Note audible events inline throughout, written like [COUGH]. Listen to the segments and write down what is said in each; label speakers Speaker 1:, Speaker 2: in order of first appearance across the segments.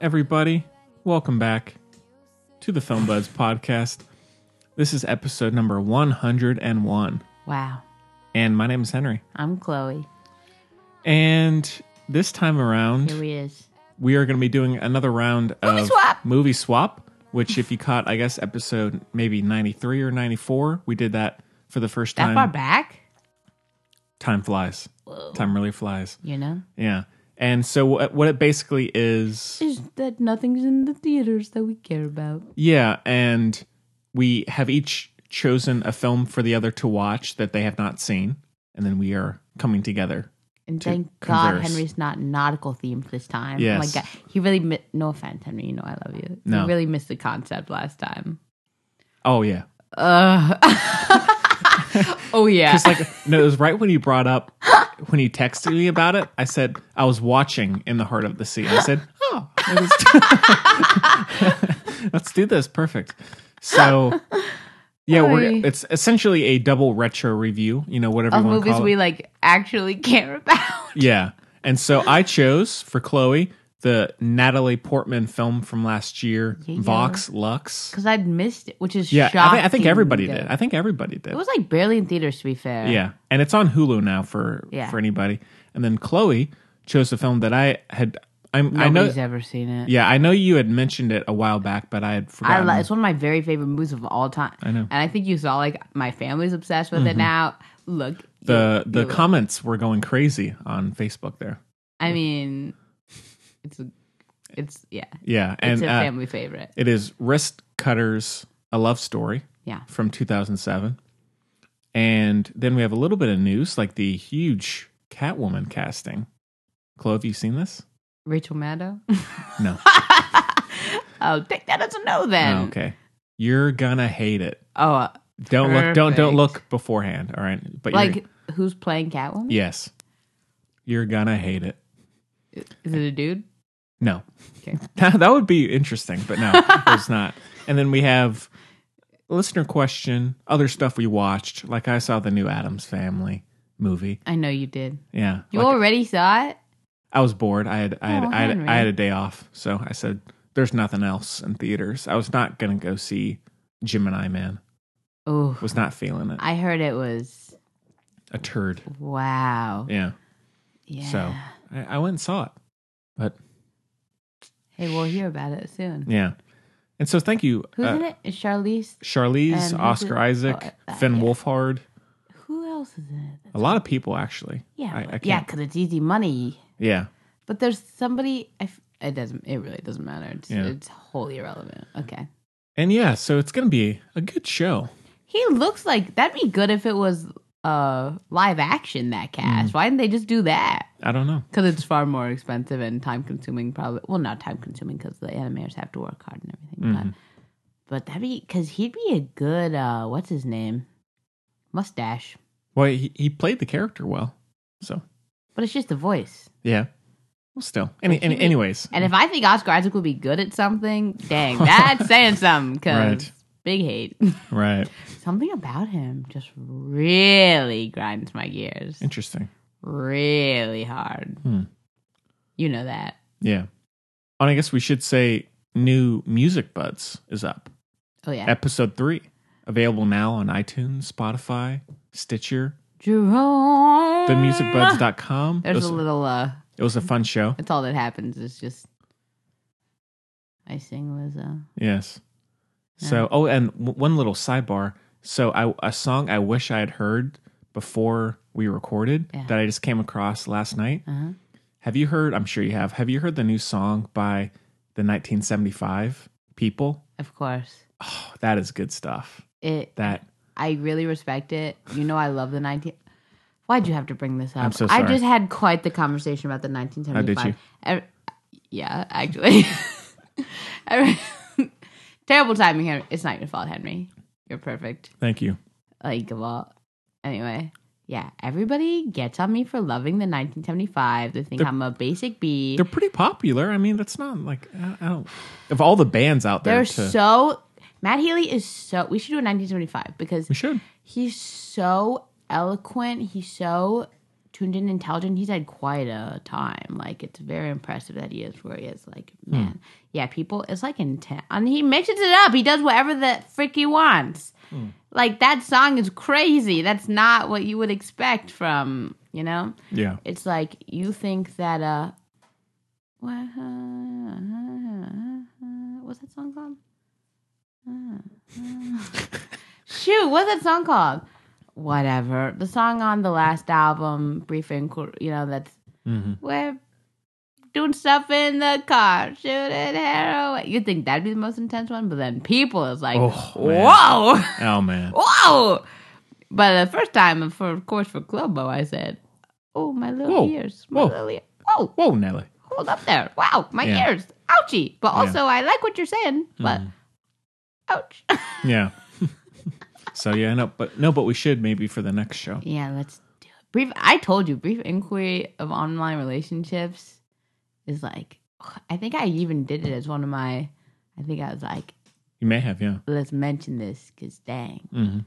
Speaker 1: everybody. Welcome back to the Film Buds podcast. This is episode number 101,
Speaker 2: Wow.
Speaker 1: and my name is Henry.
Speaker 2: I'm Chloe.
Speaker 1: And this time
Speaker 2: Here
Speaker 1: around,
Speaker 2: he is.
Speaker 1: we are going to be doing another round of
Speaker 2: Movie swap.
Speaker 1: movie swap, which if you caught, I guess episode maybe 93 or 94, we did that for the first
Speaker 2: That
Speaker 1: time.
Speaker 2: far back?
Speaker 1: Time flies. Time really flies.
Speaker 2: You know?
Speaker 1: Yeah. And so what what it basically is
Speaker 2: Is that nothing's in the theaters that we care about.
Speaker 1: Yeah, and we have each chosen a film for the other to watch that they have not seen, and then we are coming together.
Speaker 2: And
Speaker 1: To
Speaker 2: thank God
Speaker 1: converse.
Speaker 2: Henry's not nautical themed this time.
Speaker 1: Yes.
Speaker 2: Oh my God. He really, mi- no offense, Henry, you know I love you.
Speaker 1: No.
Speaker 2: He really missed the concept last time.
Speaker 1: Oh yeah,
Speaker 2: Ugh. [LAUGHS] oh, yeah.
Speaker 1: it's like
Speaker 2: [LAUGHS]
Speaker 1: no, it was right when you brought up when you texted me about it. I said I was watching in the heart of the sea. I
Speaker 2: [LAUGHS]
Speaker 1: said, oh, let's- [LAUGHS] let's do this. Perfect. So. Yeah,
Speaker 2: Sorry.
Speaker 1: we're, it's essentially a double retro review. You know, whatever
Speaker 2: Of
Speaker 1: you want to
Speaker 2: movies
Speaker 1: call it.
Speaker 2: we like actually care about. [LAUGHS]
Speaker 1: Yeah. And so I chose for Chloe the Natalie Portman film from last year,
Speaker 2: Yeah.
Speaker 1: Vox Lux.
Speaker 2: Because I'd missed it, which is
Speaker 1: Yeah,
Speaker 2: shocking.
Speaker 1: I, thi- I think everybody
Speaker 2: good.
Speaker 1: did. I think everybody did.
Speaker 2: It was like barely in theaters, to be fair.
Speaker 1: yeah, and it's on Hulu now for
Speaker 2: Yeah.
Speaker 1: for anybody. And then Chloe chose a film that I had. I'm, I know.
Speaker 2: Nobody's ever seen it.
Speaker 1: Yeah, I know you had mentioned it a while back, but I had
Speaker 2: I
Speaker 1: forgotten.
Speaker 2: love, it's one of my very favorite movies of all time. I
Speaker 1: know. Mm-hmm.
Speaker 2: and I think you saw like my family's obsessed with it now. Look,
Speaker 1: the
Speaker 2: you-
Speaker 1: the
Speaker 2: you-
Speaker 1: comments were going crazy on Facebook there.
Speaker 2: I mean, it's a- it's yeah,
Speaker 1: Yeah, and
Speaker 2: it's a
Speaker 1: uh,
Speaker 2: family favorite.
Speaker 1: it is Wrist Cutters: A Love Story.
Speaker 2: Yeah,
Speaker 1: from 2007. And then we have a little bit of news, like the huge Catwoman casting. Chloe, have you seen this?
Speaker 2: Rachel Maddow. [LAUGHS]
Speaker 1: No.
Speaker 2: I'll take that as a no then.
Speaker 1: Oh, okay. You're gonna hate it.
Speaker 2: Oh, uh,
Speaker 1: Don't look. Don't don't
Speaker 2: Perfect.
Speaker 1: look beforehand. All right. But you're,
Speaker 2: like who's playing Catwoman?
Speaker 1: yes, you're gonna hate it.
Speaker 2: Is it a dude?
Speaker 1: No.
Speaker 2: Okay.
Speaker 1: [LAUGHS] That, that would be interesting, but no, it's not. And then we have listener question, other stuff we watched. Like I saw the new Adams Family movie.
Speaker 2: I know you did.
Speaker 1: Yeah.
Speaker 2: You
Speaker 1: like-
Speaker 2: already saw it.
Speaker 1: I was bored. I had I had,
Speaker 2: Oh,
Speaker 1: I, had
Speaker 2: Henry.
Speaker 1: I had a day off, so I said, "There's nothing else in theaters." I was not gonna go see Gemini Man.
Speaker 2: Oh,
Speaker 1: Was not feeling it.
Speaker 2: I heard it was
Speaker 1: A turd.
Speaker 2: wow.
Speaker 1: Yeah.
Speaker 2: Yeah.
Speaker 1: So I, I went and saw it. But
Speaker 2: Hey, we'll hear about it soon.
Speaker 1: yeah, and so thank you,
Speaker 2: Who's
Speaker 1: uh,
Speaker 2: in it? Is Charlize? And who's
Speaker 1: Charlize,
Speaker 2: it-
Speaker 1: Oscar
Speaker 2: oh,
Speaker 1: Isaac,
Speaker 2: uh,
Speaker 1: Finn
Speaker 2: yeah.
Speaker 1: Wolfhard,
Speaker 2: Who else is in it?
Speaker 1: a lot of people actually.
Speaker 2: Yeah,
Speaker 1: I,
Speaker 2: but-
Speaker 1: I
Speaker 2: yeah,
Speaker 1: can't.
Speaker 2: because it's easy money.
Speaker 1: Yeah.
Speaker 2: But there's somebody. I f- it doesn't. It really doesn't matter. It's,
Speaker 1: Yeah.
Speaker 2: it's wholly irrelevant. Okay.
Speaker 1: And yeah, so it's gonna be a good show.
Speaker 2: He looks like that'd be good if it was uh live action that cast.
Speaker 1: Mm.
Speaker 2: Why didn't they just do that?
Speaker 1: I don't know.
Speaker 2: Because it's far more expensive and time consuming. Probably. Well, not time consuming because the animators have to work hard and everything.
Speaker 1: Mm-hmm.
Speaker 2: But, but that'd be because he'd be a good. uh What's his name? Mustache.
Speaker 1: Well, he, he played the character well, so
Speaker 2: But it's just the voice.
Speaker 1: yeah. Well, still. Any, any,
Speaker 2: he-
Speaker 1: anyways,
Speaker 2: And if I think Oscar Isaac would be good at something, dang,
Speaker 1: [LAUGHS]
Speaker 2: that's saying something. Cause
Speaker 1: Right.
Speaker 2: big hate. [LAUGHS]
Speaker 1: right.
Speaker 2: something about him just really grinds my gears,
Speaker 1: Interesting.
Speaker 2: really hard.
Speaker 1: Hmm.
Speaker 2: You know that.
Speaker 1: Yeah. And I guess we should say new Music Buds is up.
Speaker 2: Oh yeah,
Speaker 1: Episode three. Available now on iTunes, Spotify, Stitcher,
Speaker 2: Jerome. [LAUGHS]
Speaker 1: themusicbuds.com. It
Speaker 2: There's
Speaker 1: was,
Speaker 2: a little. uh
Speaker 1: it was a fun show.
Speaker 2: That's all that happens. Is just uh, I sing Lizzo.
Speaker 1: Yes. So, oh, and w- one little sidebar. So, I, a song I wish I had heard before we recorded
Speaker 2: Yeah.
Speaker 1: that I just came across last night.
Speaker 2: Uh-huh.
Speaker 1: Have you heard? I'm sure you have. Have you heard the new song by the 1975 People?
Speaker 2: Of course,
Speaker 1: Oh, that is good stuff.
Speaker 2: it.
Speaker 1: That
Speaker 2: I really respect it. You know, I love the 19. Why'd you have to bring this up?
Speaker 1: I'm so sorry.
Speaker 2: I just had quite the conversation about the 1975. Oh, did you? yeah, actually. [LAUGHS] I re- Terrible timing, Henry. It's not your fault, Henry. You're perfect.
Speaker 1: Thank you.
Speaker 2: Like, well, anyway. Yeah, everybody gets on me for loving the 1975. They think I'm a basic B.
Speaker 1: They're pretty popular. I mean, that's not like I, I don't of all the bands out there.
Speaker 2: They're
Speaker 1: to,
Speaker 2: so. Matt Healy is so. We should do a 1975 because
Speaker 1: we should.
Speaker 2: he's so eloquent. He's so tuned in, intelligent. He's had quite a time. Like it's very impressive that he is where he is. Like man, yeah, people. It's like intent, and he mixes it up. He does whatever the frick he wants. Like that song is crazy. That's not what you would expect from you know.
Speaker 1: Yeah.
Speaker 2: It's like you think that uh, uh-huh, what's that song called? Uh-huh. Shoot, what's that song called? Whatever. The song on the last album, Brief Inquiry, you know, that's
Speaker 1: Mhm.
Speaker 2: we're doing stuff in the car, shooting heroin. You'd think that'd be the most intense one, but then people is like,
Speaker 1: Oh, man.
Speaker 2: whoa, [LAUGHS]
Speaker 1: Oh man.
Speaker 2: whoa. But the first time, for, of course, for Globo, I said, oh, my little
Speaker 1: Whoa,
Speaker 2: ears. My
Speaker 1: whoa.
Speaker 2: little ears. Whoa
Speaker 1: Whoa, Nelly.
Speaker 2: hold up there. Wow, my
Speaker 1: Yeah. Mm.
Speaker 2: ears. Ouchie. But also, I like what you're saying, but ouch. [LAUGHS]
Speaker 1: Yeah. [LAUGHS] so yeah, no, but no, but we should maybe for the next show.
Speaker 2: yeah, let's do it. Brief, I told you, brief inquiry of online relationships is like, I think I even did it as one of my, I think I was like,
Speaker 1: You may have, yeah.
Speaker 2: let's mention this because dang.
Speaker 1: Mm-hmm.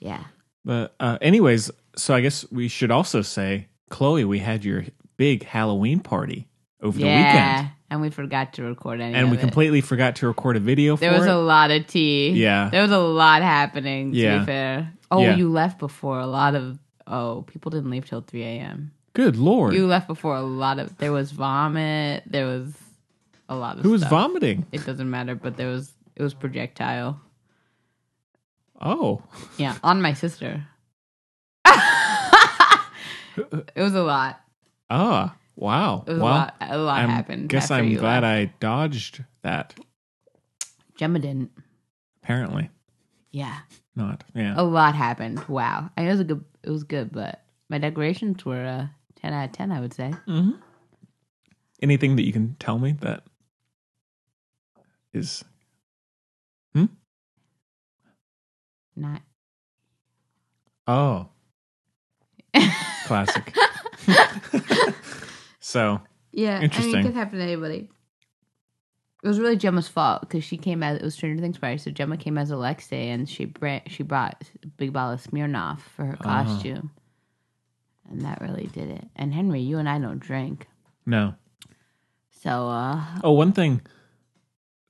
Speaker 2: Yeah.
Speaker 1: But uh, anyways, so I guess we should also say, Chloe, we had your big Halloween party over the
Speaker 2: yeah.
Speaker 1: weekend,
Speaker 2: And we forgot to record any
Speaker 1: and
Speaker 2: of
Speaker 1: we
Speaker 2: it.
Speaker 1: completely forgot to record a video
Speaker 2: There
Speaker 1: for
Speaker 2: was
Speaker 1: it.
Speaker 2: a lot of tea.
Speaker 1: Yeah.
Speaker 2: There was a lot happening, to
Speaker 1: Yeah.
Speaker 2: be fair. Oh,
Speaker 1: Yeah.
Speaker 2: you left before a lot of, oh, people didn't leave till 3 a.m.
Speaker 1: Good lord,
Speaker 2: You left before a lot of. There was vomit. There was a lot of.
Speaker 1: who was
Speaker 2: stuff.
Speaker 1: vomiting?
Speaker 2: It doesn't matter, but there was. It was projectile.
Speaker 1: Oh,
Speaker 2: Yeah, on my sister. [LAUGHS] it was a lot.
Speaker 1: ah, wow,
Speaker 2: It was
Speaker 1: wow.
Speaker 2: a lot. A lot
Speaker 1: I
Speaker 2: happened.
Speaker 1: guess
Speaker 2: after
Speaker 1: I'm
Speaker 2: you
Speaker 1: glad
Speaker 2: left.
Speaker 1: I dodged that.
Speaker 2: Gemma didn't.
Speaker 1: Apparently
Speaker 2: Yeah,
Speaker 1: not. Yeah.
Speaker 2: a lot happened. Wow, I mean, it was a good. It was good, but my decorations were uh, ten out of ten. I would say.
Speaker 1: Mm-hmm. Anything that you can tell me that is
Speaker 2: Not.
Speaker 1: oh classic. so
Speaker 2: Yeah, I
Speaker 1: Interesting.
Speaker 2: mean, it could happen to anybody. It was really Gemma's fault because she came as it was Stranger Things party, so Gemma came as Alexei, and she bra- she brought a big bottle of Smirnoff for her
Speaker 1: Ah.
Speaker 2: costume, and that really did it. And Henry, you and I don't drink,
Speaker 1: no.
Speaker 2: so uh,
Speaker 1: Oh, one thing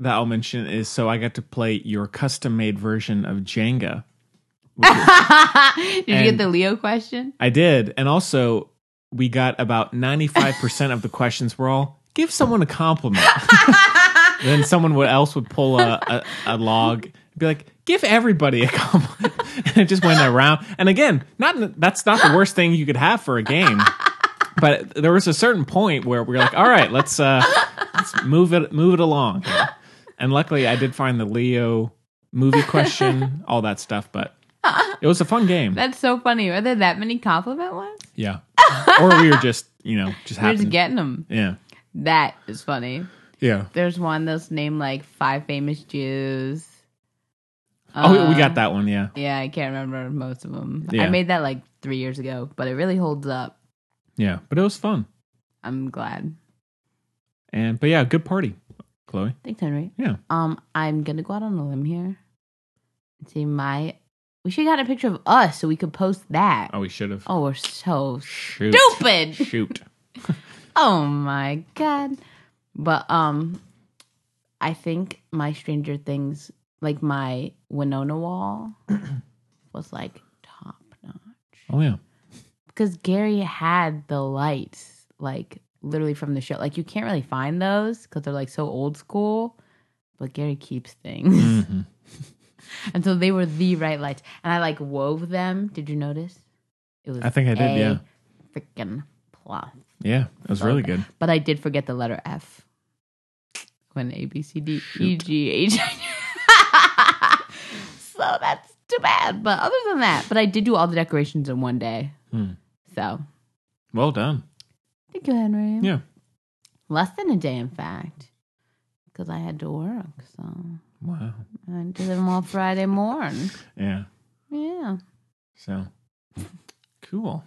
Speaker 1: that I'll mention is so I got to play your custom made version of Jenga.
Speaker 2: [LAUGHS] did you get
Speaker 1: And-
Speaker 2: the Leo question?
Speaker 1: I did, and also we got about ninety five percent of the questions were all give someone a compliment. then someone would, else would pull a, a, a log, and be like, give everybody a compliment, [LAUGHS] and it just went around. And again, not that's not the worst thing you could have for a game. But there was a certain point where we were like, all right, let's uh, let's move it move it along. here." And luckily, I did find the Leo movie question, all that stuff. But it was a fun game.
Speaker 2: That's so funny. Are there that many compliment ones?
Speaker 1: Yeah. or we were just, you know, just
Speaker 2: You're
Speaker 1: happy.
Speaker 2: just getting them.
Speaker 1: yeah.
Speaker 2: That is funny.
Speaker 1: Yeah.
Speaker 2: There's one that's named like five famous Jews.
Speaker 1: oh, we
Speaker 2: Uh,
Speaker 1: got that one. Yeah.
Speaker 2: Yeah, I can't remember most of them. I
Speaker 1: Yeah.
Speaker 2: made that like three years ago, but it really holds up.
Speaker 1: Yeah. But it was fun.
Speaker 2: I'm glad.
Speaker 1: And, but yeah, good party, Chloe.
Speaker 2: Thanks, Henry.
Speaker 1: Yeah.
Speaker 2: Um, I'm gonna go out on a limb here and see my. We should have got a picture of us so we could post that.
Speaker 1: Oh, we should have.
Speaker 2: Oh, we're so
Speaker 1: Shoot.
Speaker 2: stupid.
Speaker 1: Shoot.
Speaker 2: Oh my god. But um, I think my Stranger Things, like my
Speaker 1: [CLEARS THROAT]
Speaker 2: Winona Wall, was like top notch.
Speaker 1: Oh, yeah.
Speaker 2: because Gary had the lights like literally from the show. Like you can't really find those because they're like so old school. But Gary keeps things, [LAUGHS]
Speaker 1: Mhm.
Speaker 2: and so they were the right lights. And I like wove them. Did you notice? It was
Speaker 1: I think I did,
Speaker 2: a
Speaker 1: yeah.
Speaker 2: freaking plus.
Speaker 1: Yeah. It was really good.
Speaker 2: But I did forget the letter F. When A B C D E G H. [LAUGHS] So that's too bad. But other than that, but I did do all the decorations in one day.
Speaker 1: Hmm.
Speaker 2: So
Speaker 1: Well done.
Speaker 2: thank you, Henry.
Speaker 1: Yeah.
Speaker 2: Less than a day, in fact, because I had to work. So
Speaker 1: Wow.
Speaker 2: I did them all Friday morning.
Speaker 1: Yeah.
Speaker 2: Yeah.
Speaker 1: So cool.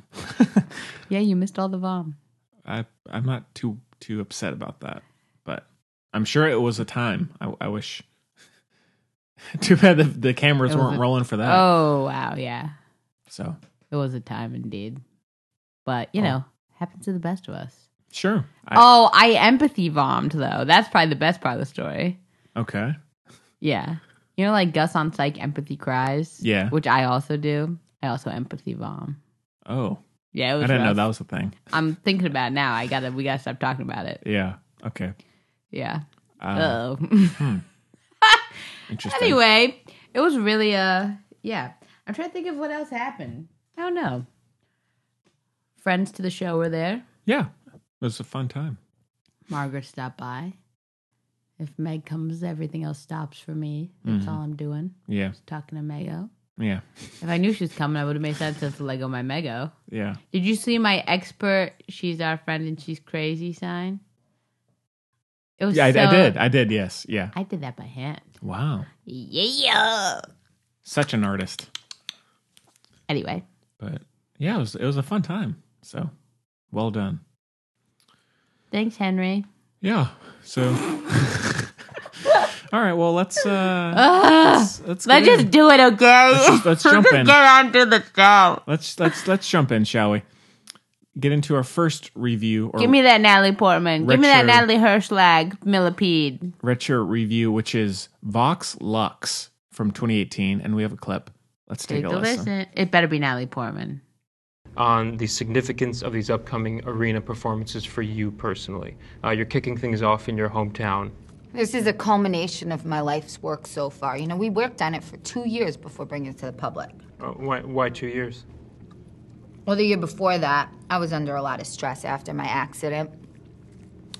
Speaker 1: [LAUGHS]
Speaker 2: Yeah, you missed all the vom.
Speaker 1: I, I'm not too, too upset about that, but I'm sure it was a time. I, I wish. [LAUGHS] Too bad the, the cameras
Speaker 2: It was
Speaker 1: weren't
Speaker 2: a-
Speaker 1: rolling for that.
Speaker 2: Oh, wow. Yeah.
Speaker 1: So
Speaker 2: It was a time indeed. But
Speaker 1: Oh.
Speaker 2: you know, happens to the best of us.
Speaker 1: Sure. I,
Speaker 2: oh, I empathy bombed though. That's probably the best part of the story.
Speaker 1: Okay.
Speaker 2: Yeah. You know, like Gus on Psych empathy cries.
Speaker 1: Yeah.
Speaker 2: Which I also do. I also empathy bomb.
Speaker 1: Oh,
Speaker 2: Yeah, it
Speaker 1: I
Speaker 2: was
Speaker 1: didn't know
Speaker 2: rough.
Speaker 1: that was a thing.
Speaker 2: I'm thinking about it now. I gotta we gotta stop talking about it.
Speaker 1: Yeah. Okay.
Speaker 2: Yeah.
Speaker 1: Uh,
Speaker 2: [LAUGHS] Oh.
Speaker 1: interesting.
Speaker 2: anyway, it was really uh yeah. I'm trying to think of what else happened. I don't know. Friends to the show were there.
Speaker 1: Yeah. It was a fun time.
Speaker 2: Margaret stopped by. If Meg comes, everything else stops for me. That's
Speaker 1: Mm-hmm.
Speaker 2: all I'm doing.
Speaker 1: Yeah.
Speaker 2: Just talking to Mego.
Speaker 1: Yeah.
Speaker 2: If I knew she was coming, I would have made sense of Lego my Mego.
Speaker 1: Yeah.
Speaker 2: Did you see my expert? She's our friend and she's crazy sign. It was.
Speaker 1: Yeah. I, I
Speaker 2: so-
Speaker 1: did. I did. Yes. Yeah.
Speaker 2: I did that by hand.
Speaker 1: Wow.
Speaker 2: Yeah.
Speaker 1: Such an artist.
Speaker 2: Anyway,
Speaker 1: But yeah, it was it was a fun time. So well done.
Speaker 2: thanks, Henry.
Speaker 1: Yeah. So. [LAUGHS] All right. Well, let's uh,
Speaker 2: Ugh,
Speaker 1: let's, let's
Speaker 2: let's
Speaker 1: get in.
Speaker 2: just do it, okay?
Speaker 1: Let's
Speaker 2: [LAUGHS]
Speaker 1: just- let's jump in.
Speaker 2: Get on to the show.
Speaker 1: Let's let's let's jump in, shall we? Get into our first review or
Speaker 2: Give me that Natalie Portman. Give me that
Speaker 1: Richard.
Speaker 2: Natalie Hirschlag millipede.
Speaker 1: retro review, which is Vox Lux from 2018, and we have a clip. Let's take, a, listen.
Speaker 2: It better be Natalie Portman.
Speaker 3: on the significance of these upcoming arena performances for you personally. Uh, you're kicking things off in your hometown.
Speaker 4: This is a culmination of my life's work so far. You know, we worked on it for two years before bringing it to the public.
Speaker 3: Uh, why, why two years?
Speaker 4: Well, the year before that, I was under a lot of stress after my accident.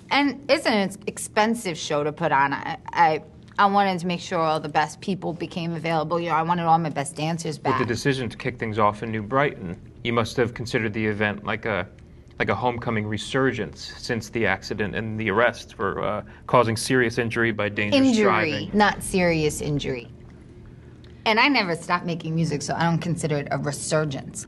Speaker 4: And it's an ex- expensive show to put on. I, I, I wanted to make sure all the best people became available. You know, I wanted all my best dancers
Speaker 3: With
Speaker 4: back.
Speaker 3: the decision to kick things off in New Brighton, you must have considered the event like a like a homecoming resurgence since the accident and the arrest for uh, causing serious injury by dangerous
Speaker 4: injury,
Speaker 3: driving.
Speaker 4: not serious injury. And I never stopped making music, so I don't consider it a resurgence.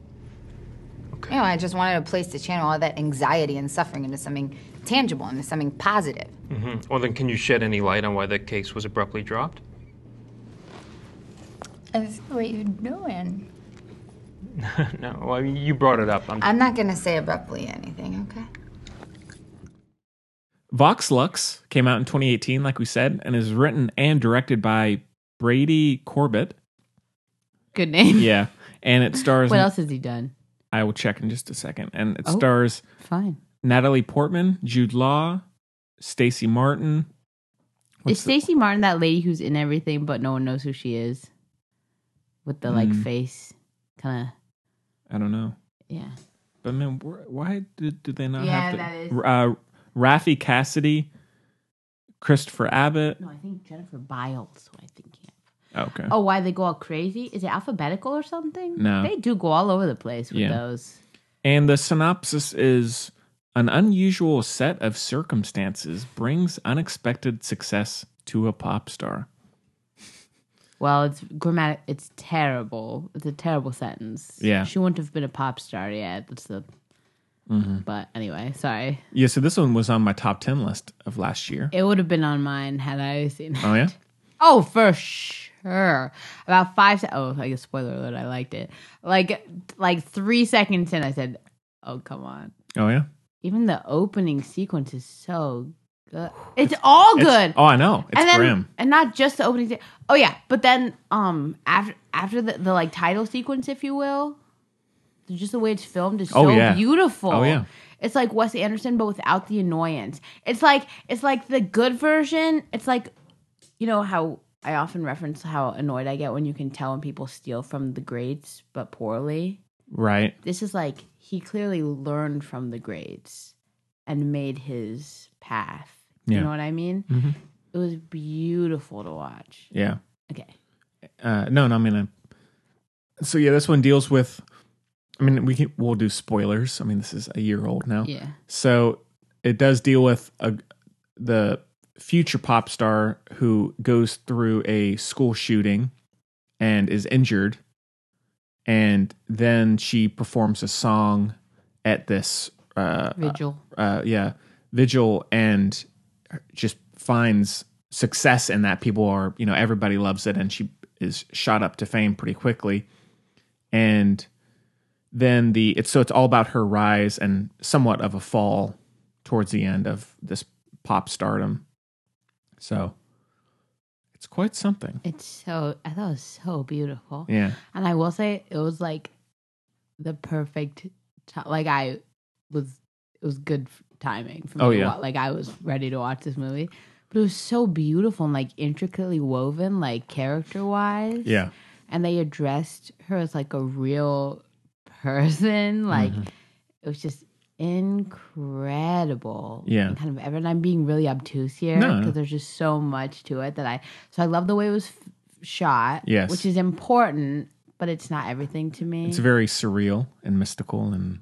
Speaker 3: Okay.
Speaker 4: You know, I just wanted a place to channel all that anxiety and suffering into something tangible, into something positive.
Speaker 3: Mhm. Well, then, can you shed any light on why the case was abruptly dropped?
Speaker 4: That's what you're doing.
Speaker 3: [LAUGHS] no, well, I mean, you brought it up. I'm,
Speaker 4: I'm not gonna say abruptly anything, okay?
Speaker 1: Vox Lux came out in 2018, like we said, and is written and directed by Brady Corbett.
Speaker 2: Good name.
Speaker 1: Yeah, and it stars.
Speaker 2: What else has he done?
Speaker 1: I will check in just a second, and it
Speaker 2: Oh.
Speaker 1: stars
Speaker 2: Fine.
Speaker 1: Natalie Portman, Jude Law, Stacey Martin.
Speaker 2: is Stacey Martin that lady who's in everything but no one knows who she is? With the
Speaker 1: Hmm.
Speaker 2: like face, kind of
Speaker 1: I don't know,
Speaker 2: yeah.
Speaker 1: but man, wh- why did, did they not
Speaker 4: Yeah,
Speaker 1: have
Speaker 4: that is-
Speaker 1: the, uh, Rafi Cassidy, Christopher Abbott?
Speaker 2: No, I think Jennifer Biles. Who I think.
Speaker 1: Okay,
Speaker 2: Oh, why they go all crazy? Is it alphabetical or something?
Speaker 1: No.
Speaker 2: they do go all over the place with
Speaker 1: Yeah.
Speaker 2: those.
Speaker 1: And the synopsis is an unusual set of circumstances brings unexpected success to a pop star.
Speaker 2: Well, it's grammatic. It's terrible. It's a terrible sentence.
Speaker 1: Yeah.
Speaker 2: she wouldn't have been a pop star yet. That's the.
Speaker 1: Mm-hmm.
Speaker 2: But anyway, sorry.
Speaker 1: Yeah, so this one was on my top 10 list of last year.
Speaker 2: It would have been on mine had I seen it.
Speaker 1: Oh, yeah?
Speaker 2: Oh, for sure. About five. Se- oh, I guess spoiler alert. I liked it. Like, like three seconds in, I said, "Oh, come on."
Speaker 1: Oh, yeah?
Speaker 2: Even the opening sequence is so good. It's all
Speaker 1: It's-
Speaker 2: good.
Speaker 1: oh, I know. It's
Speaker 2: and then,
Speaker 1: grim.
Speaker 2: and not just the opening. se- Oh yeah, but then um after after the, the like title sequence, if you will, just the way it's filmed is so
Speaker 1: Oh, yeah.
Speaker 2: beautiful.
Speaker 1: Oh, yeah.
Speaker 2: It's like Wes Anderson, but without the annoyance. It's like it's like the good version. It's like you know how I often reference how annoyed I get when you can tell when people steal from the greats but poorly.
Speaker 1: Right.
Speaker 2: This is like he clearly learned from the greats and made his path.
Speaker 1: Yeah.
Speaker 2: You know what I mean? It was beautiful to watch.
Speaker 1: Yeah.
Speaker 2: Okay.
Speaker 1: Uh, no, no, I mean, uh, so yeah, this one deals with, I mean, we can, we'll do spoilers. I mean, this is a year old now.
Speaker 2: Yeah.
Speaker 1: So it does deal with a, the future pop star who goes through a school shooting and is injured. And then she performs a song at this, uh,
Speaker 2: Vigil.
Speaker 1: uh, yeah, vigil and just finds success in that. People are, you know, everybody loves it. And she is shot up to fame pretty quickly. And then the it's so it's all about her rise and somewhat of a fall towards the end of this pop stardom. So it's quite something.
Speaker 2: It's so I thought it was so beautiful.
Speaker 1: Yeah.
Speaker 2: And I will say it was like the perfect ti- like I was it was good f- timing for me.
Speaker 1: Oh,
Speaker 2: to
Speaker 1: yeah.
Speaker 2: wa- like I was ready to watch this movie. But it was so beautiful and like intricately woven like character-wise.
Speaker 1: Yeah.
Speaker 2: And they addressed her as like a real person [LAUGHS] like
Speaker 1: Mm-hmm.
Speaker 2: it was just incredible
Speaker 1: Yeah.
Speaker 2: and kind of ever and i'm being really obtuse here
Speaker 1: No.
Speaker 2: because there's just so much to it that i so i love the way it was f- shot
Speaker 1: Yes.
Speaker 2: which is important but it's not everything to me
Speaker 1: It's very surreal and mystical and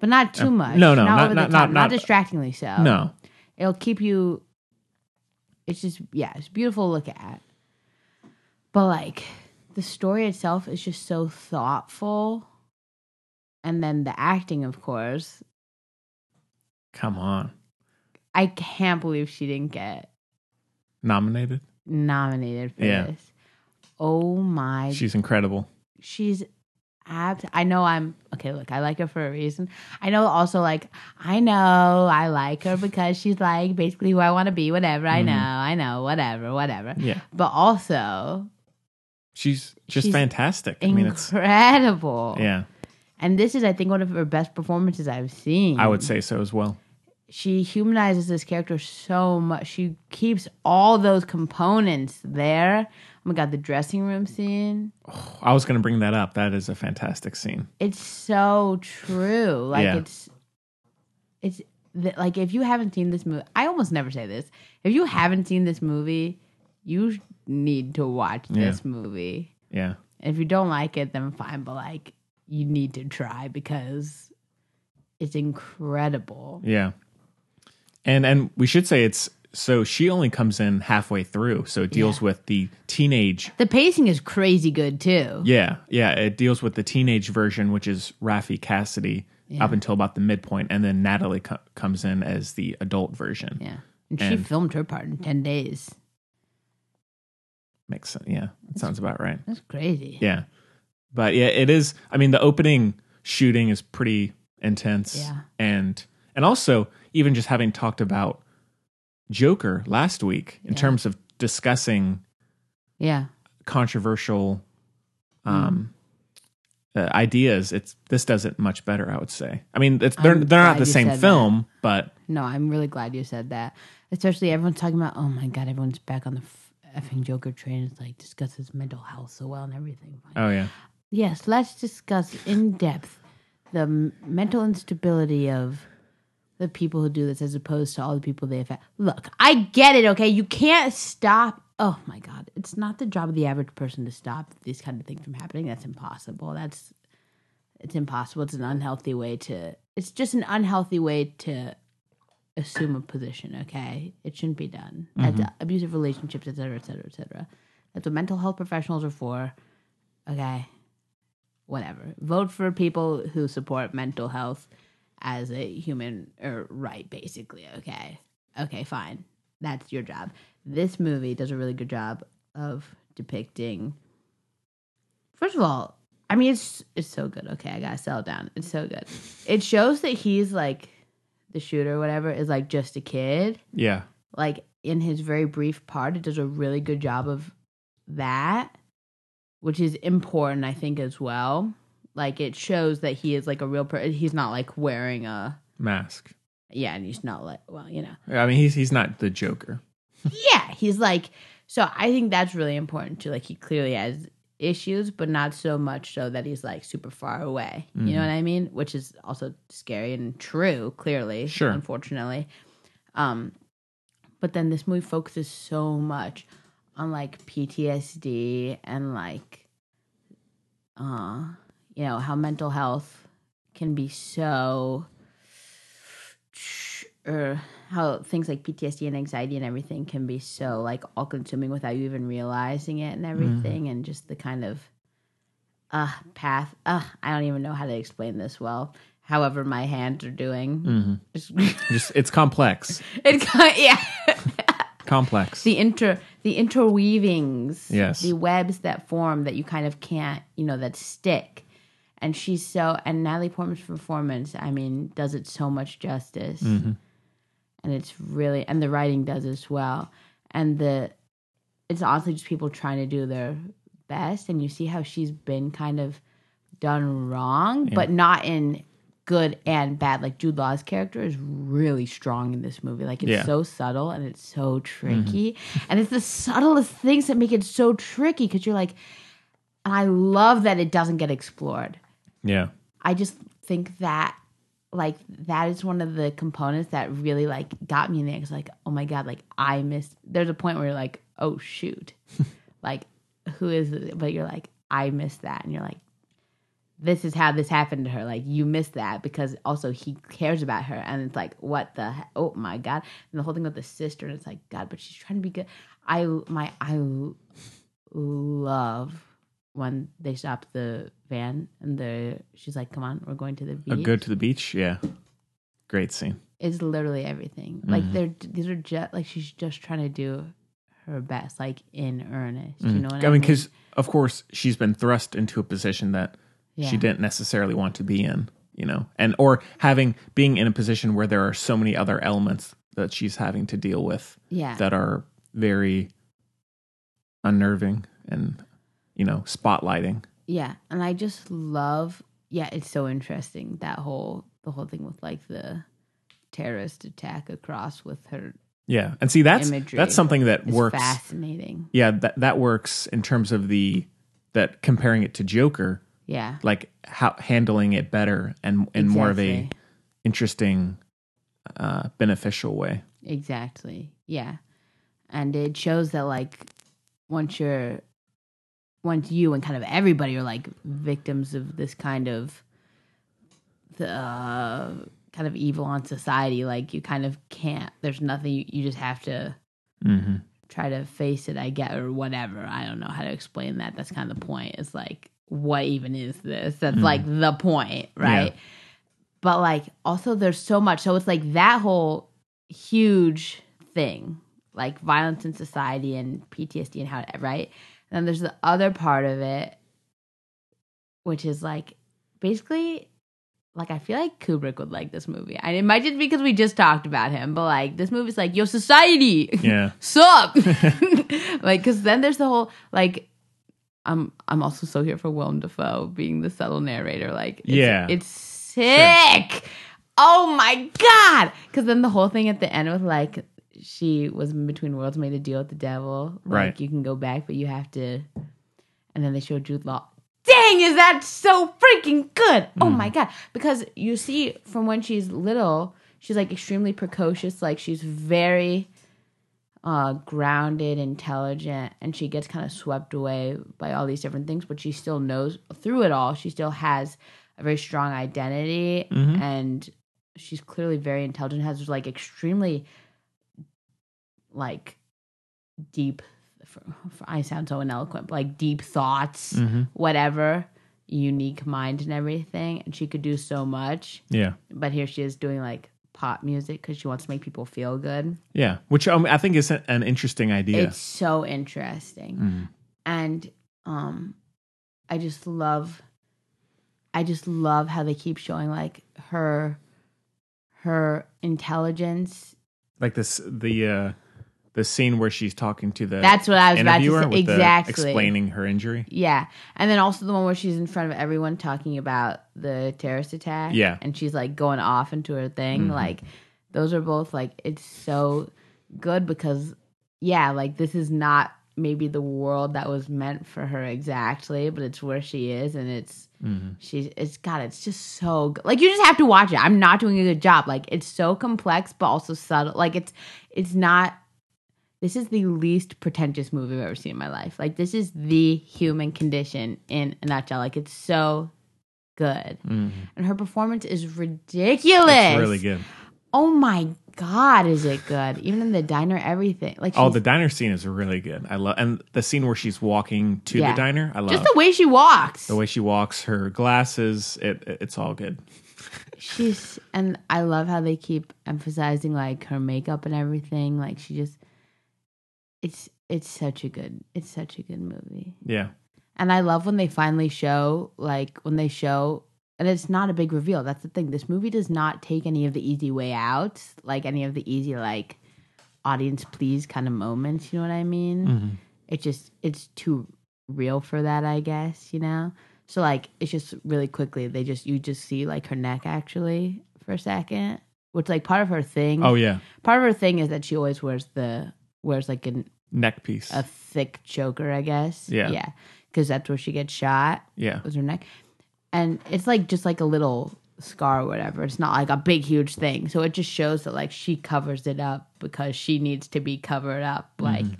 Speaker 2: but not too much
Speaker 1: no, no, not-
Speaker 2: over
Speaker 1: not- not-
Speaker 2: the top, not,
Speaker 1: not-
Speaker 2: distractingly so
Speaker 1: no.
Speaker 2: it'll keep you it's just yeah it's beautiful to look at but like the story itself is just so thoughtful and then the acting of course
Speaker 1: Come on.
Speaker 2: i can't believe she didn't get
Speaker 1: Nominated.
Speaker 2: nominated for
Speaker 1: Yeah.
Speaker 2: this. Oh my! She's,
Speaker 1: She's incredible.
Speaker 2: abs. I know I'm okay. Look, I like her for a reason. I know also like I know I like her because she's like basically who I want to be. Whatever
Speaker 1: Mm-hmm.
Speaker 2: I know, I know whatever, whatever.
Speaker 1: Yeah.
Speaker 2: But also
Speaker 1: She's just
Speaker 2: She's
Speaker 1: fantastic. I mean it's
Speaker 2: incredible.
Speaker 1: yeah.
Speaker 2: And this is I think one of her best performances I've seen.
Speaker 1: I would say so as well.
Speaker 2: she humanizes this character so much. She keeps all those components there. Oh my god, the dressing room scene.
Speaker 1: I was going to bring that up. That is a fantastic scene.
Speaker 2: it's so true like
Speaker 1: Yeah.
Speaker 2: it's it's th- like if you haven't seen this movie i almost never say this if you haven't seen this movie you sh- need to watch
Speaker 1: Yeah.
Speaker 2: this movie
Speaker 1: Yeah.
Speaker 2: if you don't like it then fine but like you need to try because it's incredible
Speaker 1: Yeah. And and we should say it's so she only comes in halfway through, so it deals with the teenage
Speaker 2: the pacing is crazy good too
Speaker 1: Yeah, yeah. It deals with the teenage version, which is Rafi Cassidy up until about the midpoint, and then Natalie co- comes in as the adult version.
Speaker 2: yeah and she
Speaker 1: And-
Speaker 2: filmed her part in 10 days
Speaker 1: Makes sense. Yeah, that sounds about right.
Speaker 2: that's crazy
Speaker 1: Yeah, but yeah, it is. I mean, the opening shooting is pretty intense.
Speaker 2: Yeah.
Speaker 1: and and also even just having talked about Joker last week in
Speaker 2: Yeah.
Speaker 1: terms of discussing
Speaker 2: yeah
Speaker 1: controversial
Speaker 2: Mm-hmm.
Speaker 1: um uh, ideas it's this does it much better i would say i mean it's, they're
Speaker 2: I'm
Speaker 1: they're not
Speaker 2: glad
Speaker 1: the
Speaker 2: you
Speaker 1: same
Speaker 2: said
Speaker 1: film but
Speaker 2: No, I'm really glad you said that. Especially everyone's talking about, oh my god, everyone's back on the f- effing Joker train. It's like discusses mental health so well and everything.
Speaker 1: oh yeah
Speaker 2: Yes, let's discuss in depth the m- mental instability of the people who do this as opposed to all the people they affect. Look, I get it, okay? You can't stop. Oh my God. It's not the job of the average person to stop these kind of things from happening. That's impossible. That's. It's impossible. It's an unhealthy way to. It's just an unhealthy way to assume a position, okay? It shouldn't be done. That's abusive relationships, et cetera, et cetera, et cetera. That's what mental health professionals are for, okay? whatever. Vote for people who support mental health as a human or right, basically. Okay. Okay, fine. That's your job. This movie does a really good job of depicting. First of all, I mean, it's it's so good. Okay, I gotta settle down. It's so good. It shows that he's like the shooter, or whatever, is like just a kid
Speaker 1: yeah
Speaker 2: like in his very brief part, it does a really good job of that, which is important, I think, as well. Like it shows that he is like a real person. He's not like wearing a
Speaker 1: mask
Speaker 2: yeah, and he's not like well, you know,
Speaker 1: i mean he's he's not the joker
Speaker 2: yeah, he's like. So I think that's really important too. Like he clearly has issues, but not so much so that he's like super far away. You know what I mean? Which is also scary and true, clearly.
Speaker 1: Sure.
Speaker 2: Unfortunately. Um, but then this movie focuses so much on like PTSD and like uh you know how mental health can be so or how things like PTSD and anxiety and everything can be so like all consuming without you even realizing it and everything and just the kind of uh path uh I don't even know how to explain this well however my hands are doing
Speaker 1: just it's complex
Speaker 2: [LAUGHS] it kind yeah
Speaker 1: complex
Speaker 2: the inter the interweavings
Speaker 1: Yes.
Speaker 2: the webs that form that you kind of can't you know that stick and she's so and Natalie Portman's performance, I mean, does it so much justice, and it's really and the writing does as well, and the it's honestly just people trying to do their best, and you see how she's been kind of done wrong, but not in good and bad. Like Jude Law's character is really strong in this movie, like it's
Speaker 1: Yeah.
Speaker 2: so subtle and it's so tricky, and it's the subtlest things that make it so tricky because you're like. And I love that it doesn't get explored.
Speaker 1: Yeah.
Speaker 2: I just think that like that is one of the components that really like got me in there. It's like, oh my god, like I missed. There's a point where you're like, oh shoot, like who is? It? But you're like, I missed that, and you're like, this is how this happened to her. Like you missed that because also he cares about her, and it's like, what the? he- Oh my god! And the whole thing with the sister, and it's like, God, but she's trying to be good. I my I love when they stop the van and the she's like, "Come on, we're going to the beach."
Speaker 1: Oh, go to the beach. Yeah. Great scene.
Speaker 2: It's literally everything.
Speaker 1: Mm-hmm.
Speaker 2: Like they're these are just like she's just trying to do her best, like in earnest. You know what
Speaker 1: Mm-hmm. I mean, because of course she's been thrust into a position that
Speaker 2: Yeah.
Speaker 1: she didn't necessarily want to be in, you know, and or having being in a position where there are so many other elements that she's having to deal with
Speaker 2: yeah,
Speaker 1: that are very unnerving and you know spotlighting.
Speaker 2: yeah, and I just love. Yeah, it's so interesting that whole the whole thing with like the terrorist attack across with her.
Speaker 1: Yeah, and see that's
Speaker 2: Imagery
Speaker 1: that's something that
Speaker 2: It's
Speaker 1: works.
Speaker 2: fascinating.
Speaker 1: Yeah, that that works in terms of the that comparing it to Joker,
Speaker 2: Yeah,
Speaker 1: like how handling it better and in more of a
Speaker 2: Exactly.
Speaker 1: interesting, uh, beneficial way.
Speaker 2: Exactly. Yeah. And it shows that like once you're once you and kind of everybody are like victims of this kind of the uh, kind of evil on society, like you kind of can't there's nothing you, you just have to
Speaker 1: Mm-hmm.
Speaker 2: try to face it, I get or whatever. I don't know how to explain that. That's kind of the point. It's like what even is this? That's like the point, right?
Speaker 1: Yeah.
Speaker 2: But like also there's so much. So it's like that whole huge thing, like violence in society and PTSD and how right? And then there's the other part of it which is like basically like I feel like Kubrick would like this movie. And it might just be because we just talked about him, but like this movie's like, yo, society [LAUGHS]
Speaker 1: Yeah,
Speaker 2: sup like because then there's the whole like i'm i'm also so here for willem dafoe being the subtle narrator like it's,
Speaker 1: Yeah.
Speaker 2: it's sick oh my god because then the whole thing at the end with like she was in between worlds made a deal with the devil like
Speaker 1: Right.
Speaker 2: you can go back but you have to and then they show jude law dang is that so freaking good oh my god because you see from when she's little she's like extremely precocious like she's very uh, grounded, intelligent, and she gets kind of swept away by all these different things, but she still knows through it all, she still has a very strong identity and she's clearly very intelligent, has like extremely like deep for, for- I sound so ineloquent, but like deep thoughts, whatever, unique mind and everything, and she could do so much,
Speaker 1: yeah,
Speaker 2: but here she is doing like pop music because she wants to make people feel good.
Speaker 1: yeah. Which um, I think is a- an interesting idea.
Speaker 2: It's so interesting.
Speaker 1: Mhm.
Speaker 2: And um I just love I just love how they keep showing like her her intelligence.
Speaker 1: Like this, the uh, the scene where she's talking to the
Speaker 2: That's what I was about to
Speaker 1: interviewer
Speaker 2: say.
Speaker 1: with the-
Speaker 2: Exactly.
Speaker 1: explaining her injury.
Speaker 2: Yeah. And then also the one where she's in front of everyone talking about the terrorist attack.
Speaker 1: Yeah.
Speaker 2: And she's like going off into her thing. Like those are both like it's so good because yeah, like this is not maybe the world that was meant for her exactly, but it's where she is and it's she's it's god, it's just so good. Like you just have to watch it. I'm not doing a good job. Like it's so complex but also subtle. Like it's it's not this is the least pretentious movie I've ever seen in my life. Like this is the human condition in a nutshell. Like it's so good. And her performance is ridiculous.
Speaker 1: It's Mm-hmm. really good.
Speaker 2: Oh my god, is it good? Even in the diner, everything. Like
Speaker 1: Oh,
Speaker 2: she's-
Speaker 1: the diner scene is really good. I love, and the scene where she's walking to
Speaker 2: Yeah.
Speaker 1: the diner. I love
Speaker 2: just the way she walks.
Speaker 1: the way she walks, her glasses. It, it- it's all good.
Speaker 2: She's and I love how they keep emphasizing like her makeup and everything. Like she just, it's it's such a good it's such a good movie.
Speaker 1: Yeah,
Speaker 2: And I love when they finally show, like, when they show, and it's not a big reveal. That's the thing. This movie does not take any of the easy way out, like, any of the easy, like, audience please kind of moments. You know what I mean? It just, it's too real for that, I guess, you know? So, like, it's just really quickly, they just, you just see, like, her neck actually for a second, which, like, part of her thing.
Speaker 1: Oh yeah,
Speaker 2: Part of her thing is that she always wears the, wears, like, an,
Speaker 1: neck piece.
Speaker 2: a thick choker, I guess.
Speaker 1: Yeah.
Speaker 2: Yeah. Because that's where she gets shot,
Speaker 1: yeah,
Speaker 2: was her neck. And it's like just like a little scar or whatever. It's not like a big, huge thing. So it just shows that like she covers it up because she needs to be covered up.
Speaker 1: Mm-hmm.
Speaker 2: Like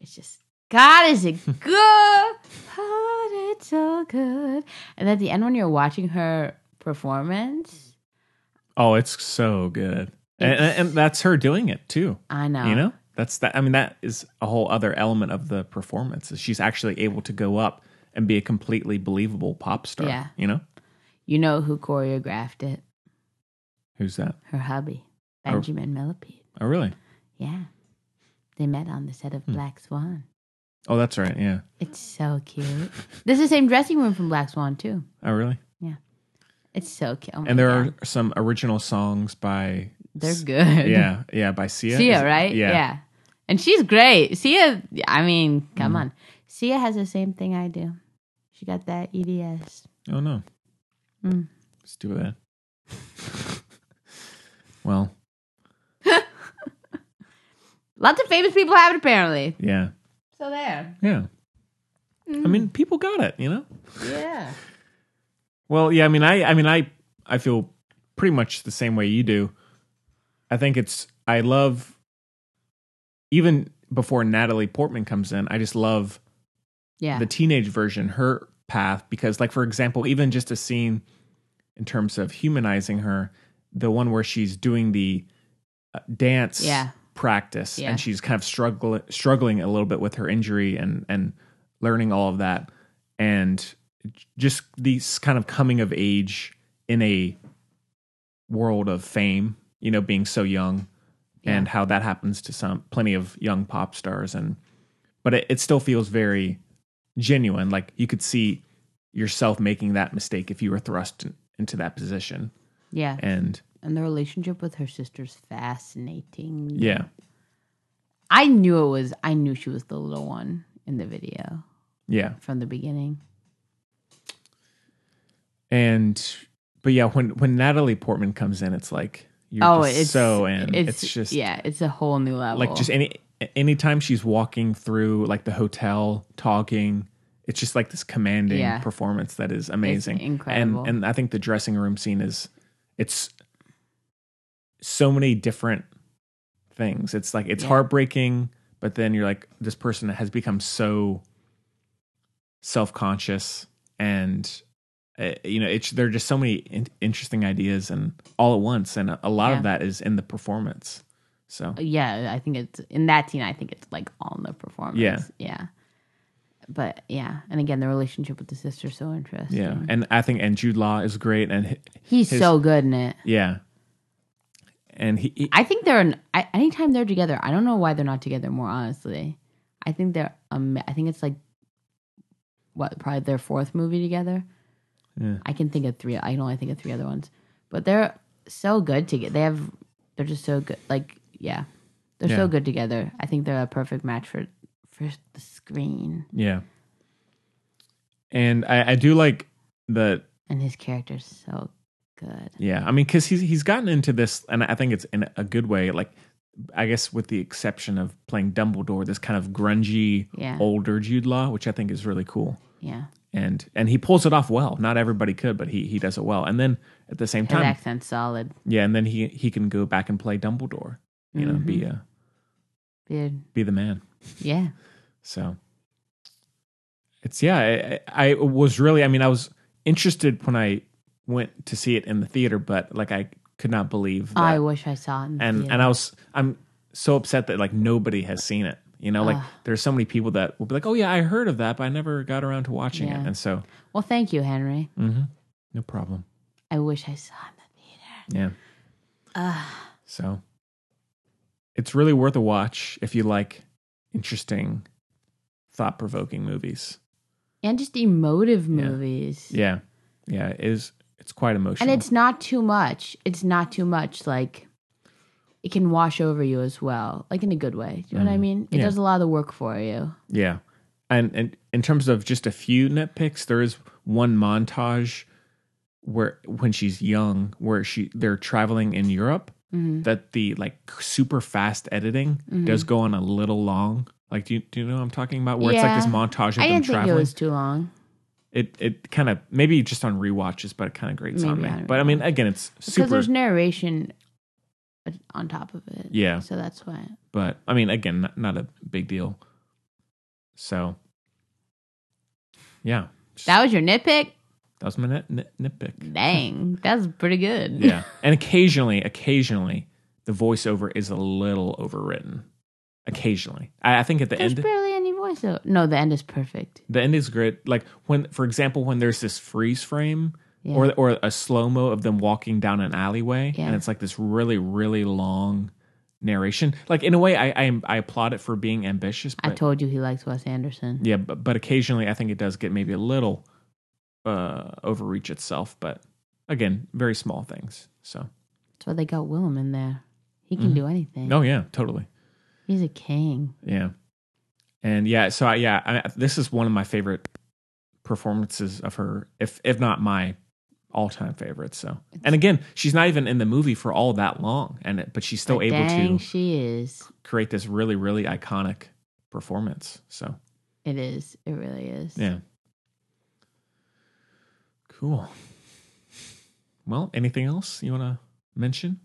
Speaker 2: it's just, God,
Speaker 1: [LAUGHS]
Speaker 2: is it good? Oh, it's so good. And at the end, when you're watching her performance,
Speaker 1: Oh, it's so good, and, and, and that's her doing it too.
Speaker 2: I know.
Speaker 1: You know, that's that. I mean, that is a whole other element of the performance. Is she's actually able to go up and be a completely believable pop star.
Speaker 2: Yeah.
Speaker 1: You know,
Speaker 2: You know who choreographed it?
Speaker 1: who's that?
Speaker 2: Her hubby,
Speaker 1: Oh.
Speaker 2: Benjamin Millipede.
Speaker 1: Oh, really?
Speaker 2: Yeah. They met on the set
Speaker 1: Hmm.
Speaker 2: of Black Swan.
Speaker 1: Oh, that's right. Yeah.
Speaker 2: It's so cute. this is the same dressing room from Black Swan too.
Speaker 1: Oh, really?
Speaker 2: It's so cute. Oh my
Speaker 1: And there
Speaker 2: God.
Speaker 1: are some original songs by
Speaker 2: they're good. [LAUGHS]
Speaker 1: yeah, yeah, by Sia. Is
Speaker 2: Sia,
Speaker 1: it-
Speaker 2: right?
Speaker 1: Yeah.
Speaker 2: And she's great. Sia, I mean, come
Speaker 1: Hmm.
Speaker 2: on. Sia has the same thing I do. She got that E EDS.
Speaker 1: Oh no.
Speaker 2: Mm.
Speaker 1: Let's do that. [LAUGHS] well,
Speaker 2: Lots of famous people have it apparently.
Speaker 1: yeah,
Speaker 2: So there.
Speaker 1: yeah. I
Speaker 2: Mm.
Speaker 1: mean, people got it. You know.
Speaker 2: Yeah.
Speaker 1: Well, yeah, I mean, I, I mean, I, I feel pretty much the same way you do. I think it's, I love, even before Natalie Portman comes in, I just love
Speaker 2: [LAUGHS] Yeah.
Speaker 1: the teenage version, her path, because, like, for example, even just a scene in terms of humanizing her, the one where she's doing the uh, dance
Speaker 2: Yeah.
Speaker 1: practice
Speaker 2: Yeah.
Speaker 1: and she's kind of struggling struggling a little bit with her injury and and learning all of that and just these kind of coming of age in a world of fame, you know, being so young and how that happens to some plenty of young pop stars and but it, it still feels very genuine. Like you could see yourself making that mistake if you were thrust in- into that position.
Speaker 2: yeah.
Speaker 1: And
Speaker 2: And the relationship with her sister's fascinating.
Speaker 1: yeah,
Speaker 2: I knew it was I knew she was the little one in the video
Speaker 1: yeah.
Speaker 2: from the beginning.
Speaker 1: And but yeah, when when Natalie Portman comes in, it's like you're
Speaker 2: oh,
Speaker 1: just
Speaker 2: it's
Speaker 1: so in. It's, just
Speaker 2: yeah, it's a whole new level.
Speaker 1: like just any anytime she's walking through like the hotel talking it's just like this commanding
Speaker 2: Yeah.
Speaker 1: performance that is amazing
Speaker 2: incredible.
Speaker 1: and and i think the dressing room scene is it's so many different things it's like it's
Speaker 2: Yeah.
Speaker 1: heartbreaking but then you're like this person has become so self-conscious and uh, you know it's there are just so many in- interesting ideas and all at once and a, a lot
Speaker 2: Yeah.
Speaker 1: of that is in the performance so
Speaker 2: yeah, I think it's in that scene. I think it's like all in the performance.
Speaker 1: Yeah.
Speaker 2: yeah. But yeah, and again, the relationship with the sister is so interesting.
Speaker 1: Yeah, and I think and Jude Law is great, and hi-
Speaker 2: he's
Speaker 1: his-
Speaker 2: so good in it.
Speaker 1: yeah, and he, he-
Speaker 2: I think they're an, I, anytime they're together. I don't know why they're not together more. Honestly, I think they're um. I think it's like what probably their fourth movie together.
Speaker 1: Yeah.
Speaker 2: I can think of three. I can only think of three other ones, but they're so good together. They have they're just so good. Like yeah, they're
Speaker 1: Yeah.
Speaker 2: so good together. I think they're a perfect match for for the screen
Speaker 1: yeah, and I, I do like the
Speaker 2: and his character's so good.
Speaker 1: yeah. I mean, because he's he's gotten into this, and I think it's in a good way. Like, I guess with the exception of playing Dumbledore, this kind of grungy
Speaker 2: Yeah.
Speaker 1: older Jude Law, which I think is really cool.
Speaker 2: Yeah,
Speaker 1: And and he pulls it off well. Not everybody could, but he he does it well. And then at the same
Speaker 2: his
Speaker 1: time,
Speaker 2: accent's solid.
Speaker 1: yeah, and then he he can go back and play Dumbledore. You know, be a
Speaker 2: Dude.
Speaker 1: be the man.
Speaker 2: Yeah,
Speaker 1: So it's yeah, I- I, I was really I mean I was interested when I went to see it in the theater, but like I could not believe that.
Speaker 2: I wish I saw it. In the
Speaker 1: and
Speaker 2: theater.
Speaker 1: and I was I'm so upset that like nobody has seen it. You know, like there's so many people that will be like, "Oh yeah, I heard of that, but I never got around to watching
Speaker 2: Yeah.
Speaker 1: it." And so, mm-hmm,
Speaker 2: well, thank you, Henry.
Speaker 1: no problem.
Speaker 2: I wish I saw it. In the
Speaker 1: Yeah. So it's really worth a watch if you like interesting, thought-provoking movies.
Speaker 2: and just emotive movies.
Speaker 1: Yeah. Yeah. It is it's quite emotional.
Speaker 2: And it's not too much. It's not too much. Like it can wash over you as well, like in a good way. Do you know what I mean? It
Speaker 1: Mm. Yeah.
Speaker 2: does a lot of the work for you.
Speaker 1: Yeah. And and in terms of just a few nitpicks, there is one montage where when she's young, where she they're traveling in Europe,
Speaker 2: Mm-hmm.
Speaker 1: that the like super fast editing does go on a little long. Like do you do you know what I'm talking about? Where it's
Speaker 2: Yeah.
Speaker 1: like this montage of
Speaker 2: I
Speaker 1: them
Speaker 2: didn't think it
Speaker 1: traveling.
Speaker 2: was too long.
Speaker 1: it it kind of maybe just on rewatches, but it kind of grates on
Speaker 2: Maybe
Speaker 1: me.
Speaker 2: on
Speaker 1: But I mean, again, it's
Speaker 2: Because
Speaker 1: super.
Speaker 2: there's narration on top of it.
Speaker 1: Yeah.
Speaker 2: So that's why.
Speaker 1: but I mean, again, not, not a big deal. So, yeah, just-
Speaker 2: That was your nitpick?
Speaker 1: that was my nit, nit, nitpick. [LAUGHS]
Speaker 2: Dang. That's pretty good.
Speaker 1: Yeah, and occasionally, occasionally, the voiceover is a little overwritten. Occasionally, I, I think at the
Speaker 2: [LAUGHS] There's
Speaker 1: end,
Speaker 2: barely any voiceover. No, the end is perfect.
Speaker 1: the end is great. Like when, for example, when there's this freeze frame
Speaker 2: Yeah.
Speaker 1: or or a slow mo of them walking down an alleyway,
Speaker 2: Yeah.
Speaker 1: and it's like this really really long narration. Like in a way, I I, I applaud it for being ambitious. But,
Speaker 2: I told you he likes Wes Anderson.
Speaker 1: yeah, but, but occasionally I think it does get maybe a little uh overreach itself. But again, very small things. So
Speaker 2: That's why they got Willem in there. He can do anything.
Speaker 1: oh yeah, totally.
Speaker 2: He's a king.
Speaker 1: Yeah. And yeah, so I, yeah, I, this is one of my favorite performances of her, if if not my all-time favorite. So, and again, she's not even in the movie for all that long, and it, but she's still
Speaker 2: But
Speaker 1: able
Speaker 2: dang,
Speaker 1: to
Speaker 2: she is.
Speaker 1: create this really, really iconic performance. So,
Speaker 2: It is. It really is.
Speaker 1: yeah, cool. Well, anything else you want to mention?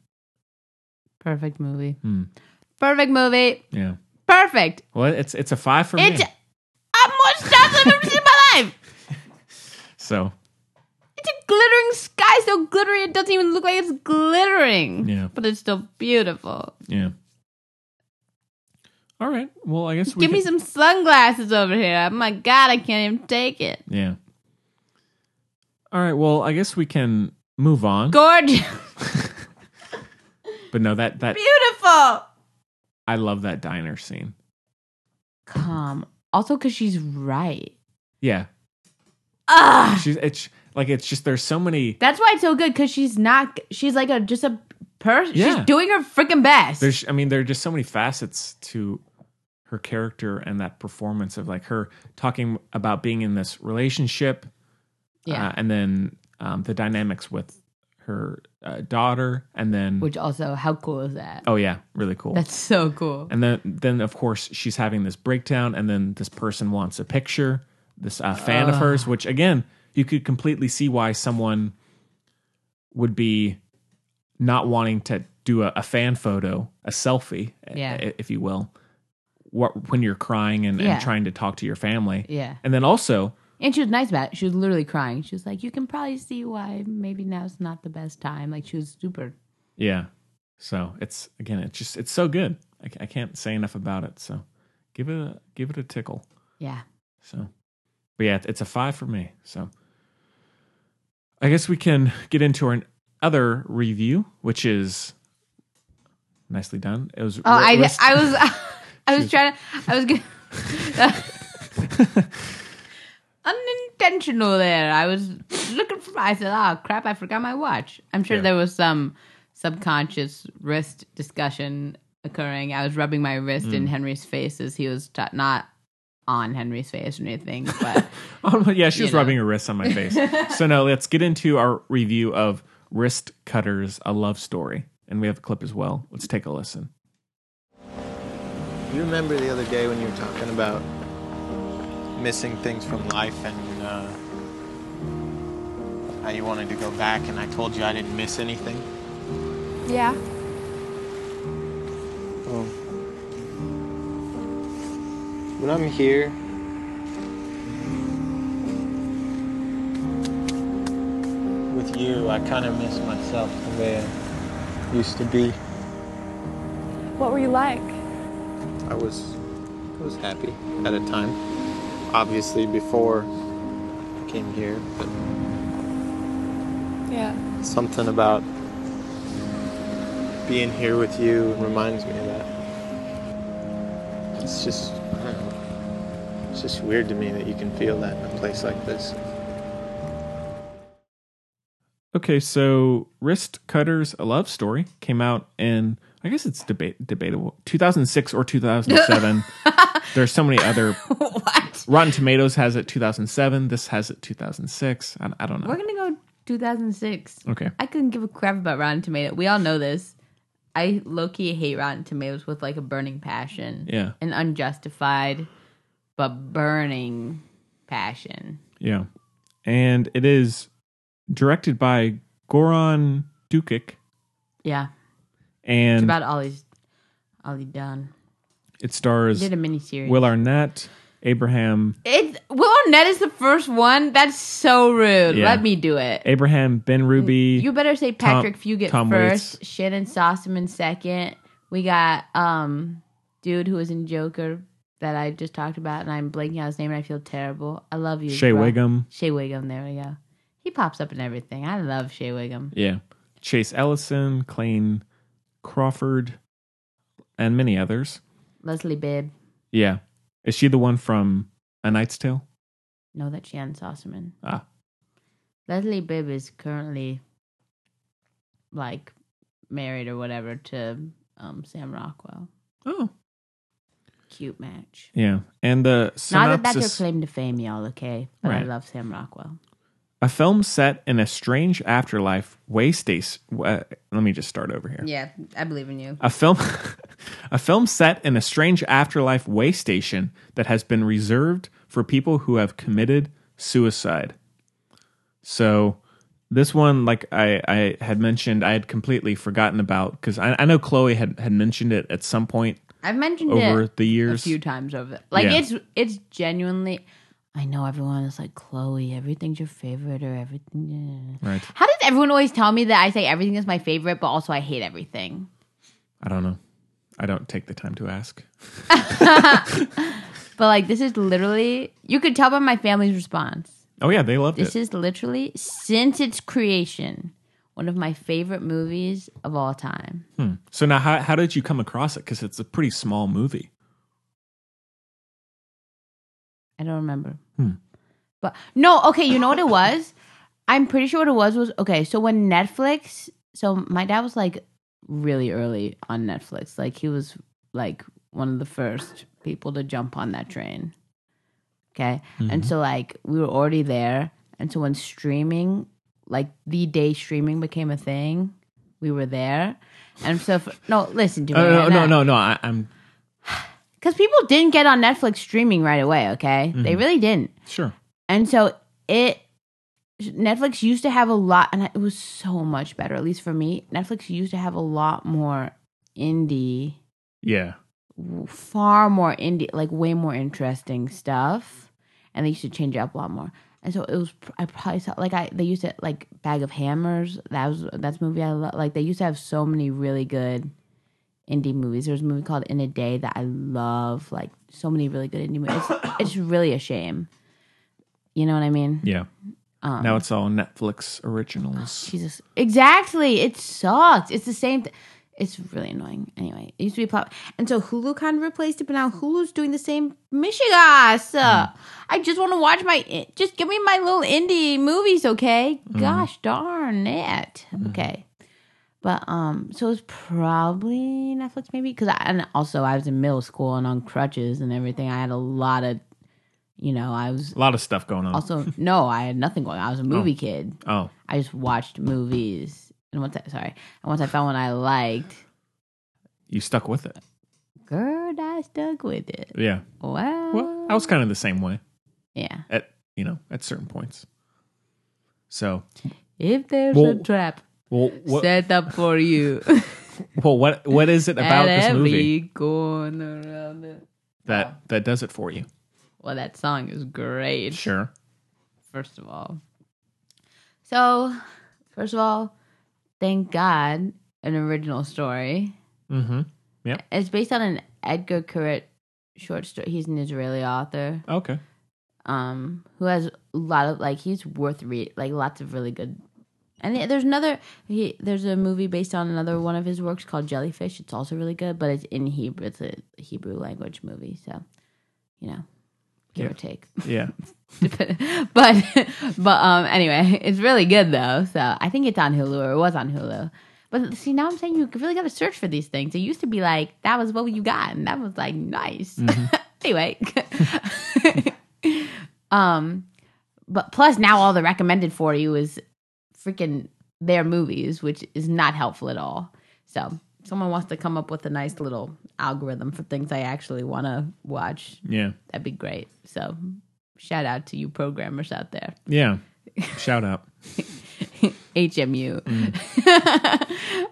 Speaker 2: Perfect movie.
Speaker 1: Hmm.
Speaker 2: Perfect movie.
Speaker 1: Yeah.
Speaker 2: Perfect.
Speaker 1: Well, it's it's a five for
Speaker 2: It's
Speaker 1: me.
Speaker 2: I'm more stars I've ever seen in my life.
Speaker 1: So,
Speaker 2: It's a glittering sky, so glittery it doesn't even look like it's glittering.
Speaker 1: Yeah.
Speaker 2: But it's still beautiful.
Speaker 1: yeah. All right. Well, I guess we
Speaker 2: Give me
Speaker 1: can-
Speaker 2: some sunglasses over here. Oh my god, I can't even take it.
Speaker 1: Yeah. All right. Well, I guess we can move on.
Speaker 2: Gorgeous. [LAUGHS]
Speaker 1: But no, that that
Speaker 2: beautiful.
Speaker 1: I love that diner scene.
Speaker 2: Calm. Also, because she's right.
Speaker 1: Yeah,
Speaker 2: Ugh.
Speaker 1: she's it's like it's just there's so many
Speaker 2: That's why it's so good because she's not. She's like a just a person.
Speaker 1: Yeah.
Speaker 2: She's doing her freaking best.
Speaker 1: there's I mean there are just so many facets to her character and that performance of like her talking about being in this relationship,
Speaker 2: yeah,
Speaker 1: uh, and then um, the dynamics with her uh, daughter, and then
Speaker 2: which also how cool is that?
Speaker 1: oh yeah, really cool.
Speaker 2: That's so cool.
Speaker 1: And then, then of course, she's having this breakdown, and then this person wants a picture, this uh, fan of hers,
Speaker 2: Ah.
Speaker 1: which again, you could completely see why someone would be not wanting to do a, a fan photo, a selfie, i-
Speaker 2: Yeah.
Speaker 1: i- if you will, what, when you're crying and,
Speaker 2: Yeah.
Speaker 1: and trying to talk to your family.
Speaker 2: Yeah,
Speaker 1: And then also,
Speaker 2: and she was nice about it. She was literally crying. She was like, "You can probably see why maybe now's not the best time." Like she was super.
Speaker 1: yeah. So it's again, it's just it's so good. I, ca- I can't say enough about it. So give it a, give it a tickle.
Speaker 2: Yeah,
Speaker 1: So, but yeah, it's a five for me. So, I guess we can get into our other review, which is nicely done. It was.
Speaker 2: Oh, I,
Speaker 1: wrist-
Speaker 2: I was, [LAUGHS] I was trying to, I was going [LAUGHS] unintentional there. I was looking for, I said, oh crap, I forgot my watch. I'm sure
Speaker 1: Yeah.
Speaker 2: there was some subconscious wrist discussion occurring. I was rubbing my wrist
Speaker 1: Mm.
Speaker 2: in Henry's face as he was ta not on Henry's face or anything,
Speaker 1: [LAUGHS]
Speaker 2: but
Speaker 1: [LAUGHS]
Speaker 2: [LAUGHS]
Speaker 1: Oh, yeah, she was
Speaker 2: know.
Speaker 1: rubbing her wrist on my
Speaker 2: [LAUGHS]
Speaker 1: face. so now let's get into our review of Wrist Cutters: A Love Story, and we have a clip as well. Let's take a listen.
Speaker 5: You remember the other day when you were talking about missing things from life and uh, how you wanted to go back, and I told you I didn't miss anything?
Speaker 4: Yeah.
Speaker 5: Well, when I'm here, with you, I kind of miss myself the way I used to be.
Speaker 6: What were you like?
Speaker 5: I was I was happy at a time. Obviously before I came here, but
Speaker 6: Yeah.
Speaker 5: something about being here with you reminds me of that. It's just I don't know. It's It's just weird to me that you can feel that in a place like this.
Speaker 1: Okay, so Wrist Cutters: A Love Story came out in I guess it's debate debatable 2006 or
Speaker 2: [LAUGHS]
Speaker 1: 2007. There's so many other.
Speaker 2: what?
Speaker 1: Rotten Tomatoes has it 2007. This has it 2006. I, I don't know.
Speaker 2: We're gonna go 2006.
Speaker 1: Okay.
Speaker 2: I couldn't give a crap about Rotten Tomato. We all know this. I low key hate Rotten Tomatoes with like a burning passion.
Speaker 1: Yeah.
Speaker 2: An unjustified but burning passion.
Speaker 1: Yeah. And it is directed by Goran Dukic
Speaker 2: Yeah. It's
Speaker 1: and
Speaker 2: about all he's all he done.
Speaker 1: it
Speaker 2: He
Speaker 1: stars
Speaker 2: did a miniseries.
Speaker 1: Will Arnett, Abraham
Speaker 2: it Will Arnett is the first one. That's so rude.
Speaker 1: Yeah.
Speaker 2: Let me do it.
Speaker 1: Abraham Ben Ruby.
Speaker 2: You better say Patrick Fugit
Speaker 1: Tom
Speaker 2: first, Shannon Sossaman second. We got um dude who was in Joker that I just talked about, and I'm blanking out his name, and I feel terrible. I love you,
Speaker 1: Shea
Speaker 2: bro.
Speaker 1: Wiggum.
Speaker 2: Shea Wiggum. There we go. He pops up in everything. I love Shea Wiggum.
Speaker 1: Yeah. Chase Ellison, Clayne Crawford, and many others.
Speaker 2: Leslie Bibb.
Speaker 1: Yeah. Is she the one from A Knight's Tale?
Speaker 2: No, that's Shannon Sossaman.
Speaker 1: Ah.
Speaker 2: Leslie Bibb is currently like married or whatever to um, Sam Rockwell.
Speaker 1: Oh.
Speaker 2: Cute match.
Speaker 1: Yeah. And the
Speaker 2: Not that that's
Speaker 1: synopsis
Speaker 2: her claim to fame, y'all, okay? But I
Speaker 1: Right.
Speaker 2: love Sam Rockwell.
Speaker 1: a film set in a strange afterlife way stays uh, let me just start over here.
Speaker 2: Yeah, I believe in you.
Speaker 1: A film [LAUGHS] a film set in a strange afterlife way station that has been reserved for people who have committed suicide. So this one, like I, I had mentioned, I had completely forgotten about because I, I know Chloe had, had mentioned it at some point
Speaker 2: I've mentioned
Speaker 1: over
Speaker 2: it
Speaker 1: the
Speaker 2: a
Speaker 1: years.
Speaker 2: few times over the like
Speaker 1: Yeah.
Speaker 2: it's it's genuinely I know everyone is like Chloe, everything's your favorite or everything. yeah.
Speaker 1: Right.
Speaker 2: How does everyone always tell me that I say everything is my favorite, but also I hate everything?
Speaker 1: I don't know. I don't take the time to ask.
Speaker 2: But like this is literally you could tell by my family's response.
Speaker 1: Oh yeah, they loved
Speaker 2: This
Speaker 1: it.
Speaker 2: is literally since its creation, one of my favorite movies of all time.
Speaker 1: Hmm. so now, how how did you come across it? Because it's a pretty small movie.
Speaker 2: I don't remember.
Speaker 1: Hmm.
Speaker 2: But no, okay, you know what it was? I'm pretty sure what it was was okay, so when Netflix so my dad was like really early on Netflix. Like he was like one of the first people to jump on that train. Okay.
Speaker 1: Mm-hmm.
Speaker 2: And so like we were already there. And so when streaming, like the day streaming became a thing, we were there. And so f no, listen to me.
Speaker 1: Oh, no,
Speaker 2: and
Speaker 1: no,
Speaker 2: I-
Speaker 1: no, no. I, I'm
Speaker 2: because people didn't get on Netflix streaming right away. Okay,
Speaker 1: Mm-hmm.
Speaker 2: they really didn't,
Speaker 1: sure.
Speaker 2: and so it Netflix used to have a lot, and it was so much better, at least for me. Netflix used to have a lot more indie,
Speaker 1: Yeah.
Speaker 2: far more indie, like way more interesting stuff, and they used to change it up a lot more. And so it was. I probably saw like I they used to like Bag of Hammers. That was that's a movie I love. Like they used to have so many really good indie movies. There was a movie called In a Day that I love. Like so many really good indie movies. It's, [COUGHS] it's really a shame. You know what I mean?
Speaker 1: Yeah.
Speaker 2: Um.
Speaker 1: now it's all Netflix originals.
Speaker 2: Jesus, exactly. It sucks. It's the same. Th- it's really annoying. Anyway, it used to be pop, and so Hulu kind of replaced it, but now Hulu's doing the same. Michigas. I just want to watch my. eh, Just give me my little indie movies, okay? Gosh darn it. Okay. But um, so it was probably Netflix, maybe because I and also I was in middle school and on crutches and everything. I had a lot of, you know, I was
Speaker 1: A lot of stuff going on.
Speaker 2: also no, I had nothing going. on. I was a movie kid.
Speaker 1: oh,
Speaker 2: I just watched movies. And once I sorry, and once I found one I liked,
Speaker 1: you stuck with it.
Speaker 2: girl, I stuck with it.
Speaker 1: Yeah.
Speaker 2: Wow.
Speaker 1: Well, I was kind of the same way
Speaker 2: yeah.
Speaker 1: at you know at certain points. So
Speaker 2: If there's
Speaker 1: Well,
Speaker 2: a trap
Speaker 1: well, what
Speaker 2: set
Speaker 1: [LAUGHS]
Speaker 2: up for you,
Speaker 1: well what what is it about
Speaker 2: at
Speaker 1: this
Speaker 2: every
Speaker 1: movie
Speaker 2: corner of the-
Speaker 1: that that does it for you?
Speaker 2: Well, that song is great.
Speaker 1: Sure.
Speaker 2: First of all, so first of all, thank God, an original story.
Speaker 1: Mm-hmm.
Speaker 2: It's based on an Edgar Kurett short story. He's an Israeli author.
Speaker 1: Okay.
Speaker 2: um, who has a lot of like he's worth read like lots of really good. And th- there's another he there's a movie based on another one of his works called Jellyfish. It's also really good, but it's in Hebrew. It's a Hebrew language movie, so you know, give give or take.
Speaker 1: Yeah.
Speaker 2: [LAUGHS] but but um anyway, it's really good though. So I think it's on Hulu or it was on Hulu. But see, now I'm saying you really got to search for these things. It used to be like that was what you got, and that was like nice. [LAUGHS] anyway, [LAUGHS] um, but plus now all the recommended for you is freaking their movies, which is not helpful at all. So someone wants to come up with a nice little algorithm for things I actually want to watch.
Speaker 1: Yeah.
Speaker 2: That'd be great. So shout out to you programmers out there. [LAUGHS]
Speaker 1: Yeah. Shout out.
Speaker 2: HMU.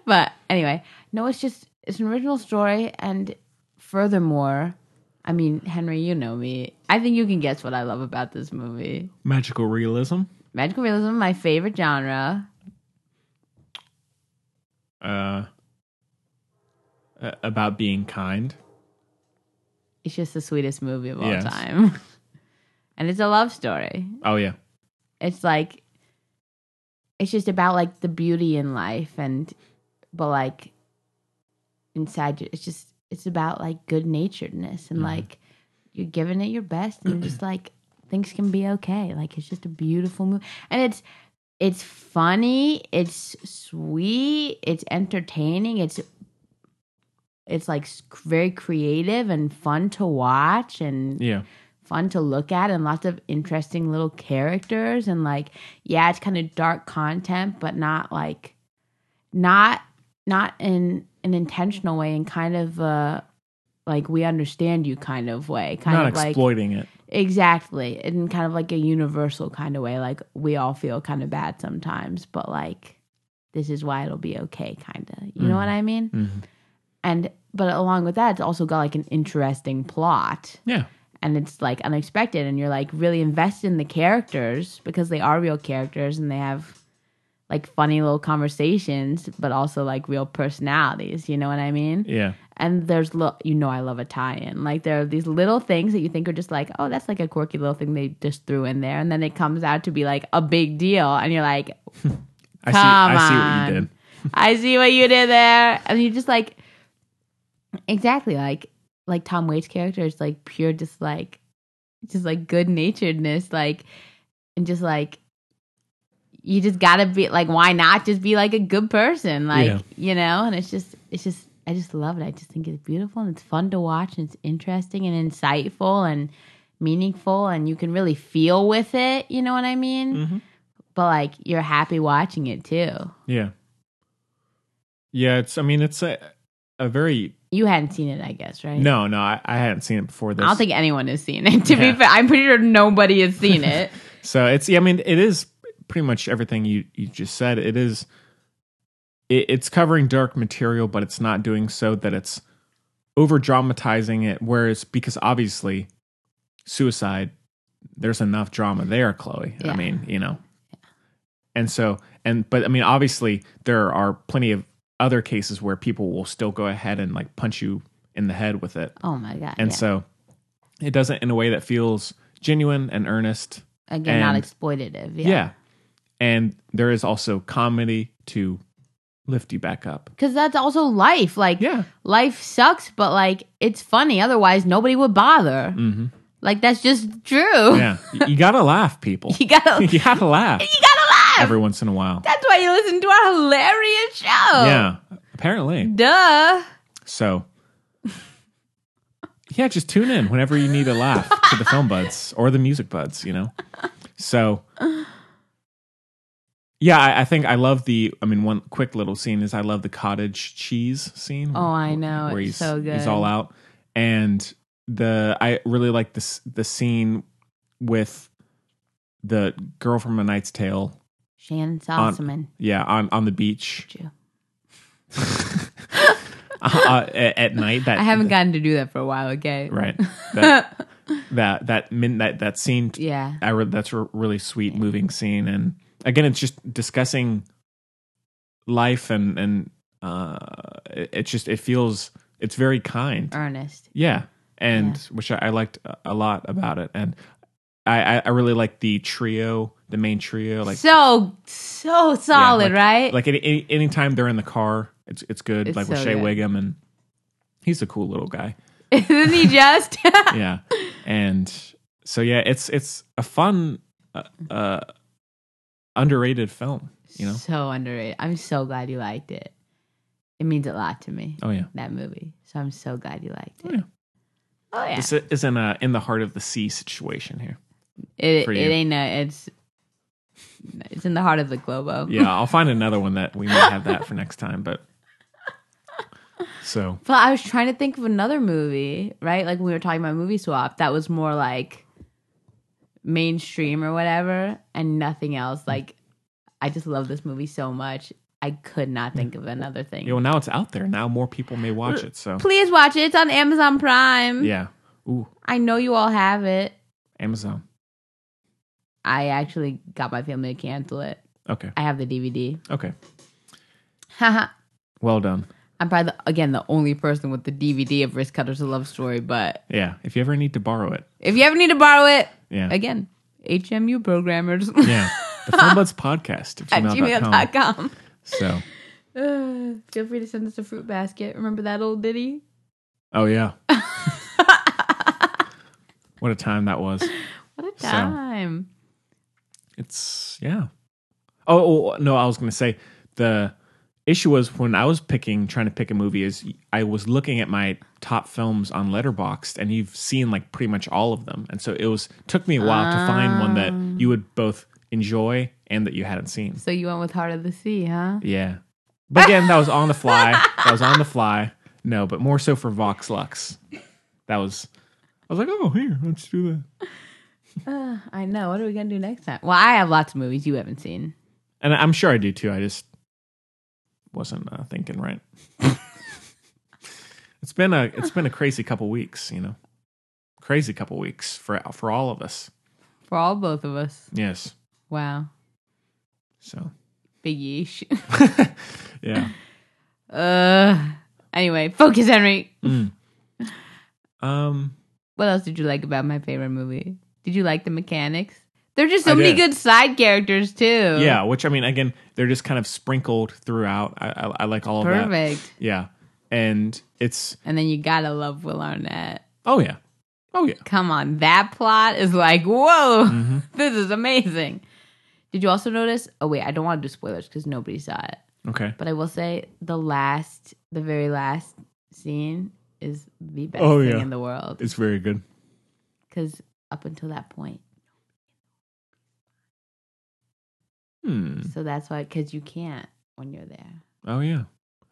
Speaker 2: [LAUGHS] but anyway, no, it's just it's an original story, and furthermore, I mean, Henry, you know me. I think you can guess what I love about this movie.
Speaker 1: Magical realism.
Speaker 2: Magical realism, my favorite genre.
Speaker 1: Uh, a- about being kind.
Speaker 2: It's just the sweetest movie of all
Speaker 1: Yes.
Speaker 2: time. [LAUGHS] and it's a love story.
Speaker 1: Oh yeah.
Speaker 2: It's like it's just about like the beauty in life and but like inside you it's just it's about like good naturedness and like you're giving it your best and just like things can be okay. Like it's just a beautiful movie. And it's it's funny, it's sweet, it's entertaining, it's it's like s- very creative and fun to watch and
Speaker 1: Yeah.
Speaker 2: fun to look at and lots of interesting little characters and like yeah it's kind of dark content but not like not not in an intentional way and kind of uh like we understand you kind of way kind
Speaker 1: Not
Speaker 2: of like
Speaker 1: exploiting it.
Speaker 2: exactly in kind of like a universal kind of way like we all feel kind of bad sometimes but like this is why it'll be okay kind of you know what i mean and but along with that it's also got like an interesting plot
Speaker 1: Yeah.
Speaker 2: and it's like unexpected and you're like really invested in the characters because they are real characters and they have like funny little conversations but also like real personalities you know what i mean
Speaker 1: Yeah.
Speaker 2: and there's lo- you know i love a tie-in like there are these little things that you think are just like oh that's like a quirky little thing they just threw in there and then it comes out to be like a big deal and you're like
Speaker 1: I
Speaker 2: Come
Speaker 1: see. I see what you
Speaker 2: on.
Speaker 1: did.
Speaker 2: [LAUGHS] I see what you did there. And you just like exactly like like Tom Waits character is like pure just like just like good naturedness, like and just like you just gotta be like why not just be like a good person? Like
Speaker 1: Yeah.
Speaker 2: you know, and it's just it's just I just love it. I just think it's beautiful and it's fun to watch and it's interesting and insightful and meaningful and you can really feel with it, you know what I mean? But like you're happy watching it too.
Speaker 1: Yeah. Yeah. It's. I mean, it's a a very
Speaker 2: You hadn't seen it, I guess, right?
Speaker 1: no, no. I, I hadn't seen it before this.
Speaker 2: I don't think anyone has seen it. [LAUGHS] To
Speaker 1: Yeah.
Speaker 2: be fair, I'm pretty sure nobody has
Speaker 1: [LAUGHS]
Speaker 2: seen it.
Speaker 1: So it's yeah, I mean it is pretty much everything you you just said. It is it, it's covering dark material, but it's not doing so that it's over dramatizing it. Whereas because obviously suicide, there's enough drama there, Chloe. I
Speaker 2: Yeah.
Speaker 1: mean, you know. And so and but I mean obviously there are plenty of other cases where people will still go ahead and like punch you in the head with it.
Speaker 2: Oh my god!
Speaker 1: And
Speaker 2: yeah.
Speaker 1: so it doesn't in a way that feels genuine and earnest
Speaker 2: again, not
Speaker 1: and-
Speaker 2: exploitative.
Speaker 1: yeah.
Speaker 2: Yeah,
Speaker 1: And there is also comedy to lift you back up.
Speaker 2: because that's also life. Like,
Speaker 1: Yeah.
Speaker 2: life sucks, but like it's funny. Otherwise, nobody would bother. Like that's just true.
Speaker 1: Mm-hmm. Yeah. Y- you got to laugh, people.
Speaker 2: [LAUGHS] You gotta, you
Speaker 1: [LAUGHS] you got to laugh
Speaker 2: gotta laugh.
Speaker 1: every once in a while.
Speaker 2: that's why you listen to our hilarious show.
Speaker 1: Yeah. Apparently.
Speaker 2: Duh.
Speaker 1: So, yeah, just tune in whenever you need a laugh to the film buds or the music buds, you know? So, yeah, I, I think I love the. I mean, one quick little scene is I love the cottage cheese scene.
Speaker 2: Oh, I know.
Speaker 1: where
Speaker 2: It's
Speaker 1: he's
Speaker 2: so good.
Speaker 1: he's all out, and the I really like this the scene with the girl from A Knight's Tale.
Speaker 2: Shannon
Speaker 1: on- [LAUGHS]
Speaker 2: Sossaman.
Speaker 1: yeah, on on the beach
Speaker 2: Jew.
Speaker 1: uh, at, at night. That
Speaker 2: I haven't gotten to do that for a while. Okay.
Speaker 1: right that that that min that that scene
Speaker 2: [LAUGHS] Yeah.
Speaker 1: I re- that's a really sweet, moving scene. And again, it's just discussing life and and uh, it, it just it feels it's very kind.
Speaker 2: Ernest.
Speaker 1: Yeah, and which I, I liked a- a lot about it. And I I, I really like the trio, the main trio. Like
Speaker 2: so so
Speaker 1: yeah, like-
Speaker 2: solid, right? [LAUGHS]
Speaker 1: Like any, any anytime they're in the car, it's it's good.
Speaker 2: It's
Speaker 1: like with
Speaker 2: so
Speaker 1: Shea
Speaker 2: good.
Speaker 1: Wiggum and. He's a cool little guy, [LAUGHS]
Speaker 2: Isn't he just?
Speaker 1: yeah, and So yeah, it's it's a fun, uh, uh, underrated film. You know.
Speaker 2: [LAUGHS] So underrated. I'm so glad you liked it. It means a lot to me.
Speaker 1: Oh yeah.
Speaker 2: That movie. So I'm so glad you liked
Speaker 1: Oh,
Speaker 2: it.
Speaker 1: yeah.
Speaker 2: Oh yeah.
Speaker 1: This is in a uh, in the heart of the sea situation here.
Speaker 2: It,
Speaker 1: for
Speaker 2: it
Speaker 1: you.
Speaker 2: ain't a, it's it's in the heart of the globo.
Speaker 1: Yeah, I'll find another one that we might have that for next time. But so
Speaker 2: But I was trying to think of another movie, right? Like when we were talking about movie swap, that was more like mainstream or whatever, and nothing else. Like I just love this movie so much. I could not think of another thing.
Speaker 1: you know, now it's out there. Now more people may watch it. So
Speaker 2: Please watch it. It's on Amazon Prime.
Speaker 1: yeah. Ooh,
Speaker 2: I know you all have it.
Speaker 1: Amazon.
Speaker 2: I actually got my family to cancel it.
Speaker 1: Okay.
Speaker 2: I have the [LAUGHS] DVD.
Speaker 1: Okay.
Speaker 2: Haha.
Speaker 1: Well done.
Speaker 2: I'm probably the, again the only person with the DVD of Wrist Cutters: A Love Story. But
Speaker 1: Yeah. If you ever need to borrow it.
Speaker 2: if you ever need to borrow it,
Speaker 1: Yeah.
Speaker 2: again, HMU programmers [LAUGHS]
Speaker 1: Yeah. The Film Buds Podcast
Speaker 2: at
Speaker 1: gmail.com.
Speaker 2: gmail.com.
Speaker 1: So
Speaker 2: Uh, feel free to send us a fruit basket. Remember that old ditty?
Speaker 1: oh yeah. what a time that was.
Speaker 2: What a
Speaker 1: So-
Speaker 2: time.
Speaker 1: It's yeah. Oh, oh, no, I was gonna say the issue was when I was picking, trying to pick a movie, is I was looking at my top films on Letterboxd, and you've seen like pretty much all of them, and so it was took me a while to find one that you would both enjoy and that you hadn't seen.
Speaker 2: So you went with Heart of the Sea, huh?
Speaker 1: Yeah, but again, that was on the fly. That was on the fly. No, but more so for Vox Lux. That was. I was like, oh, here, let's do that.
Speaker 2: Uh, I know. What are we going to do next time? Well, I have lots of movies you haven't seen.
Speaker 1: And I'm sure I do too. I just wasn't uh, thinking right. [LAUGHS] it's been a it's been a crazy couple weeks, you know. Crazy couple weeks for for all of us.
Speaker 2: For all both of us.
Speaker 1: Yes.
Speaker 2: Wow.
Speaker 1: So,
Speaker 2: Big yeesh. [LAUGHS]
Speaker 1: yeah.
Speaker 2: uh, anyway, focus, Henry.
Speaker 1: Mm. Um
Speaker 2: What else did you like about my favorite movie? Did you like the mechanics? There are just so
Speaker 1: I
Speaker 2: many
Speaker 1: did.
Speaker 2: good side characters, too.
Speaker 1: yeah, which I mean again, they're just kind of sprinkled throughout. I I, I like all of that.
Speaker 2: Perfect.
Speaker 1: Yeah. And it's
Speaker 2: And then you got to love Will Arnett.
Speaker 1: oh yeah. Oh yeah.
Speaker 2: Come on, that plot is like, whoa,
Speaker 1: Mm-hmm.
Speaker 2: [LAUGHS] this is amazing. Did you also notice? Oh, wait, I don't want to do spoilers because nobody saw it.
Speaker 1: Okay.
Speaker 2: But I will say the last, the very last scene is the best
Speaker 1: Oh,
Speaker 2: thing
Speaker 1: yeah.
Speaker 2: in the world.
Speaker 1: It's very good.
Speaker 2: Because up until that point,
Speaker 1: Hmm.
Speaker 2: so that's why, because you can't when you're there.
Speaker 1: Oh yeah.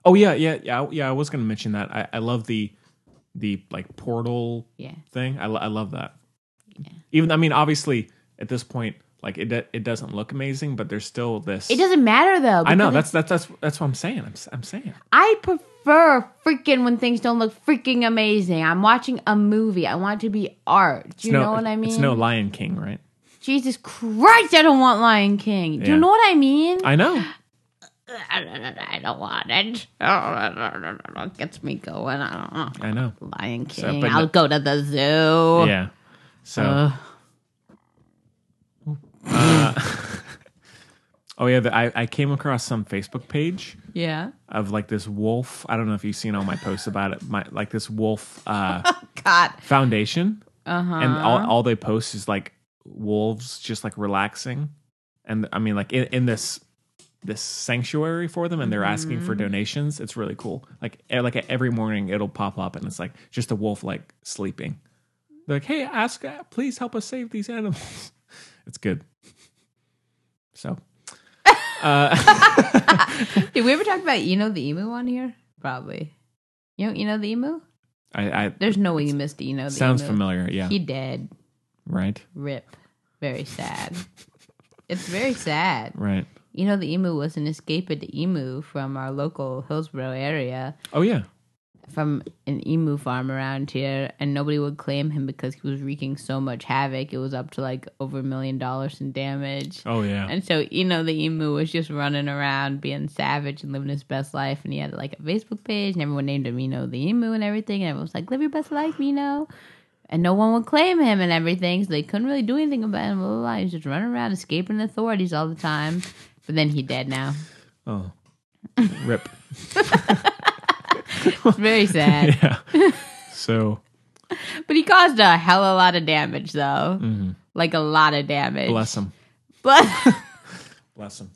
Speaker 1: Oh yeah, yeah, yeah, I- yeah. I was gonna mention that. I, I love the the like portal
Speaker 2: Yeah.
Speaker 1: thing. I, lo- I love that. Even I mean, obviously at this point, like it do- it doesn't look amazing, but there's still this.
Speaker 2: It doesn't matter though.
Speaker 1: I know
Speaker 2: because
Speaker 1: that's that's that's that's what I'm saying. I'm s- I'm saying.
Speaker 2: I prefer freaking when things don't look freaking amazing. I'm watching a movie. I want it to be art. Do you
Speaker 1: no,
Speaker 2: know what I mean?
Speaker 1: It's no Lion King, right?
Speaker 2: Jesus Christ, I don't want Lion King. Do
Speaker 1: Yeah.
Speaker 2: you know what I mean?
Speaker 1: I know.
Speaker 2: I don't want it. [LAUGHS] It gets me going. I don't
Speaker 1: I know.
Speaker 2: know. Lion
Speaker 1: So,
Speaker 2: King.
Speaker 1: but
Speaker 2: I'll
Speaker 1: no-
Speaker 2: go to the zoo.
Speaker 1: Yeah. So.
Speaker 2: Ugh.
Speaker 1: oh yeah, the, I I came across some Facebook page
Speaker 2: yeah.
Speaker 1: of like this wolf. I don't know if you've seen all my posts about it. My like this wolf. uh
Speaker 2: God.
Speaker 1: foundation
Speaker 2: Uh huh.
Speaker 1: and all, all they post is like wolves just like relaxing and i mean like in, in this this sanctuary for them and they're asking
Speaker 2: Mm-hmm.
Speaker 1: for donations it's really cool like e- like every morning it'll pop up and it's like just a wolf like sleeping they're like hey ask uh, please help us save these animals [LAUGHS] it's good so
Speaker 2: Did we ever talk about you know the emu on here? Probably. You know, you know the emu?
Speaker 1: i i
Speaker 2: There's no way you missed you know the
Speaker 1: sounds
Speaker 2: emu.
Speaker 1: familiar yeah
Speaker 2: He dead.
Speaker 1: right
Speaker 2: Rip. Very sad. it's very sad.
Speaker 1: right
Speaker 2: You know the emu was an escaped emu from our local Hillsborough area.
Speaker 1: oh yeah
Speaker 2: from an emu farm around here, and nobody would claim him because he was wreaking so much havoc. It was up to like over a million dollars in damage.
Speaker 1: oh yeah
Speaker 2: And so, you know, the emu was just running around being savage and living his best life. And he had like a Facebook page, and everyone named him, you know, the emu and everything. And everyone was like, live your best life, you know. And no one would claim him and everything. So they couldn't really do anything about him. Blah, blah, blah. He was just running around, escaping authorities all the time. But then he dead now. [LAUGHS]
Speaker 1: oh rip [LAUGHS]
Speaker 2: It's very sad. [LAUGHS]
Speaker 1: yeah so
Speaker 2: But he caused a hell of a lot of damage, though. Like a lot of damage.
Speaker 1: Mm-hmm. Bless him.
Speaker 2: But
Speaker 1: Bless him.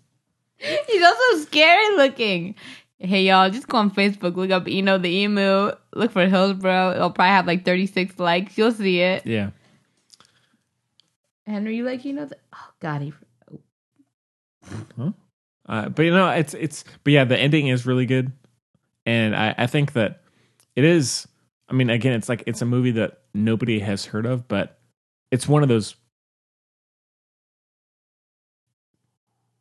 Speaker 2: he's also scary looking. Hey, y'all, just go on Facebook, look up Eno the Emu, look for Hillsborough. It'll probably have like 36 likes. You'll see it.
Speaker 1: Yeah.
Speaker 2: Henry, you like Eno the. Oh, God. He...
Speaker 1: Uh, but you know, it's it's but yeah, the ending is really good, and I I think that it is. I mean, again, it's like it's a movie that nobody has heard of, but it's one of those.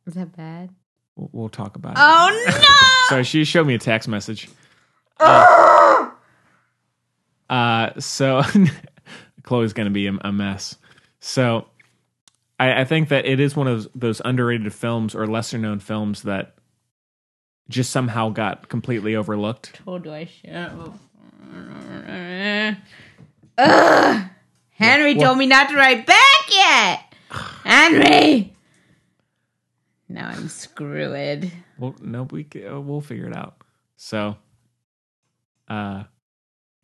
Speaker 2: Is that bad?
Speaker 1: We'll, we'll talk about it.
Speaker 2: Oh, no!
Speaker 1: Sorry, she showed me a text message. Uh, so [LAUGHS] Chloe's gonna be a, a mess. So I, I think that it is one of those, those underrated films or lesser known films that just somehow got completely overlooked.
Speaker 2: Told you I should. Ugh. Henry told me not to write back yet. Henry. Now I'm screwed.
Speaker 1: Well, no, we c- uh, we'll figure it out. So, uh,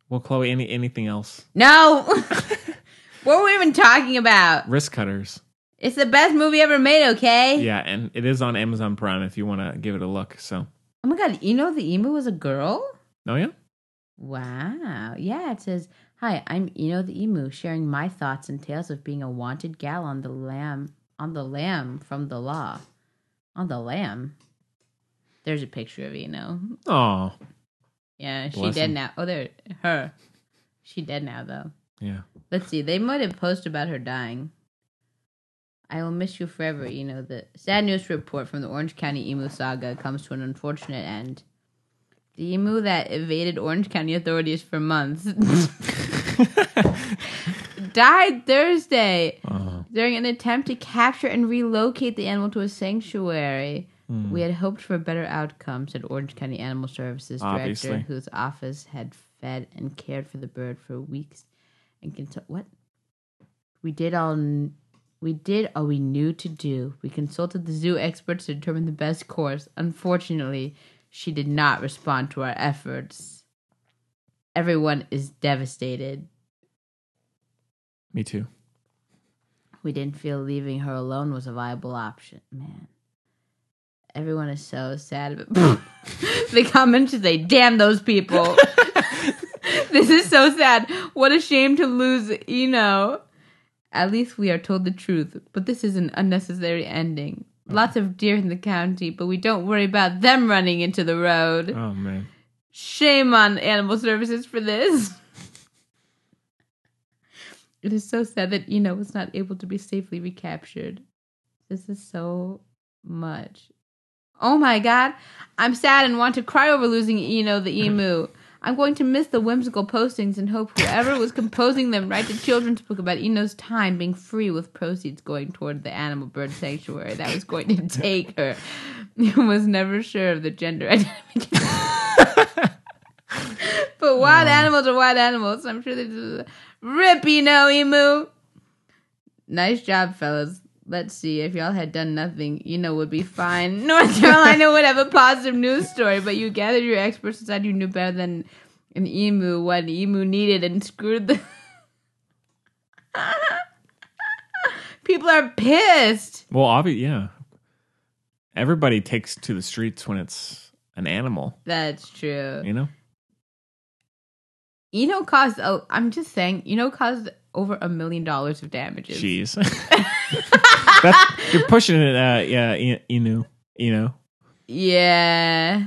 Speaker 1: well, Chloe, any anything else?
Speaker 2: No. [LAUGHS] what were we even talking about?
Speaker 1: Risk Cutters,
Speaker 2: It's the best movie ever made, okay?
Speaker 1: yeah, and it is on Amazon Prime if you want to give it a look. So,
Speaker 2: Oh my god, you know the emu was a girl?
Speaker 1: oh yeah,
Speaker 2: Wow. Yeah, it says, Hi, I'm Eno the Emu, sharing my thoughts and tales of being a wanted gal on the lamb on the lamb from the law. On the lamb. There's a picture of Eno.
Speaker 1: oh
Speaker 2: Yeah, she
Speaker 1: Bless
Speaker 2: dead
Speaker 1: him.
Speaker 2: now. Oh there her. She dead now though.
Speaker 1: yeah,
Speaker 2: Let's see, they might have posted about her dying. I will miss you forever, Eno. The sad news report from the Orange County Emu saga comes to an unfortunate end. The emu that evaded Orange County authorities for months died Thursday
Speaker 1: oh
Speaker 2: during an attempt to capture and relocate the animal to a sanctuary. We had hoped for a better outcome, said Orange County Animal Services director,
Speaker 1: Obviously.
Speaker 2: whose office had fed and cared for the bird for weeks. And consult what we did all kn- we did all we knew to do. We consulted the zoo experts to determine the best course. Unfortunately, she did not respond to our efforts. Everyone is devastated.
Speaker 1: me too.
Speaker 2: We didn't feel leaving her alone was a viable option. Man. Everyone is so sad. But [LAUGHS] the comments should say, damn those people. [LAUGHS] this is so sad. What a shame to lose Eno. At least we are told the truth, but this is an unnecessary ending. Lots of deer in the county, but we don't worry about them running into the road.
Speaker 1: Oh man,
Speaker 2: Shame on Animal Services for this. [LAUGHS] it is so sad that Eno was not able to be safely recaptured. This is so much. Oh my god, I'm sad and want to cry over losing Eno [LAUGHS] the emu. I'm going to miss the whimsical postings and hope whoever was composing them writes a children's book about Eno's time being free with proceeds going toward the animal bird sanctuary that was going to take her. [LAUGHS] He was never sure of the gender identification. But wild animals are wild animals. So I'm sure they do. Rip, you know, emu. Nice job, fellas. Let's see. If y'all had done nothing, you know, would be fine. [LAUGHS] North Carolina would have a positive news story, but you gathered your experts and said you knew better than an emu what an emu needed and screwed the. [LAUGHS] People are pissed.
Speaker 1: well obviously yeah, everybody takes to the streets when it's an animal,
Speaker 2: That's true.
Speaker 1: you know.
Speaker 2: Eno caused. Oh, I'm just saying. Eno caused over a million dollars of damages.
Speaker 1: Jeez, [LAUGHS] That's, you're pushing it. Uh, yeah, I- Inu, you know.
Speaker 2: Yeah.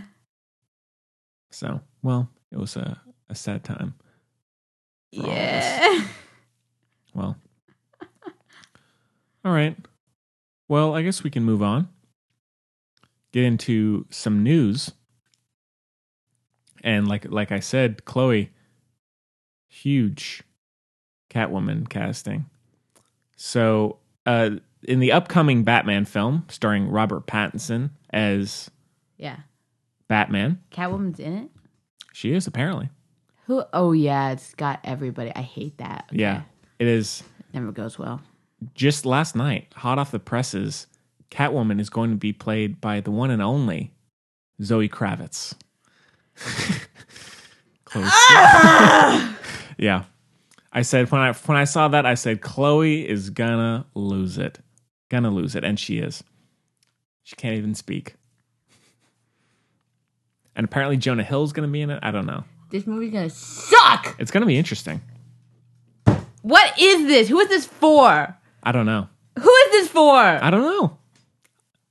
Speaker 1: So well, it was a a sad time. for all of us.
Speaker 2: Yeah. [LAUGHS]
Speaker 1: Well. All right. Well, I guess we can move on. Get into some news. And like like I said, Chloe huge Catwoman casting. So, uh in the upcoming Batman film starring Robert Pattinson as
Speaker 2: Yeah.
Speaker 1: Batman,
Speaker 2: Catwoman's in it.
Speaker 1: she is apparently.
Speaker 2: Who? Oh yeah, it's got everybody. I hate that.
Speaker 1: Yeah. It is
Speaker 2: Never goes well.
Speaker 1: just last night, hot off the presses, Catwoman is going to be played by the one and only Zoe [LAUGHS] Kravitz. Close. [LAUGHS] yeah. I said when I when I saw that I said Chloe is gonna lose it, gonna lose it, and she is. She can't even speak. And apparently Jonah Hill's gonna be in it. I don't know.
Speaker 2: This movie's gonna suck.
Speaker 1: It's gonna be interesting.
Speaker 2: What is this? Who is this for?
Speaker 1: I don't know.
Speaker 2: Who is this for?
Speaker 1: I don't know.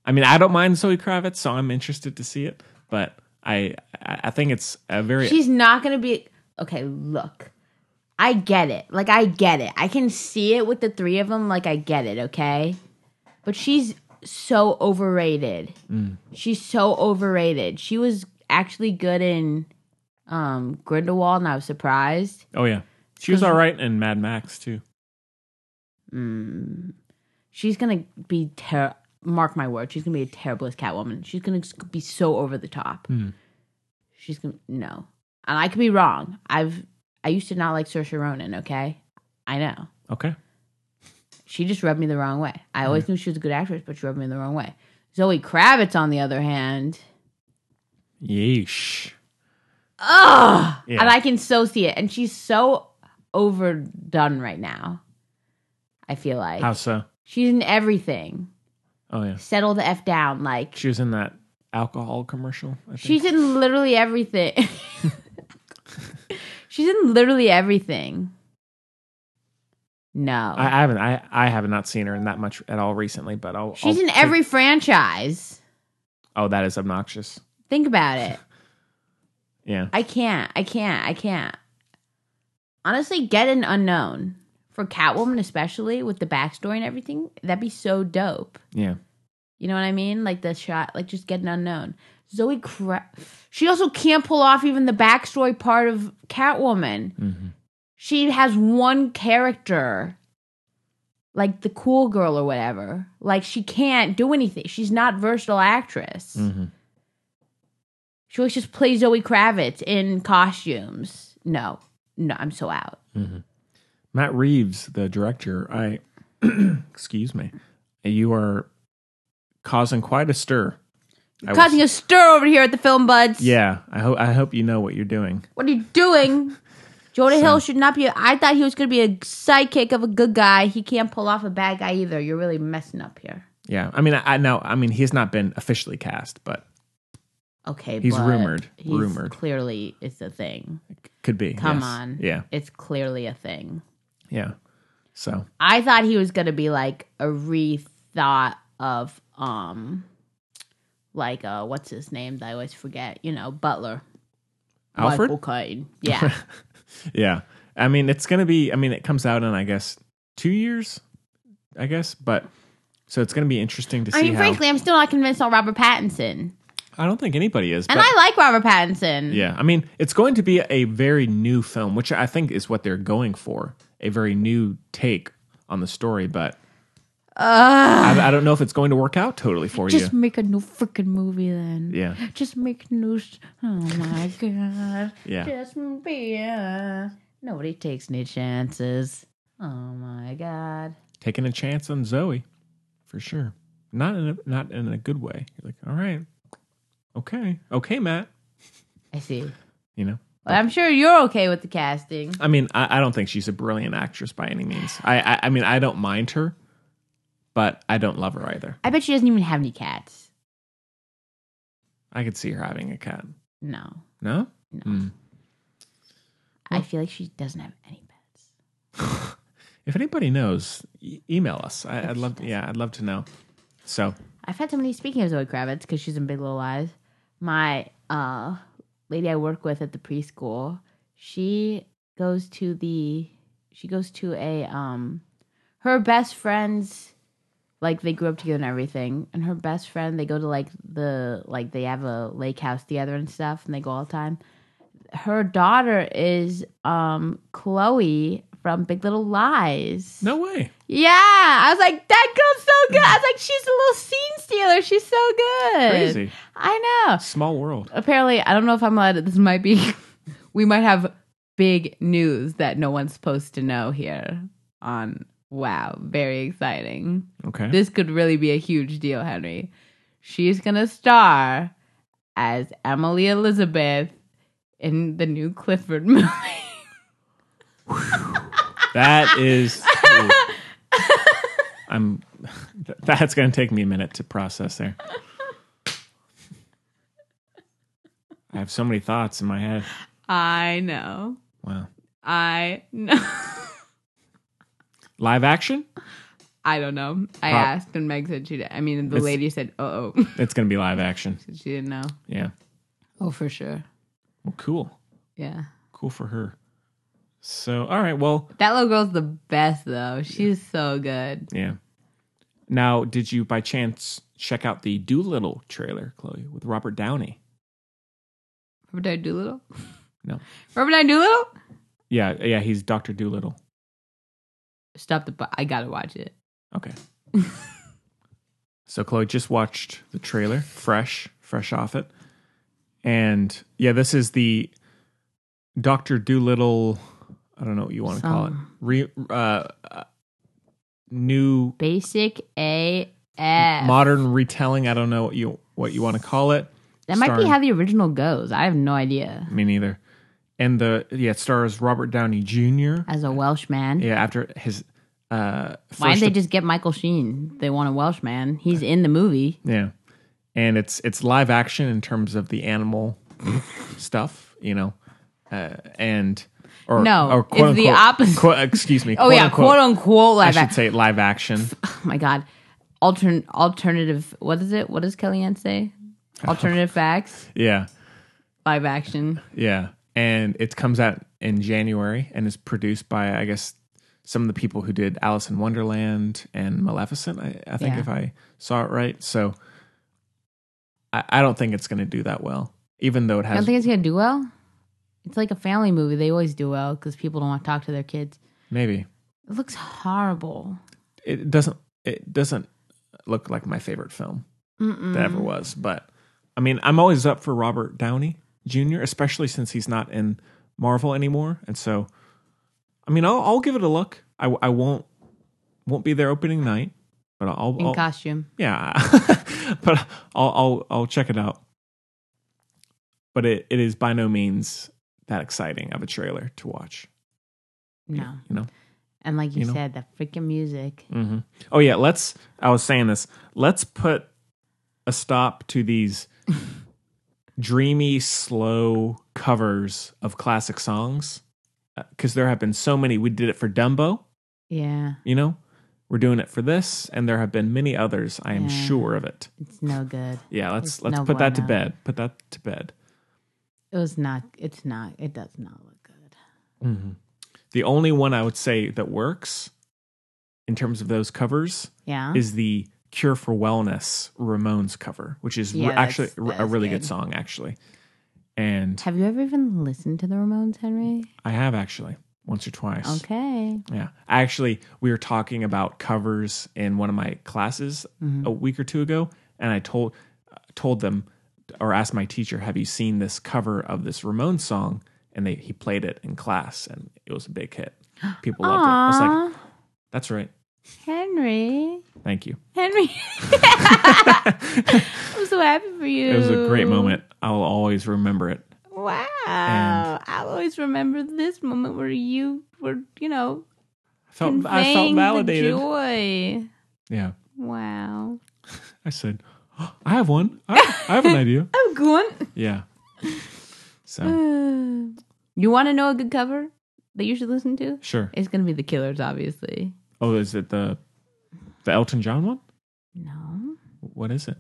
Speaker 1: I mean, I don't mind Zoe Kravitz, so I'm interested to see it. But I I I think it's a very
Speaker 2: She's not gonna be okay. Look, I get it. Like I get it. I can see it with the three of them. Like I get it. Okay, but she's so overrated.
Speaker 1: Mm.
Speaker 2: She's so overrated. She was actually good in um Grindelwald, and I was surprised.
Speaker 1: oh yeah. She was all right in Mad Max too.
Speaker 2: She's gonna be ter. Mark my word, she's gonna be a terriblest Catwoman. She's gonna just be so over the top.
Speaker 1: Hmm.
Speaker 2: She's gonna no, and I could be wrong. I've I used to not like Saoirse Ronan. Okay, I know
Speaker 1: Okay.
Speaker 2: she just rubbed me the wrong way. I always
Speaker 1: Hmm.
Speaker 2: knew she was a good actress, but she rubbed me the wrong way. Zoe Kravitz, on the other hand,
Speaker 1: Yeesh.
Speaker 2: ugh,
Speaker 1: Yeah.
Speaker 2: and I can so see it, and she's so overdone right now. I feel like
Speaker 1: How so?
Speaker 2: she's in everything.
Speaker 1: Oh yeah.
Speaker 2: Settle the f down, like
Speaker 1: She was in that alcohol commercial. I think.
Speaker 2: She's in literally everything. [LAUGHS] She's in literally everything. No.
Speaker 1: I, I haven't. I I have not seen her in that much at all recently. But I'll.
Speaker 2: She's
Speaker 1: I'll
Speaker 2: in
Speaker 1: take-
Speaker 2: every franchise.
Speaker 1: Oh, that is obnoxious.
Speaker 2: Think about it.
Speaker 1: Yeah.
Speaker 2: I can't. I can't. I can't. Honestly, get an unknown. For Catwoman, especially with the backstory and everything, that'd be so dope.
Speaker 1: Yeah.
Speaker 2: You know what I mean? Like the shot, like just get an unknown. Zoe Kra- She also can't pull off even the backstory part of Catwoman.
Speaker 1: Mm-hmm.
Speaker 2: She has one character, like the cool girl or whatever. Like she can't do anything. She's not versatile actress.
Speaker 1: Mm-hmm.
Speaker 2: She always just plays Zoe Kravitz in costumes. No, no, I'm so out.
Speaker 1: Matt Reeves, the director. I. [CLEARS THROAT] excuse me. You are causing quite a stir. I
Speaker 2: Causing
Speaker 1: was-
Speaker 2: a stir over here at the film buds.
Speaker 1: yeah. I hope. I hope you know what you're doing.
Speaker 2: What are you doing? Jonah Hill should not be. I thought he was going to be a sidekick of a good guy. He can't pull off a bad guy either. You're really messing up here.
Speaker 1: Yeah. I mean, I, I know. I mean, he's not been officially cast, but
Speaker 2: Okay,
Speaker 1: He's
Speaker 2: but
Speaker 1: rumored.
Speaker 2: he's
Speaker 1: Rumored.
Speaker 2: Clearly, it's a thing.
Speaker 1: could be.
Speaker 2: Come
Speaker 1: yes.
Speaker 2: on.
Speaker 1: Yeah.
Speaker 2: it's clearly a thing.
Speaker 1: Yeah. So
Speaker 2: I thought he was going to be like a rethought of um, like uh, what's his name? that I always forget. You know, Butler.
Speaker 1: Alfred. [LAUGHS]
Speaker 2: Michael Caine. Yeah.
Speaker 1: Yeah. I mean, it's going to be, I mean, it comes out in, I guess, two years, I guess. But so it's going to be interesting to see
Speaker 2: I mean,
Speaker 1: how.
Speaker 2: frankly, I'm still not convinced on Robert Pattinson,
Speaker 1: I don't think anybody is.
Speaker 2: and
Speaker 1: but,
Speaker 2: I like Robert Pattinson.
Speaker 1: yeah. I mean, it's going to be a very new film, which I think is what they're going for a very new take on the story. But I, I don't know if it's going to work out totally for
Speaker 2: Just
Speaker 1: you.
Speaker 2: make a new freaking movie then.
Speaker 1: Yeah.
Speaker 2: Just make new. s- Oh my [LAUGHS] god.
Speaker 1: Yeah.
Speaker 2: Just be. a- Nobody takes any chances. Oh my god.
Speaker 1: Taking a chance on Zoe for sure. Not in a, not in a good way. You're like, all right. Okay. Okay, Matt.
Speaker 2: I see.
Speaker 1: You know?
Speaker 2: Well, I'm sure you're okay with the casting.
Speaker 1: I mean, I, I don't think she's a brilliant actress by any means. I, I, I mean, I don't mind her, but I don't love her either.
Speaker 2: I bet she doesn't even have any cats.
Speaker 1: I could see her having a cat.
Speaker 2: No.
Speaker 1: No,
Speaker 2: No.
Speaker 1: Hmm.
Speaker 2: I feel like she doesn't have any pets.
Speaker 1: if anybody knows, e- email us. I, I'd love, yeah, I'd love to know. So,
Speaker 2: I've had somebody speaking of Zoe Kravitz because she's in Big Little Lies. My uh, lady I work with at the preschool, she goes to the she goes to a um her best friends like they grew up together and everything and her best friend they go to like the like they have a lake house together and stuff and they go all the time her daughter is um chloe from big little lies
Speaker 1: no way.
Speaker 2: yeah, I was like, that girl's so good. I was like, she's a little scene stealer. She's so good.
Speaker 1: Crazy.
Speaker 2: I know.
Speaker 1: Small world.
Speaker 2: Apparently, I don't know if I'm allowed. This might be. [LAUGHS] we might have big news that no one's supposed to know here. On wow, very exciting.
Speaker 1: Okay.
Speaker 2: This could really be a huge deal, Henry. She's gonna star as Emily [LAUGHS] Elizabeth in the new Clifford movie.
Speaker 1: That is. ooh. I'm. [LAUGHS] th- That's going to take me a minute to process there. I have so many thoughts in my head.
Speaker 2: I know.
Speaker 1: Wow.
Speaker 2: I know.
Speaker 1: Live action?
Speaker 2: I don't know. I
Speaker 1: Huh.
Speaker 2: asked, and Meg said she. Did. I mean, the
Speaker 1: It's-
Speaker 2: lady said, "Oh, oh,"
Speaker 1: It's going to be live action.
Speaker 2: [LAUGHS] she didn't know.
Speaker 1: Yeah.
Speaker 2: Oh, for sure.
Speaker 1: Well, cool.
Speaker 2: Yeah,
Speaker 1: Cool for her. So, all right. Well,
Speaker 2: that little girl's the best though. She's so good.
Speaker 1: yeah. Now, did you by chance check out the Doolittle trailer, Chloe, with Robert Downey?
Speaker 2: Robert Downey Doolittle.
Speaker 1: No.
Speaker 2: Robert Downey Doolittle.
Speaker 1: Yeah. Yeah. He's Dr. Doolittle.
Speaker 2: Stop the. bu- I gotta watch it.
Speaker 1: Okay. [LAUGHS] so Chloe just watched the trailer, fresh, fresh off it. And yeah, this is the Doctor Doolittle. I don't know what you want to call it. Re, uh, uh, new
Speaker 2: Basic AF. That
Speaker 1: modern retelling. I don't know what you what you want to call it.
Speaker 2: might be
Speaker 1: Starring-
Speaker 2: how the original goes. I have no idea.
Speaker 1: me neither. And the yeah, it stars Robert Downey Jr.
Speaker 2: As a Welsh man,
Speaker 1: Yeah, after his uh, first
Speaker 2: why did they just get Michael Sheen? They want a Welsh man. He's in the movie.
Speaker 1: Yeah. And it's it's live action in terms of the animal stuff, you know. Uh, and or
Speaker 2: No,
Speaker 1: or
Speaker 2: it's the opposite.
Speaker 1: quote- excuse me.
Speaker 2: Oh yeah, quote unquote
Speaker 1: I
Speaker 2: live
Speaker 1: should
Speaker 2: action.
Speaker 1: say live action.
Speaker 2: oh my god Altern- alternative what is it what does kellyanne say
Speaker 1: [LAUGHS]
Speaker 2: alternative facts
Speaker 1: Yeah.
Speaker 2: live action
Speaker 1: Yeah. And it comes out in January and is produced by I guess some of the people who did Alice in Wonderland and Maleficent, I, I think
Speaker 2: Yeah.
Speaker 1: if I saw it right. So I, I don't think it's gonna do that well. Even though it
Speaker 2: i don't
Speaker 1: has
Speaker 2: think it's gonna do well it's like a family movie they always do well because people don't want to talk to their kids
Speaker 1: maybe.
Speaker 2: it looks horrible
Speaker 1: it doesn't it doesn't look like my favorite film that ever was but i mean i'm always up for robert downey jr especially since he's not in marvel anymore and so i mean i'll, I'll give it a look i, I won't won't be there opening night but i'll,
Speaker 2: in
Speaker 1: I'll
Speaker 2: costume
Speaker 1: yeah [LAUGHS] but I'll, I'll i'll check it out but it, it is by no means that exciting of a trailer to watch
Speaker 2: no
Speaker 1: you know
Speaker 2: and like you,
Speaker 1: You know.
Speaker 2: said the freaking music
Speaker 1: hmm Oh yeah, let's. I was saying this. Let's put a stop to
Speaker 2: [LAUGHS]
Speaker 1: these dreamy, slow covers of classic songs because there have been so many. We did it for Dumbo,
Speaker 2: yeah
Speaker 1: you know. We're doing it for this, and there have been many others. I am
Speaker 2: Yeah.
Speaker 1: sure of it.
Speaker 2: it's no good
Speaker 1: Yeah, let's
Speaker 2: There's
Speaker 1: let's
Speaker 2: no uh,
Speaker 1: put that to
Speaker 2: bueno.
Speaker 1: bed. Put that to bed.
Speaker 2: it was not it's not it does not look good
Speaker 1: The only one I would say that works in terms of those covers
Speaker 2: yeah
Speaker 1: is the Cure for Wellness Ramones cover, which is re-
Speaker 2: Yeah, that's-
Speaker 1: actually re- a
Speaker 2: that's
Speaker 1: really good.
Speaker 2: good.
Speaker 1: song, actually. And
Speaker 2: have you ever even listened to the ramones henry
Speaker 1: I have actually once or twice.
Speaker 2: okay
Speaker 1: Yeah. Actually, we were talking about covers in one of my classes
Speaker 2: Mm-hmm.
Speaker 1: a week or two ago, and I told told them or asked my teacher, "Have you seen this cover of this Ramones song?" And they he played it in class, and it was a big
Speaker 2: [GASPS]
Speaker 1: hit. People loved it. I was like,
Speaker 2: Aw,
Speaker 1: "That's right.
Speaker 2: henry
Speaker 1: Thank you."
Speaker 2: Henry. [LAUGHS] I'm so happy for you.
Speaker 1: It was a great moment. I'll always remember it.
Speaker 2: Wow.
Speaker 1: And-
Speaker 2: I always remember this moment where you were, you know,
Speaker 1: I felt I felt
Speaker 2: conveying the
Speaker 1: validated.
Speaker 2: joy.
Speaker 1: Yeah.
Speaker 2: Wow.
Speaker 1: I said, "Oh, I have one. I, I have an
Speaker 2: [LAUGHS]
Speaker 1: idea.
Speaker 2: I'm going.
Speaker 1: Yeah. So
Speaker 2: [SIGHS] You want to know a good cover that you should listen to?
Speaker 1: sure.
Speaker 2: It's going to be The Killers, obviously.
Speaker 1: Oh, is it the the Elton John one?
Speaker 2: No.
Speaker 1: What is it?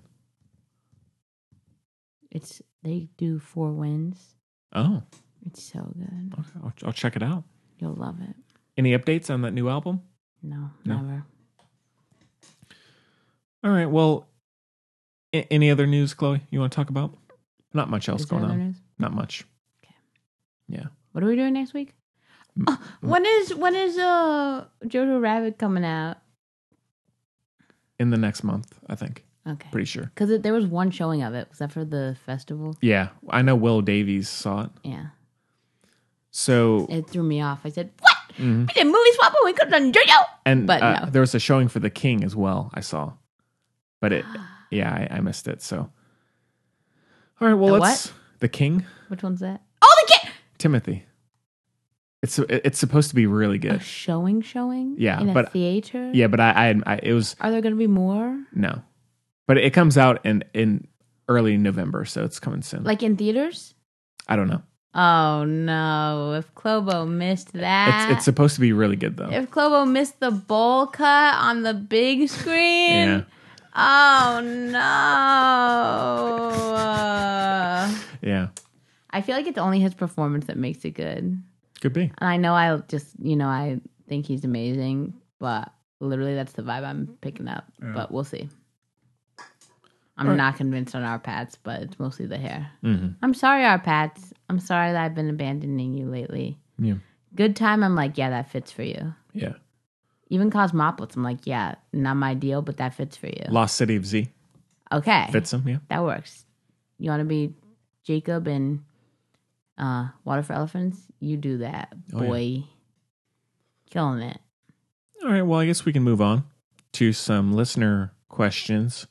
Speaker 2: It's they do four wins.
Speaker 1: Oh,
Speaker 2: It's so good.
Speaker 1: okay. I'll, I'll check it out.
Speaker 2: You'll love it.
Speaker 1: Any updates on that new album?
Speaker 2: No,
Speaker 1: No.
Speaker 2: never.
Speaker 1: All right. Well, a- any other news, Chloe? You want to talk about? Not much else
Speaker 2: Is there
Speaker 1: going
Speaker 2: other
Speaker 1: on.
Speaker 2: news?
Speaker 1: Not much.
Speaker 2: Okay.
Speaker 1: Yeah.
Speaker 2: What are we doing next week? Uh, when is when is uh Jojo Rabbit coming out?
Speaker 1: In the next month, I think.
Speaker 2: Okay,
Speaker 1: Pretty sure.
Speaker 2: because there was one showing of it. Was that for the festival?
Speaker 1: Yeah, I know Will Davies saw it.
Speaker 2: Yeah,
Speaker 1: So
Speaker 2: it threw me off. I said, "What?
Speaker 1: Mm-hmm.
Speaker 2: We did movie swap and we could have done Jojo."
Speaker 1: and
Speaker 2: But
Speaker 1: uh,
Speaker 2: no.
Speaker 1: there was a showing for the king as well i saw but
Speaker 2: [GASPS]
Speaker 1: it yeah I, I missed it so all right well
Speaker 2: The
Speaker 1: let's the king
Speaker 2: Which one's that? Oh, the kid.
Speaker 1: timothy It's it's supposed to be really
Speaker 2: Oh,
Speaker 1: good.
Speaker 2: showing, showing.
Speaker 1: Yeah,
Speaker 2: in a
Speaker 1: but-
Speaker 2: theater.
Speaker 1: Yeah, but I, I, I it was
Speaker 2: Are there going to be more?
Speaker 1: no, but it comes out in in early November, so it's coming soon.
Speaker 2: Like in theaters?
Speaker 1: I don't know.
Speaker 2: Oh no! If Clobo missed that,
Speaker 1: It's it's supposed to be really good though.
Speaker 2: uh, if Clobo missed the bowl cut on the big screen,
Speaker 1: Yeah,
Speaker 2: oh no!
Speaker 1: yeah,
Speaker 2: I feel like it's only his performance that makes it good. And
Speaker 1: could be.
Speaker 2: I know I just, you know, I think he's amazing, but literally that's the vibe I'm picking up. But we'll see. I'm
Speaker 1: All right.
Speaker 2: not convinced on our Pats, but it's mostly the hair.
Speaker 1: Mm-hmm.
Speaker 2: I'm sorry, our Pats. I'm sorry that I've been abandoning you lately.
Speaker 1: Yeah.
Speaker 2: Good time, I'm like, yeah, that fits for you.
Speaker 1: Yeah,
Speaker 2: Even Cosmopolis, I'm like, yeah, not my deal, but that fits for you.
Speaker 1: Lost City of Z
Speaker 2: Okay.
Speaker 1: fits him. Yeah,
Speaker 2: That works. You want to be Jacob and uh, Water for Elephants? You do that,
Speaker 1: Oh, yeah.
Speaker 2: boy. Killing it.
Speaker 1: All right. Well, I guess we can move on to some listener questions.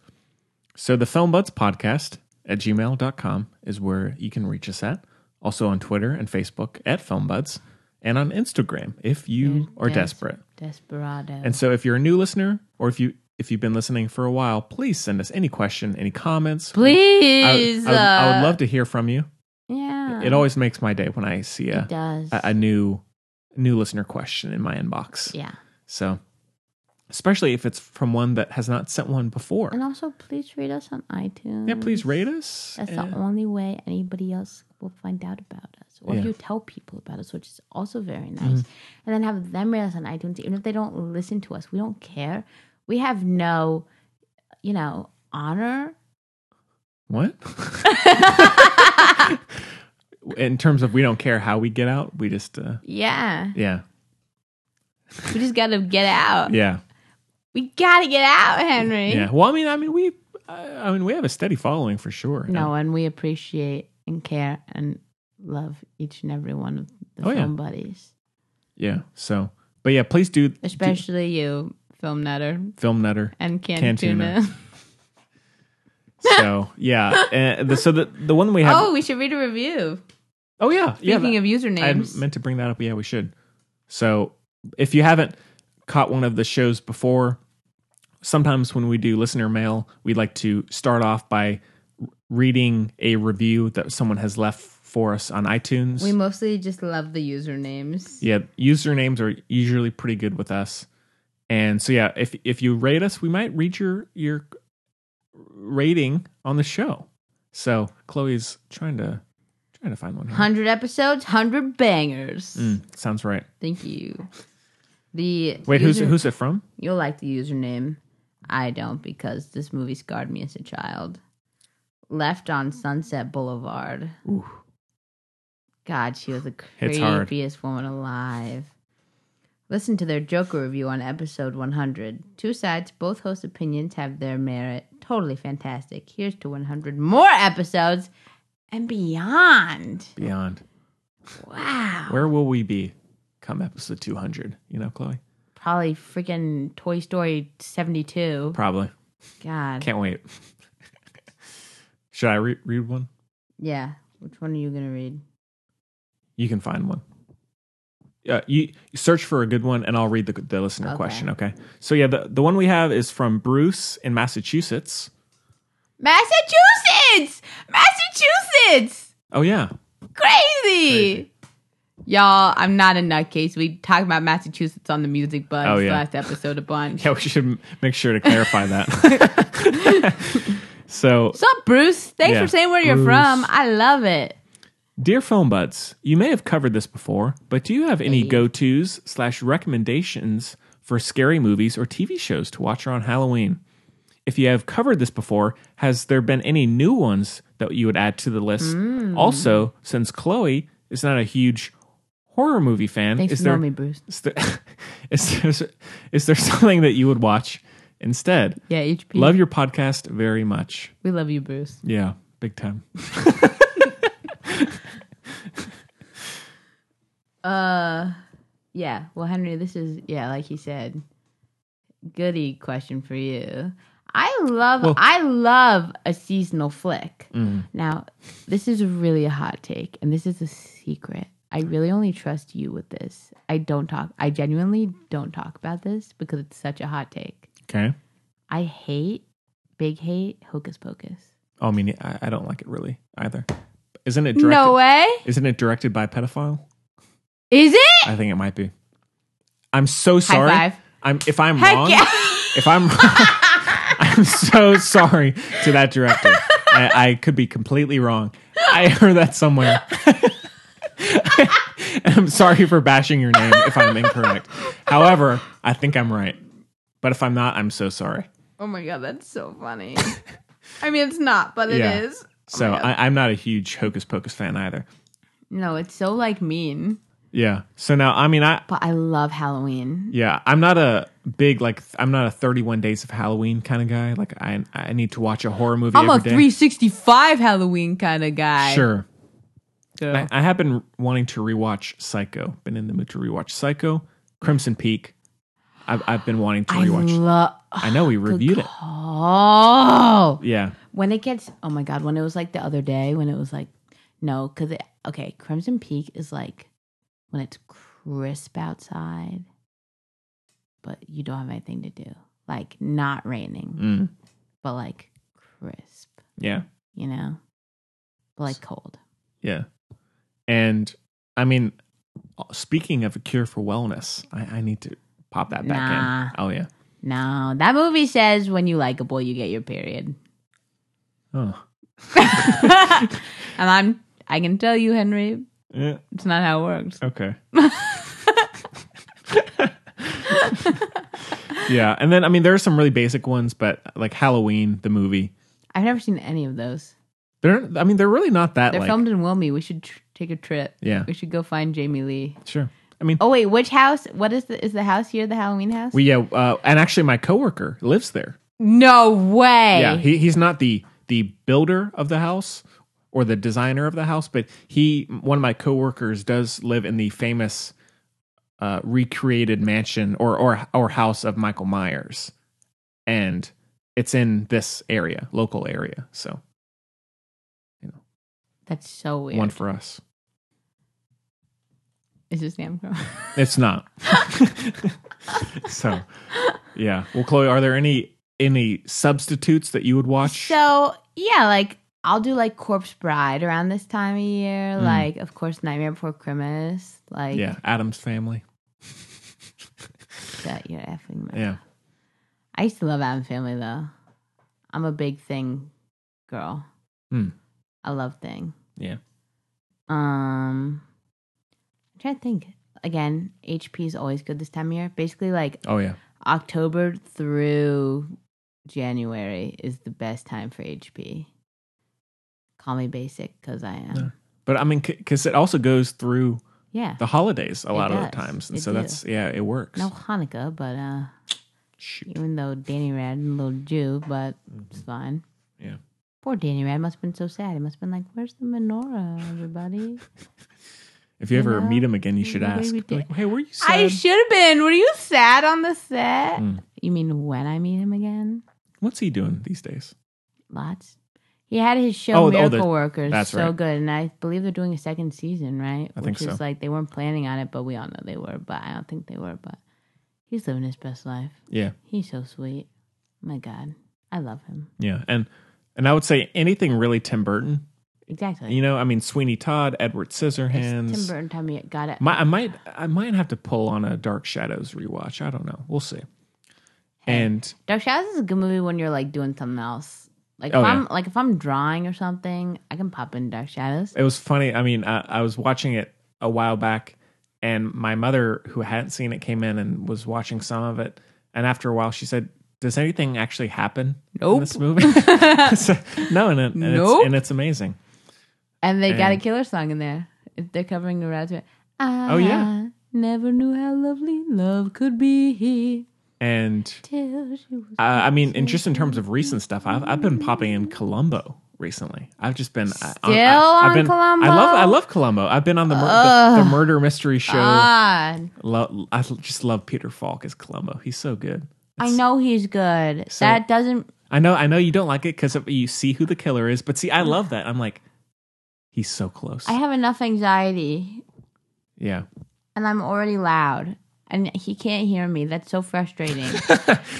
Speaker 1: So the Film Buds podcast at gmail.com is where you can reach us at. Also on Twitter and Facebook at Film Buds and on Instagram if you
Speaker 2: You're
Speaker 1: are
Speaker 2: des-
Speaker 1: desperate.
Speaker 2: Desperado.
Speaker 1: And so if you're a new listener or if you if you've been listening for a while, please send us any question, any comments. I,
Speaker 2: Please.
Speaker 1: I would- I would
Speaker 2: uh,
Speaker 1: love to hear from you.
Speaker 2: Yeah.
Speaker 1: It always makes my day when I see a,
Speaker 2: It does.
Speaker 1: a, a new new listener question in my inbox.
Speaker 2: yeah.
Speaker 1: So, especially if it's from one that has not sent one before.
Speaker 2: And also, please rate us on iTunes.
Speaker 1: Yeah, please rate us.
Speaker 2: That's
Speaker 1: and-
Speaker 2: the only way anybody else will find out about us. Or
Speaker 1: Yeah. Mm.
Speaker 2: if you tell people about us, which is also very nice. And then have them rate us on iTunes, even if they don't listen to us. We don't care. We have no, you know, honor.
Speaker 1: what?
Speaker 2: [LAUGHS]
Speaker 1: In terms of we don't care how we get out, we just uh,
Speaker 2: Yeah.
Speaker 1: yeah
Speaker 2: We just got to get out.
Speaker 1: yeah
Speaker 2: We got to get out, Henry.
Speaker 1: yeah. Well, I mean, I mean we, I I mean we have a steady following for sure.
Speaker 2: No, and we appreciate and care and love each and every one of the
Speaker 1: Oh, yeah.
Speaker 2: film buddies,
Speaker 1: Yeah. So, but yeah, please do
Speaker 2: especially you, film nutter
Speaker 1: film
Speaker 2: [LAUGHS]
Speaker 1: nutter.
Speaker 2: and canned,
Speaker 1: Canned tuna.
Speaker 2: [LAUGHS] tuna.
Speaker 1: So yeah, and the, so the the one we have.
Speaker 2: Oh, we should read a review.
Speaker 1: oh yeah, yeah.
Speaker 2: Speaking
Speaker 1: that-
Speaker 2: of
Speaker 1: I
Speaker 2: usernames,
Speaker 1: meant to bring that up. Yeah, we should. So if you haven't caught one of the shows before, sometimes when we do listener mail, we like to start off by reading a review that someone has left for us on iTunes.
Speaker 2: we mostly just love the usernames.
Speaker 1: yeah, usernames are usually pretty good with us. And so yeah, if if you rate us, we might read your your rating on the show. So Chloe's trying to trying to find one. Here.
Speaker 2: 100 episodes, 100 bangers.
Speaker 1: Mm, sounds right.
Speaker 2: Thank you. The
Speaker 1: Wait, who's
Speaker 2: user-
Speaker 1: who's it from?
Speaker 2: You'll like the username. I don't because this movie scarred me as a child. Left on Sunset Boulevard.
Speaker 1: Ooh.
Speaker 2: God, she
Speaker 1: [SIGHS]
Speaker 2: was the
Speaker 1: Hits hard.
Speaker 2: creepiest woman alive. Listen to their Joker review on episode 100. Two sides, both host opinions have their merit. Totally fantastic. Here's to 100 more episodes and beyond.
Speaker 1: Beyond.
Speaker 2: Wow.
Speaker 1: Where will we be come episode 200? You know, Chloe?
Speaker 2: Probably freaking Toy Story 72.
Speaker 1: Probably.
Speaker 2: God.
Speaker 1: Can't wait. [LAUGHS] Should I re- read one?
Speaker 2: Yeah. Which one are you going to read?
Speaker 1: You can find one. Uh, you you search for a good one, and I'll read the, the listener
Speaker 2: Okay.
Speaker 1: question. Okay. So, yeah, the, the one we have is from Bruce in Massachusetts.
Speaker 2: Massachusetts! Massachusetts!
Speaker 1: Oh, yeah.
Speaker 2: Crazy! Y'all, I'm not a nutcase. We talked about Massachusetts on the music buzz
Speaker 1: Oh, yeah.
Speaker 2: last episode a bunch.
Speaker 1: Yeah, we should m- make sure to clarify that. [LAUGHS] so,
Speaker 2: What's up, Bruce? Thanks
Speaker 1: Yeah,
Speaker 2: for saying where you're
Speaker 1: Bruce.
Speaker 2: from. I love it.
Speaker 1: Dear Film Buds, you may have covered this before, but do you have any go tos slash recommendations for scary movies or TV shows to watch around Halloween? If you have covered this before, has there been any new ones that you would add to the list?
Speaker 2: Mm.
Speaker 1: Also, since Chloe is not a huge horror movie fan,
Speaker 2: Thanks
Speaker 1: is
Speaker 2: for
Speaker 1: there,
Speaker 2: knowing me, Bruce.
Speaker 1: is there- [LAUGHS] is there- is there [LAUGHS] something that you would watch instead?
Speaker 2: Yeah, HP.
Speaker 1: Love your podcast very much.
Speaker 2: we love you, Bruce.
Speaker 1: Yeah, big time.
Speaker 2: Uh, yeah. Well, Henry, this is yeah, like he said, goody question for you. I love
Speaker 1: Well- Mm-hmm.
Speaker 2: I love a seasonal flick. Now, this is really a hot take, and this is a secret. I really only trust you with this. I don't talk, I genuinely don't talk about this because it's such a hot take.
Speaker 1: Okay.
Speaker 2: I hate, big hate, hocus pocus.
Speaker 1: Oh, I mean, I, I don't like it really either. Isn't it directed?
Speaker 2: No way.
Speaker 1: Isn't it directed by a pedophile?
Speaker 2: Is it?
Speaker 1: I think it might be. I'm so sorry.
Speaker 2: five.
Speaker 1: I'm if I'm
Speaker 2: Heck
Speaker 1: wrong.
Speaker 2: yeah.
Speaker 1: [LAUGHS] If I'm [LAUGHS] I'm so sorry to that director. I, I could be completely wrong. I heard that somewhere. [LAUGHS] And I'm sorry for bashing your name if I'm incorrect. However, I think I'm right. But if I'm not, I'm so sorry.
Speaker 2: Oh my God, that's so funny. [LAUGHS] I mean, it's not, but it is.
Speaker 1: Yeah. So I, I'm not a huge Hocus Pocus fan either.
Speaker 2: No, it's so like mean,
Speaker 1: Yeah. So now, I mean, I,
Speaker 2: but I love Halloween.
Speaker 1: Yeah, I'm not a big like th- I'm not a 31 Days of Halloween kind of guy. Like I I need to watch a horror movie.
Speaker 2: I'm a
Speaker 1: every day.
Speaker 2: 365 Halloween kind of guy.
Speaker 1: Sure.
Speaker 2: So-
Speaker 1: I, I have been wanting to rewatch Psycho. Been in the mood to rewatch Psycho, Crimson Peak. I've I've been wanting to
Speaker 2: I
Speaker 1: rewatch.
Speaker 2: love.
Speaker 1: I
Speaker 2: [SIGHS]
Speaker 1: know we reviewed it.
Speaker 2: Oh,
Speaker 1: Yeah.
Speaker 2: when it gets. Oh my god, when it was like the other day, when it was like, no, because it. Okay, Crimson Peak is like when it's crisp outside, but you don't have anything to do. Like not raining,
Speaker 1: Mm.
Speaker 2: but like crisp,
Speaker 1: Yeah.
Speaker 2: you know, but like cold.
Speaker 1: Yeah. And I mean, uh, speaking of a cure for wellness, I, I need to pop that back
Speaker 2: Nah.
Speaker 1: in. Oh yeah.
Speaker 2: No, that movie says when you like a boy, you get your period.
Speaker 1: Oh.
Speaker 2: and I'm I can tell you, Henry,
Speaker 1: Yeah.
Speaker 2: it's not how it works. [LAUGHS]
Speaker 1: Okay. yeah, and then I mean there are some really basic ones, but like Halloween the movie.
Speaker 2: I've never seen any of those.
Speaker 1: They're I mean they're really not that
Speaker 2: They're
Speaker 1: like
Speaker 2: filmed in Wilmy. We should tr- take a trip.
Speaker 1: Yeah.
Speaker 2: we should go find Jamie Lee.
Speaker 1: sure. I mean
Speaker 2: Oh wait, which house? What is the is the house here? The Halloween house?
Speaker 1: we yeah, uh, and actually my coworker lives there.
Speaker 2: no way.
Speaker 1: Yeah, he, he's not the the builder of the house or the designer of the house, but he one of my coworkers does live in the famous uh, recreated mansion or or or house of Michael Myers, and it's in this area, local area. So
Speaker 2: That's so weird.
Speaker 1: one for us.
Speaker 2: is this [LAUGHS] Namco?
Speaker 1: It's not. [LAUGHS] so yeah. Well, Chloe, are there any any substitutes that you would watch?
Speaker 2: so yeah, like I'll do like Corpse Bride around this time of year. Like of course Nightmare Before Christmas. Like
Speaker 1: Hmm. yeah, Adam's family.
Speaker 2: shut your effing mouth.
Speaker 1: Yeah.
Speaker 2: I used to love Adam Family though. I'm a big thing girl.
Speaker 1: Hmm.
Speaker 2: I love thing.
Speaker 1: Yeah.
Speaker 2: Um, I'm trying to think. Again, HP is always good this time of year. Basically, like
Speaker 1: Oh yeah.
Speaker 2: October through January is the best time for HP. Call me basic because I am. Yeah.
Speaker 1: But I mean, because it also goes through the holidays a
Speaker 2: It
Speaker 1: lot of the
Speaker 2: does.
Speaker 1: times, and
Speaker 2: It
Speaker 1: so that's yeah, it works.
Speaker 2: No Hanukkah, but uh,
Speaker 1: Shoot. Mm-hmm.
Speaker 2: even though Danny Rad and little Jew, but it's fine.
Speaker 1: Yeah.
Speaker 2: Poor Danny Rad must have been so sad. He must have been like, "Where's the menorah, everybody?"
Speaker 1: [LAUGHS] If you ever
Speaker 2: know,
Speaker 1: meet him again, you should
Speaker 2: what do
Speaker 1: ask.
Speaker 2: we
Speaker 1: be like,
Speaker 2: do?
Speaker 1: hey, were you
Speaker 2: I
Speaker 1: sad?
Speaker 2: should have been. Were you sad on the set?
Speaker 1: Mm.
Speaker 2: You mean when I meet him again?
Speaker 1: What's he doing these days?
Speaker 2: Lots. He had his show
Speaker 1: Oh, oh, the-
Speaker 2: Miracle Workers.
Speaker 1: that's
Speaker 2: so
Speaker 1: right.
Speaker 2: good. And I believe they're doing a second season, right?
Speaker 1: I think
Speaker 2: Which is
Speaker 1: so.
Speaker 2: like they weren't planning on it, but we all know they were, but I don't think they were, but he's living his best life.
Speaker 1: Yeah,
Speaker 2: He's so sweet. My God. I love him.
Speaker 1: yeah, and and I would say anything really Tim Burton.
Speaker 2: Exactly.
Speaker 1: You know, I mean Sweeney Todd, Edward Scissorhands.
Speaker 2: Tim Burton time you got it.
Speaker 1: My, I might I might have to pull on a Dark Shadows rewatch. I don't know. We'll see. And
Speaker 2: Dark Shadows is a good movie when you're like doing something else. Like
Speaker 1: Oh,
Speaker 2: if
Speaker 1: yeah.
Speaker 2: I'm like if I'm drawing or something, I can pop in Dark Shadows.
Speaker 1: it was funny. I mean, I, I was watching it a while back, and my mother, who hadn't seen it, came in and was watching some of it. And after a while, she said, "Does anything actually happen in
Speaker 2: Nope.
Speaker 1: this movie?"
Speaker 2: [LAUGHS]
Speaker 1: [LAUGHS] So, no, and, it, and,
Speaker 2: Nope.
Speaker 1: it's, and it's amazing.
Speaker 2: And they got a
Speaker 1: And-
Speaker 2: killer song in there. If They're covering a raspberry. I
Speaker 1: Oh, yeah.
Speaker 2: Never knew how lovely love could be
Speaker 1: And
Speaker 2: till she was.
Speaker 1: uh, I mean, and just in terms of recent stuff, I've I've been popping in Columbo recently. I've just been still
Speaker 2: on Columbo?
Speaker 1: I love I love Columbo. I've been on the mur- the, the murder mystery show.
Speaker 2: Ah. God,
Speaker 1: Lo- I just love Peter Falk as Columbo. He's so good.
Speaker 2: I know he's good.
Speaker 1: So-
Speaker 2: that doesn't.
Speaker 1: I know, I know you don't like it because you see who the killer is, but see, I love that. I'm like, he's so close.
Speaker 2: I have enough anxiety
Speaker 1: Yeah.
Speaker 2: and I'm already loud and he can't hear me. That's so frustrating.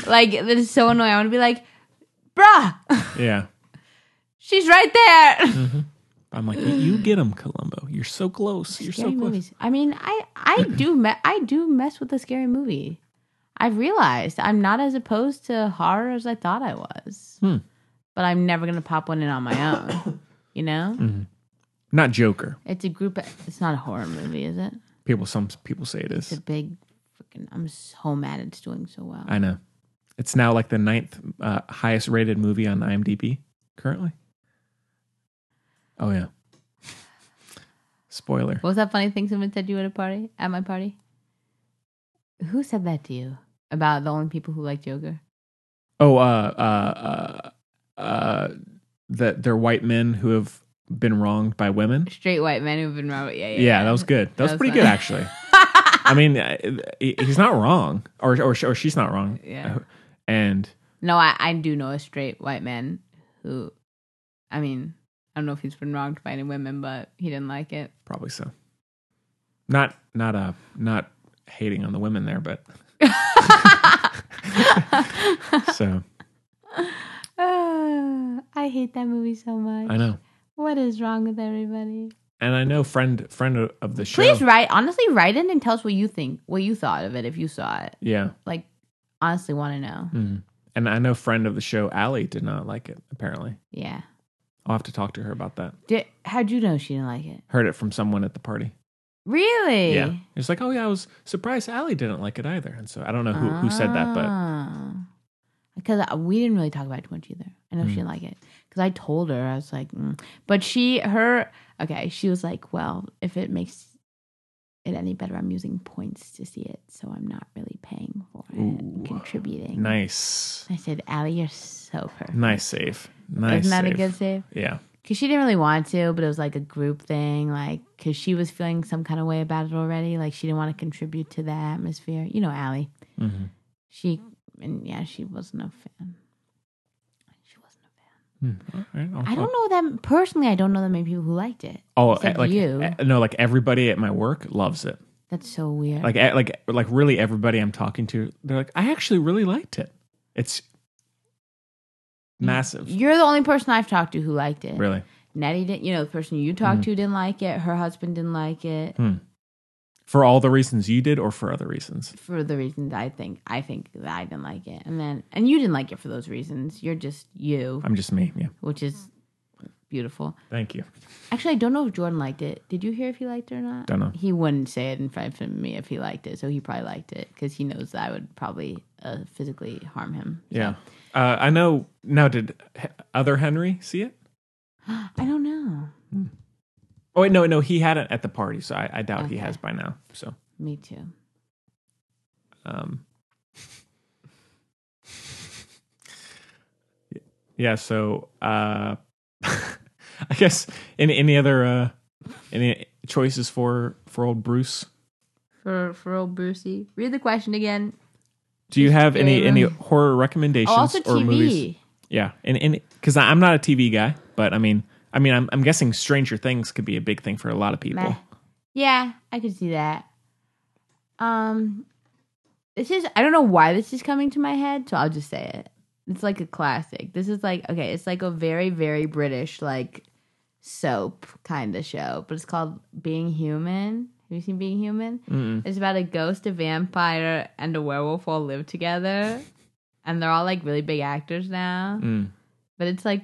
Speaker 2: like that is so annoying. I want to be like, bruh, [LAUGHS]
Speaker 1: Yeah.
Speaker 2: she's right there.
Speaker 1: I'm like, you- you get him, Columbo. You're so close. [LAUGHS] You're so
Speaker 2: scary
Speaker 1: close.
Speaker 2: movies. I mean, I I do me- I do mess with a scary movie. I've realized I'm not as opposed to horror as I thought I was,
Speaker 1: Hmm.
Speaker 2: but I'm never gonna pop one in on my
Speaker 1: [COUGHS]
Speaker 2: own. You know,
Speaker 1: Hmm. Not Joker.
Speaker 2: it's a group. It's not a horror movie, is it?
Speaker 1: People. Some people say it
Speaker 2: It's
Speaker 1: is.
Speaker 2: a big freaking. I'm so mad it's doing so well.
Speaker 1: I know. It's now like the ninth uh, highest rated movie on IMDb currently. Oh yeah. Spoiler.
Speaker 2: What was that funny thing someone said to you at a party? At my party? Who said that to you? About the only people who like Joker?
Speaker 1: Oh, uh, uh, uh, uh, that they're white men who have been wronged by women.
Speaker 2: Straight white men who've been Robert. Yeah, yeah.
Speaker 1: Yeah, that was good. That, was,
Speaker 2: was
Speaker 1: pretty
Speaker 2: funny.
Speaker 1: good actually. I mean, uh, he- he's not wrong, or or, or she's not wrong.
Speaker 2: Yeah.
Speaker 1: And
Speaker 2: No, I, I do know a straight white man who, I mean, I don't know if he's been wronged by any women, but he didn't like it.
Speaker 1: probably so. Not not uh not hating on the women there, but [LAUGHS] so
Speaker 2: Ah, I hate that movie so much.
Speaker 1: I know.
Speaker 2: What is wrong with everybody?
Speaker 1: and I know friend friend of the show.
Speaker 2: Please write, honestly, write in and tell us what you think, what you thought of it if you saw it.
Speaker 1: Yeah,
Speaker 2: Like, honestly, want to know.
Speaker 1: and I know friend of the show Allie did not like it. Apparently,
Speaker 2: Yeah.
Speaker 1: I'll have to talk to her about that.
Speaker 2: Did, how'd you know she didn't like it?
Speaker 1: Heard it from someone at the party.
Speaker 2: Really?
Speaker 1: Yeah, it's like, oh yeah, I was surprised Allie didn't like it either. And so I don't know who who said that, but
Speaker 2: because Ah. we didn't really talk about it too much either. I know she
Speaker 1: Hmm.
Speaker 2: didn't like it because I told her I was like, mm. but she her okay. She was like, well, if it makes it any better, I'm using points to see it, so I'm not really paying for it,
Speaker 1: Ooh.
Speaker 2: contributing.
Speaker 1: nice,
Speaker 2: I said, Allie, you're so perfect.
Speaker 1: nice save, nice.
Speaker 2: Isn't that
Speaker 1: save.
Speaker 2: a good save?
Speaker 1: Yeah,
Speaker 2: Because she didn't really want to, but it was like a group thing. Like, because she was feeling some kind of way about it already. Like, she didn't want to contribute to that atmosphere. You know, Allie.
Speaker 1: Mm-hmm.
Speaker 2: She, and yeah, she wasn't a fan. She wasn't a fan.
Speaker 1: All right, I'll-
Speaker 2: I don't know that, personally, I don't know that many people who liked it.
Speaker 1: Oh,
Speaker 2: except
Speaker 1: like
Speaker 2: you.
Speaker 1: eh, no, like everybody at my work loves it.
Speaker 2: That's so weird.
Speaker 1: Like eh, like like really everybody I'm talking to, they're like, I actually really liked it. It's massive,
Speaker 2: You're the only person I've talked to who liked it.
Speaker 1: really. Mm-hmm.
Speaker 2: Nettie didn't, you know, the person you talked to didn't like it. Her husband didn't like it.
Speaker 1: For all the reasons you did, or for other reasons.
Speaker 2: for the reasons I think I think that I didn't like it, and then and you didn't like it for those reasons. You're just you,
Speaker 1: I'm just me. Yeah.
Speaker 2: which is Mm. beautiful.
Speaker 1: Thank you.
Speaker 2: Actually, I don't know if Jordan liked it. Did you hear if he liked it or not?
Speaker 1: Dunno.
Speaker 2: He wouldn't say it in front of me if he liked it, so he probably liked it because he knows that I would probably uh, physically harm him.
Speaker 1: Yeah. Uh, I know. Now, did he- other Henry see it?
Speaker 2: I don't know.
Speaker 1: Oh, wait, no, no, he hadn't at the party, so I, I doubt he
Speaker 2: Okay.
Speaker 1: has by now. So,
Speaker 2: Me too.
Speaker 1: um, yeah. So, uh, [LAUGHS] I guess any any other uh, any choices for for old Bruce?
Speaker 2: For for old Brucey, read the question again.
Speaker 1: Do you have any any
Speaker 2: Um,
Speaker 1: horror recommendations
Speaker 2: Oh, also
Speaker 1: or movies?
Speaker 2: TV.
Speaker 1: Yeah, and and because I'm not a TV guy, but I mean, I mean, I'm I'm guessing Stranger Things could be a big thing for a lot of people.
Speaker 2: Meh. Yeah, I could see that. Um, this is I don't know why this is coming to my head, so I'll just say it. It's like a classic. This is like okay, it's like a very very British like soap kind of show, but it's called Being Human. Have you seen Being Human? It's about a ghost, a vampire, and a werewolf all live together, and they're all like really big actors now. But it's like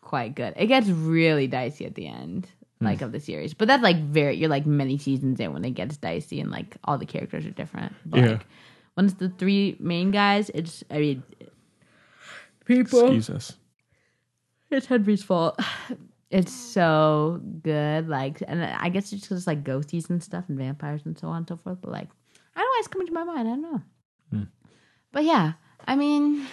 Speaker 2: quite good. It gets really dicey at the end, like of the series. But that's like very you're like many seasons in when it gets dicey and like all the characters are different. But
Speaker 1: Yeah.
Speaker 2: like when it's the three main guys, it's I mean people
Speaker 1: Excuse us.
Speaker 2: it's Henry's fault. [SIGHS] It's so good, like, and I guess it's just like ghosties and stuff and vampires and so on and so forth. But like, I don't know why it's coming to my mind. I don't know.
Speaker 1: Hmm.
Speaker 2: But yeah, I mean,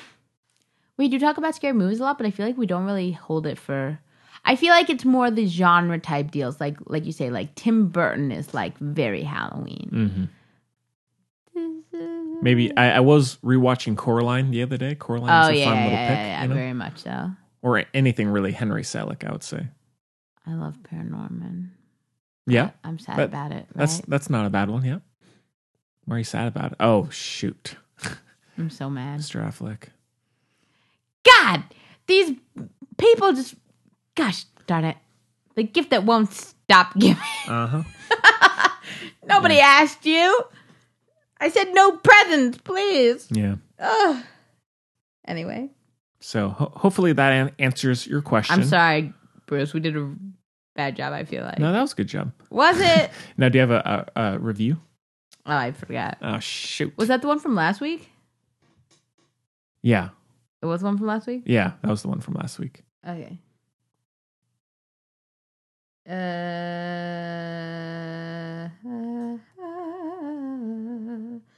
Speaker 2: we do talk about scary movies a lot, but I feel like we don't really hold it for. I feel like it's more the genre type deals, like like you say, like Tim Burton is like very
Speaker 1: Mm,
Speaker 2: Halloween.
Speaker 1: Mm-hmm. Maybe I, I was rewatching Coraline the other day. Coraline
Speaker 2: Oh
Speaker 1: is
Speaker 2: yeah,
Speaker 1: a fun
Speaker 2: yeah,
Speaker 1: little
Speaker 2: yeah,
Speaker 1: pick,
Speaker 2: yeah,
Speaker 1: you know?
Speaker 2: very much so.
Speaker 1: or anything really Henry Selick. I would say
Speaker 2: I love Paranorman.
Speaker 1: Yeah.
Speaker 2: I'm sad
Speaker 1: But
Speaker 2: about it. Right?
Speaker 1: That's that's not a bad one. Yeah. Where are you sad about it? Oh shoot,
Speaker 2: I'm so mad.
Speaker 1: Mr. Affleck.
Speaker 2: God, these people just, gosh darn it, the gift that won't stop giving. [LAUGHS]
Speaker 1: Uh huh.
Speaker 2: Nobody asked you. I said no presents, please.
Speaker 1: Yeah.
Speaker 2: Ugh. Anyway,
Speaker 1: So ho- hopefully that an- answers your question.
Speaker 2: I'm sorry, Bruce. We did a bad job. I feel like
Speaker 1: No, that was a good job.
Speaker 2: was it?
Speaker 1: Now, do you have a, a, a review?
Speaker 2: Oh, I forgot.
Speaker 1: Oh shoot.
Speaker 2: Was that the one from last week?
Speaker 1: yeah.
Speaker 2: It was the one from last week.
Speaker 1: Yeah, that was the one from last week.
Speaker 2: Okay. Uh,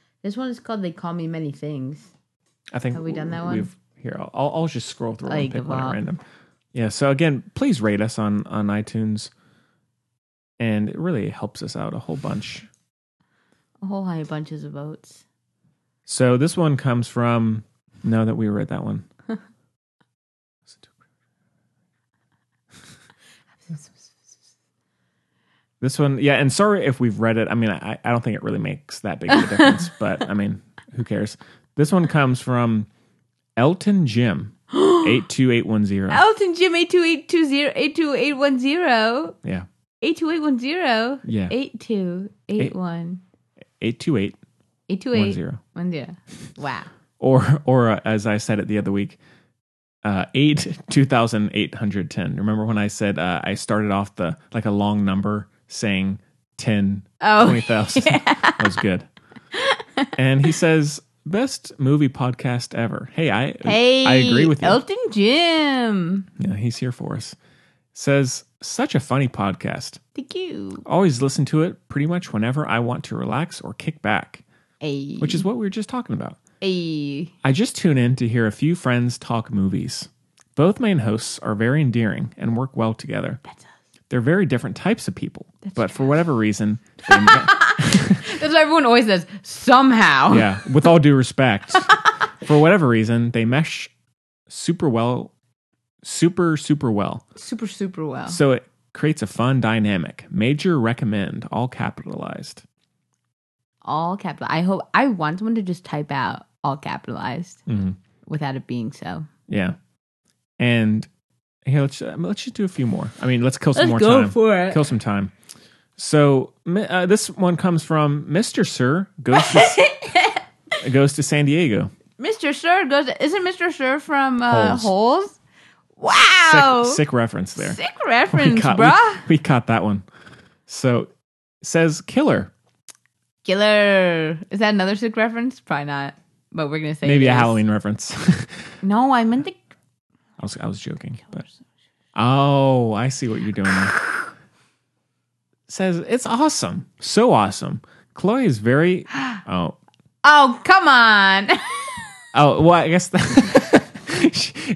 Speaker 2: [LAUGHS] this one is called "They Call Me Many Things."
Speaker 1: I think
Speaker 2: Have we done that
Speaker 1: w-
Speaker 2: one?
Speaker 1: We've here. I'll, I'll I'll just scroll through
Speaker 2: Like
Speaker 1: and pick one
Speaker 2: about-
Speaker 1: at random. Yeah. So again, please rate us on on iTunes, and it really helps us out a whole bunch.
Speaker 2: A whole high bunches of votes.
Speaker 1: So this one comes from. No, that we read that one. This one, yeah, and sorry if we've read it. I mean, I, I don't think it really makes that big of a difference, but I mean, who cares? This one comes from Elton Jim, 82810.
Speaker 2: Elton Jim eight two eight two zero eight two eight one zero
Speaker 1: yeah,
Speaker 2: eight two eight one zero
Speaker 1: Yeah.
Speaker 2: eight two eight one
Speaker 1: 82810.
Speaker 2: eight two eight one zero. Wow.
Speaker 1: Or, or uh, as I said it the other week, uh, 8 2810. Remember when I said uh, I started off the like a long number saying 10
Speaker 2: Oh,
Speaker 1: 20,000.
Speaker 2: [LAUGHS]
Speaker 1: That was good. And he says, best movie podcast ever. Hey, I
Speaker 2: Hey, Oh.
Speaker 1: I agree with you.
Speaker 2: Elton Jim.
Speaker 1: Yeah, he's here for us. Says, such a funny podcast.
Speaker 2: Thank you.
Speaker 1: Always listen to it pretty much whenever I want to relax or kick back,
Speaker 2: Hey,
Speaker 1: which is what we were just talking about.
Speaker 2: hey.
Speaker 1: I just tune in to hear a few friends talk movies. Both main hosts are very endearing and work well together. That's us. They're very different types of people, but for whatever reason, they ma-
Speaker 2: That's what everyone always says. Somehow.
Speaker 1: yeah, with all due respect, for whatever reason, they mesh super well, super, super well.
Speaker 2: Super, super well.
Speaker 1: So it creates a fun dynamic. Major recommend, all capitalized.
Speaker 2: all capital. I hope I want someone to just type out all capitalized
Speaker 1: Mhm.
Speaker 2: without it being so.
Speaker 1: Yeah. And here, let's, uh, let's just do a few more. I mean, let's kill some
Speaker 2: Let's
Speaker 1: more
Speaker 2: go
Speaker 1: time.
Speaker 2: for it.
Speaker 1: Kill some time. So mi- uh, this one comes from Mr. Sir goes to,
Speaker 2: [LAUGHS]
Speaker 1: goes to San Diego.
Speaker 2: Mr. Sir goes. Isn't Mr. Sir from uh,
Speaker 1: Holes.
Speaker 2: Holes? Wow.
Speaker 1: Sick, sick reference there.
Speaker 2: Sick reference,
Speaker 1: caught,
Speaker 2: Oh. bruh.
Speaker 1: We, we caught that one. So says killer.
Speaker 2: Killer. Is that another sick reference? Probably not. But we're gonna say
Speaker 1: Maybe
Speaker 2: it
Speaker 1: a
Speaker 2: is.
Speaker 1: Halloween reference. [LAUGHS] I
Speaker 2: No, I meant the.
Speaker 1: was I was joking. But. Oh, I see what you're doing. there. Says it's awesome, so awesome. Chloe is
Speaker 2: [GASPS]
Speaker 1: very. Oh,
Speaker 2: Oh come on. [LAUGHS]
Speaker 1: oh. Well, I guess [LAUGHS] that,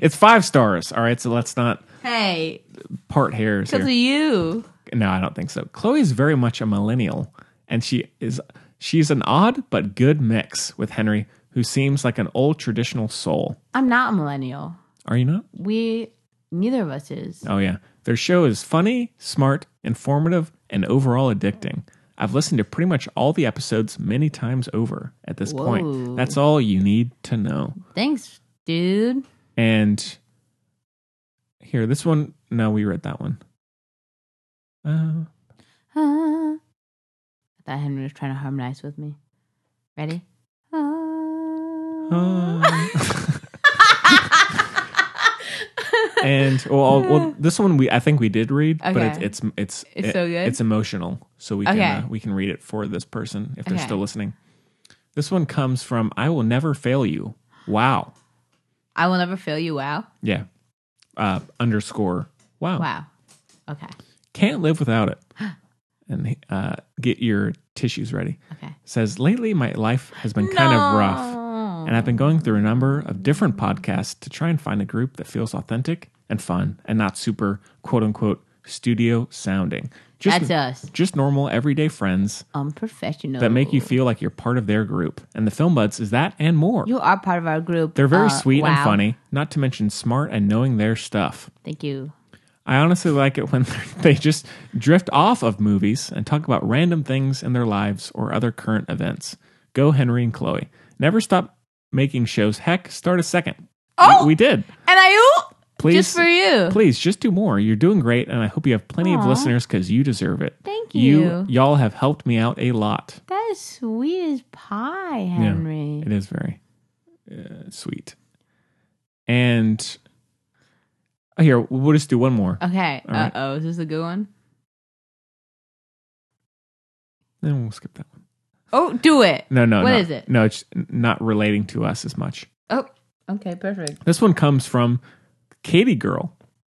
Speaker 1: it's five stars. All right, so let's not
Speaker 2: hey,
Speaker 1: part hairs
Speaker 2: because
Speaker 1: here.
Speaker 2: of you.
Speaker 1: No, I don't think so. Chloe is very much a millennial, and she is she's an odd but good mix with Henry, who seems like an old traditional soul.
Speaker 2: I'm not a millennial.
Speaker 1: Are you not?
Speaker 2: We neither of us is.
Speaker 1: Oh yeah. Their show is funny, smart, informative, and overall addicting. I've listened to pretty much all the episodes many times over at this
Speaker 2: Whoa.
Speaker 1: point. That's all you need to know.
Speaker 2: Thanks, dude.
Speaker 1: And here, this one. No, we read that one. Uh,
Speaker 2: Ah. I thought Henry was trying to harmonize with me. Ready? Ah.
Speaker 1: uh. [LAUGHS] and well, well, this one we I think we did read, but
Speaker 2: Okay.
Speaker 1: it's it's it's
Speaker 2: It's so good?
Speaker 1: It's emotional, so we
Speaker 2: Okay.
Speaker 1: can uh, we can read it for this person if they're
Speaker 2: Okay.
Speaker 1: still listening. This one comes from "I will never fail you." Wow,
Speaker 2: I will never fail you. Wow.
Speaker 1: yeah, uh, underscore wow.
Speaker 2: Wow. Okay.
Speaker 1: Can't live without it. [GASPS] And uh, get your tissues ready.
Speaker 2: Okay.
Speaker 1: Says lately, my life has been kind of rough. And I've been going through a number of different podcasts to try and find a group that feels authentic and fun and not super quote unquote studio sounding. Just,
Speaker 2: That's us.
Speaker 1: Just normal everyday friends
Speaker 2: Unprofessional.
Speaker 1: that make you feel like you're part of their group. And the Film Buds is that and more.
Speaker 2: You are part of our group.
Speaker 1: They're very
Speaker 2: Uh,
Speaker 1: sweet and
Speaker 2: wow.
Speaker 1: funny, not to mention smart and knowing their stuff.
Speaker 2: Thank you.
Speaker 1: I honestly like it when [LAUGHS] they just drift off of movies and talk about random things in their lives or other current events. Go Henry and Chloe. Never stop making shows. Heck, start a second. We-
Speaker 2: Oh!
Speaker 1: we, did.
Speaker 2: And I oop
Speaker 1: Please,
Speaker 2: just for you.
Speaker 1: Please, just do more. You're doing great, and I hope you have plenty of
Speaker 2: Aw.
Speaker 1: listeners because you deserve it.
Speaker 2: Thank
Speaker 1: You
Speaker 2: you.
Speaker 1: y'all have helped me out a lot.
Speaker 2: That is sweet as pie,
Speaker 1: Yeah,
Speaker 2: Henry.
Speaker 1: it is very uh, sweet. And oh, here we'll just do one more,
Speaker 2: Okay.
Speaker 1: All right.
Speaker 2: Uh oh. Is this a good one?
Speaker 1: then we'll skip that one.
Speaker 2: Oh, do it.
Speaker 1: No, no,
Speaker 2: What
Speaker 1: no.
Speaker 2: is it?
Speaker 1: No, it's not relating to us as much.
Speaker 2: Oh, okay. Perfect.
Speaker 1: This one comes from Katie Girl,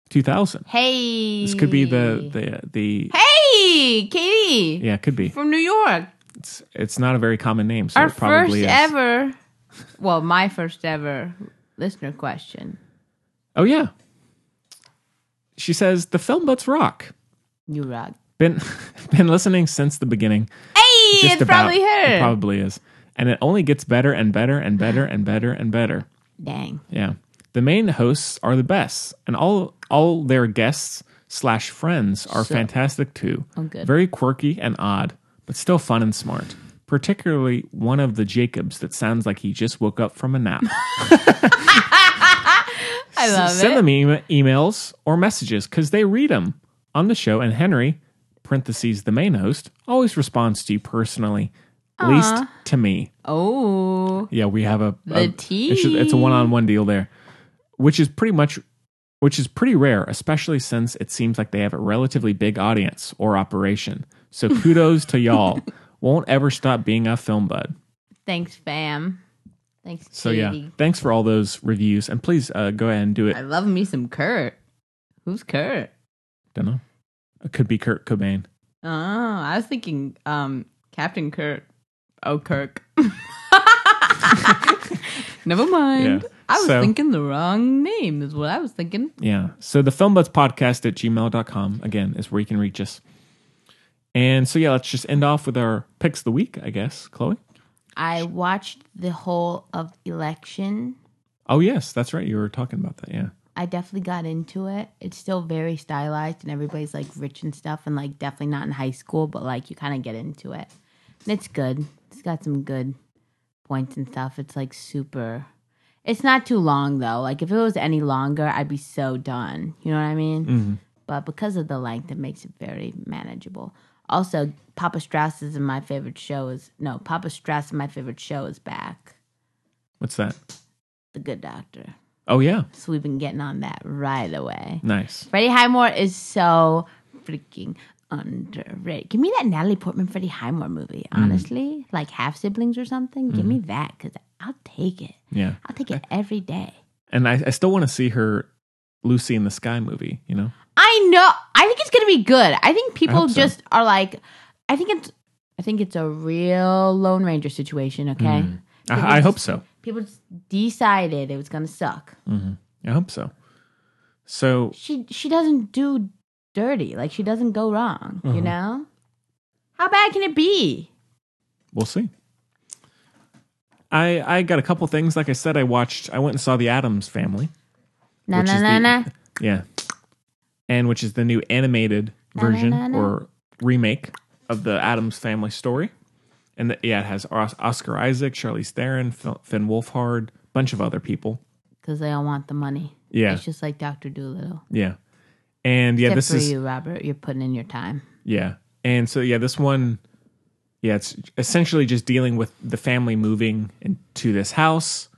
Speaker 1: two thousand.
Speaker 2: Hey.
Speaker 1: This could be the the the
Speaker 2: Hey, Katie
Speaker 1: yeah, it could be.
Speaker 2: from New York.
Speaker 1: It's it's not a very common name, so
Speaker 2: Our
Speaker 1: it probably
Speaker 2: first
Speaker 1: is.
Speaker 2: ever, well, my first ever listener question.
Speaker 1: Oh yeah. She says the film butts rock.
Speaker 2: You rock.
Speaker 1: Been [LAUGHS] been listening since the beginning.
Speaker 2: Hey,
Speaker 1: Just
Speaker 2: it's
Speaker 1: about.
Speaker 2: probably
Speaker 1: It
Speaker 2: her.
Speaker 1: probably is. And it only gets better and better and better and better and better.
Speaker 2: Dang.
Speaker 1: Yeah. The main hosts are the best, and all all their guests slash friends are fantastic too.
Speaker 2: Oh, good.
Speaker 1: Very quirky and odd, but still fun and smart. Particularly one of the Jacobs that sounds like he just woke up from a nap.
Speaker 2: [LAUGHS] I love
Speaker 1: Send
Speaker 2: it.
Speaker 1: them em- emails or messages because they read them on the show. And Henry, parentheses the main host, always responds to you personally, at least to me.
Speaker 2: Oh,
Speaker 1: Yeah, we have a, a-
Speaker 2: The
Speaker 1: It's, just- it's a
Speaker 2: tea.
Speaker 1: one-on-one deal there, which is pretty much, which is pretty rare, especially since it seems like they have a relatively big audience or operation.
Speaker 2: [LAUGHS]
Speaker 1: So kudos to y'all. Won't ever stop being a film bud.
Speaker 2: thanks, fam. Thanks,
Speaker 1: So yeah,
Speaker 2: Katie.
Speaker 1: thanks for all those reviews, and please uh, go ahead and do [LAUGHS] it.
Speaker 2: I love me some Kurt. Who's Kurt?
Speaker 1: Don't know. It could be Kurt Cobain.
Speaker 2: Oh, I was thinking um Captain Kirk. Oh, Kirk. [LAUGHS] Never mind.
Speaker 1: Yeah.
Speaker 2: I was
Speaker 1: So-
Speaker 2: thinking the wrong name, is what I was thinking.
Speaker 1: Yeah. So the film buds podcast at gmail.com again is where you can reach us. And so yeah, let's just end off with our picks of the week, I guess, Chloe.
Speaker 2: I watched the whole of Election.
Speaker 1: Oh yes, that's right. You were talking about that. Yeah.
Speaker 2: I definitely got into it. It's still very stylized and everybody's like rich and stuff and like definitely not in high school, but like you kind of get into it. And it's good. It's got some good points and stuff. It's like super. It's not too long though. Like if it was any longer, I'd be so done. You know what I mean? But because of the length, it makes it very manageable. Also, Papa Strauss is in my favorite show is no, Papa Strauss is my favorite show is back.
Speaker 1: What's that?
Speaker 2: The Good Doctor.
Speaker 1: Oh yeah.
Speaker 2: So we've been getting on that right away.
Speaker 1: Nice.
Speaker 2: Freddie Highmore is so freaking underrated. Give me that Natalie Portman Freddie Highmore movie,
Speaker 1: Mm.
Speaker 2: honestly. Like Half Siblings or something. Give me that because I'll take it.
Speaker 1: Yeah.
Speaker 2: I'll take it every day.
Speaker 1: And I, I still want to see her Lucy in the Sky movie, you know?
Speaker 2: I know. I think it's going to be good. I think people
Speaker 1: hope so.
Speaker 2: just are like, I think it's, I think it's a real Lone Ranger situation. Okay, People
Speaker 1: Mm. I, I hope
Speaker 2: just-
Speaker 1: so.
Speaker 2: People just decided it was going to suck.
Speaker 1: I hope so. So
Speaker 2: She she doesn't do dirty. Like she doesn't go wrong.
Speaker 1: Uh-huh.
Speaker 2: You know, how bad can it be?
Speaker 1: we'll see. I I got a couple things. Like I said, I watched I went and saw the Adams family.
Speaker 2: Na
Speaker 1: which
Speaker 2: na
Speaker 1: is
Speaker 2: na
Speaker 1: the-
Speaker 2: na.
Speaker 1: Yeah. And which is the new animated version
Speaker 2: Na-na-na-na.
Speaker 1: or remake of the Adams Family story. And the, yeah, it has Os- Oscar Isaac, Charlize Theron, Phil- Finn Wolfhard, bunch of other people.
Speaker 2: Because they all want the money.
Speaker 1: Yeah.
Speaker 2: It's just like Doctor Doolittle.
Speaker 1: Yeah. And yeah,
Speaker 2: Except
Speaker 1: this
Speaker 2: for
Speaker 1: is
Speaker 2: you, Robert. You're putting in your time.
Speaker 1: yeah. And so yeah, this one yeah, it's essentially just dealing with the family moving into this house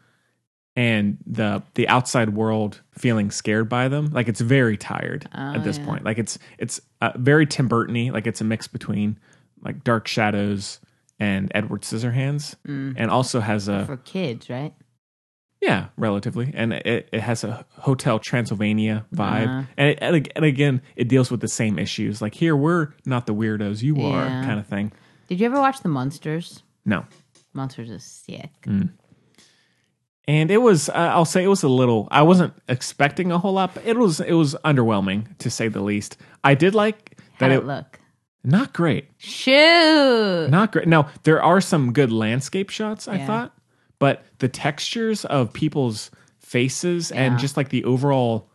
Speaker 1: and the the outside world feeling scared by them. Like it's very tired
Speaker 2: Oh,
Speaker 1: at this point. Like it's it's uh, very Tim Burton-y. Like it's a mix between like Dark Shadows and Edward Scissorhands,
Speaker 2: Mm.
Speaker 1: and also has a
Speaker 2: For kids, right?
Speaker 1: yeah, relatively, and it, it has a Hotel Transylvania vibe, and, it, and ag- and again, it deals with the same issues. Like here, we're not the weirdos, you are,
Speaker 2: Yeah.
Speaker 1: kind of thing.
Speaker 2: Did you ever watch The Monsters?
Speaker 1: No,
Speaker 2: Monsters is sick.
Speaker 1: Mm. and it was, uh, I'll say, it was a little. I wasn't expecting a whole lot, but it was, it was underwhelming to say the least. I did like
Speaker 2: How'd
Speaker 1: that
Speaker 2: it,
Speaker 1: it,
Speaker 2: look?
Speaker 1: not great,
Speaker 2: Shoot!
Speaker 1: not great. Now there are some good landscape shots, I
Speaker 2: Yeah.
Speaker 1: thought, but the textures of people's faces and just like the overall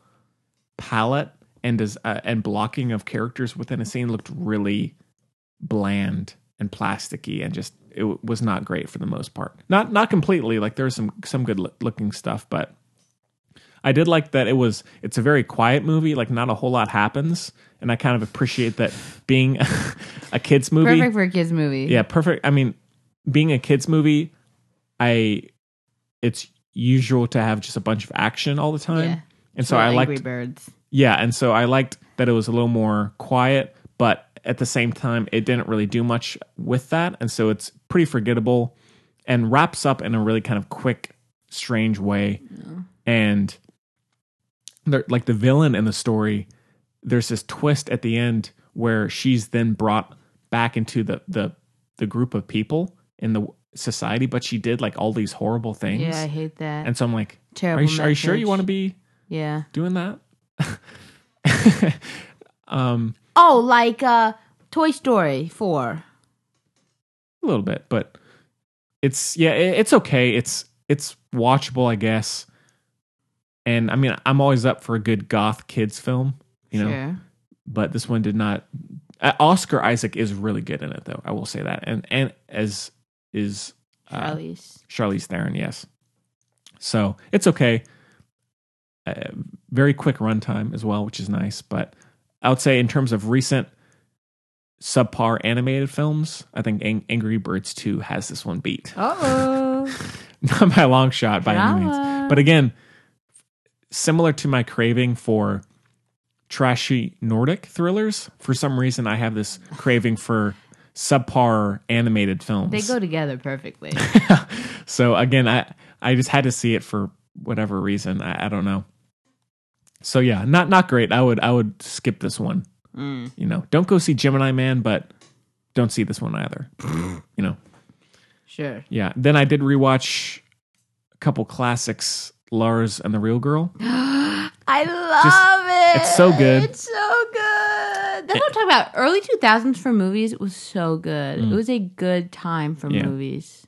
Speaker 1: palette and does uh, and blocking of characters within a scene looked really bland and plasticky and just it w- was not great for the most part. Not not completely like there was some some good loo- looking stuff, but I did like that it was it's a very quiet movie, like not a whole lot happens, and I kind of appreciate that being [LAUGHS] a kids movie.
Speaker 2: Perfect for a kids movie.
Speaker 1: Yeah, perfect. I mean, being a kids movie, I it's usual to have just a bunch of action all the time.
Speaker 2: Yeah.
Speaker 1: And so
Speaker 2: Little
Speaker 1: I
Speaker 2: Angry
Speaker 1: liked
Speaker 2: Birds.
Speaker 1: yeah, and so I liked that it was a little more quiet, but at the same time, it didn't really do much with that, and so it's pretty forgettable, and wraps up in a really kind of quick, strange way. And they're, like the villain in the story, there's this twist at the end where she's then brought back into the the the group of people in the society, but she did like all these horrible things,
Speaker 2: Yeah, I hate that.
Speaker 1: and so I'm like,
Speaker 2: Terrible
Speaker 1: are you, are you sure you
Speaker 2: message.
Speaker 1: want to be
Speaker 2: yeah.
Speaker 1: doing that?
Speaker 2: Oh, like uh, Toy Story four.
Speaker 1: a little bit, but it's yeah, it, it's okay. It's it's watchable, I guess. And I mean, I'm always up for a good goth kids film, you know.
Speaker 2: Sure.
Speaker 1: But this one did not. Uh, Oscar Isaac is really good in it, though. I will say that, and and as is uh,
Speaker 2: Charlize.
Speaker 1: Charlize Theron, yes. So it's okay. Uh, very quick runtime as well, which is nice. But I would say in terms of recent subpar animated films, I think Ang- Angry Birds Two has this one beat.
Speaker 2: Oh,
Speaker 1: [LAUGHS] Not by a long shot, by any
Speaker 2: Drama.
Speaker 1: means. But again, similar to my craving for trashy Nordic thrillers, for some reason I have this craving for subpar animated films.
Speaker 2: they go together
Speaker 1: [LAUGHS]
Speaker 2: perfectly.
Speaker 1: So again, I I just had to see it for whatever reason. I, I don't know. So yeah, not not great. I would I would skip this one.
Speaker 2: Mm.
Speaker 1: You know, don't go see Gemini Man, but don't see this one
Speaker 2: [LAUGHS]
Speaker 1: either. you know,
Speaker 2: sure.
Speaker 1: yeah. Then I did rewatch a couple classics, Lars and the Real
Speaker 2: [GASPS]
Speaker 1: Girl.
Speaker 2: I love it.
Speaker 1: it's so good.
Speaker 2: It's so good. That's what I'm talking about. Early 2000s for movies was so good. It was a good time for
Speaker 1: Mm. Yeah.
Speaker 2: movies.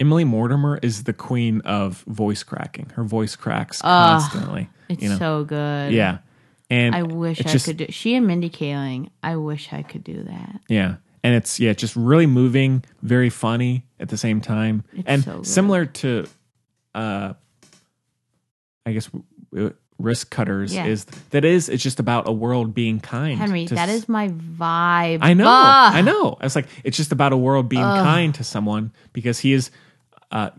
Speaker 1: Emily Mortimer is the queen of voice cracking. Her voice cracks
Speaker 2: Ugh,
Speaker 1: constantly.
Speaker 2: Ah, It's
Speaker 1: you know,
Speaker 2: so good.
Speaker 1: yeah. And
Speaker 2: I wish
Speaker 1: it's
Speaker 2: I
Speaker 1: just-
Speaker 2: could do she and Mindy Kaling. I wish I could do that.
Speaker 1: Yeah. And it's yeah, just really moving, very funny at the same time. and
Speaker 2: so good.
Speaker 1: similar to uh I guess uh, risk cutters
Speaker 2: Yeah.
Speaker 1: is that is it's just about a world being kind.
Speaker 2: Henry,
Speaker 1: to
Speaker 2: that
Speaker 1: s-
Speaker 2: is my vibe.
Speaker 1: I know.
Speaker 2: Ah!
Speaker 1: I know. It's like it's just about a world being kind to someone because he is uh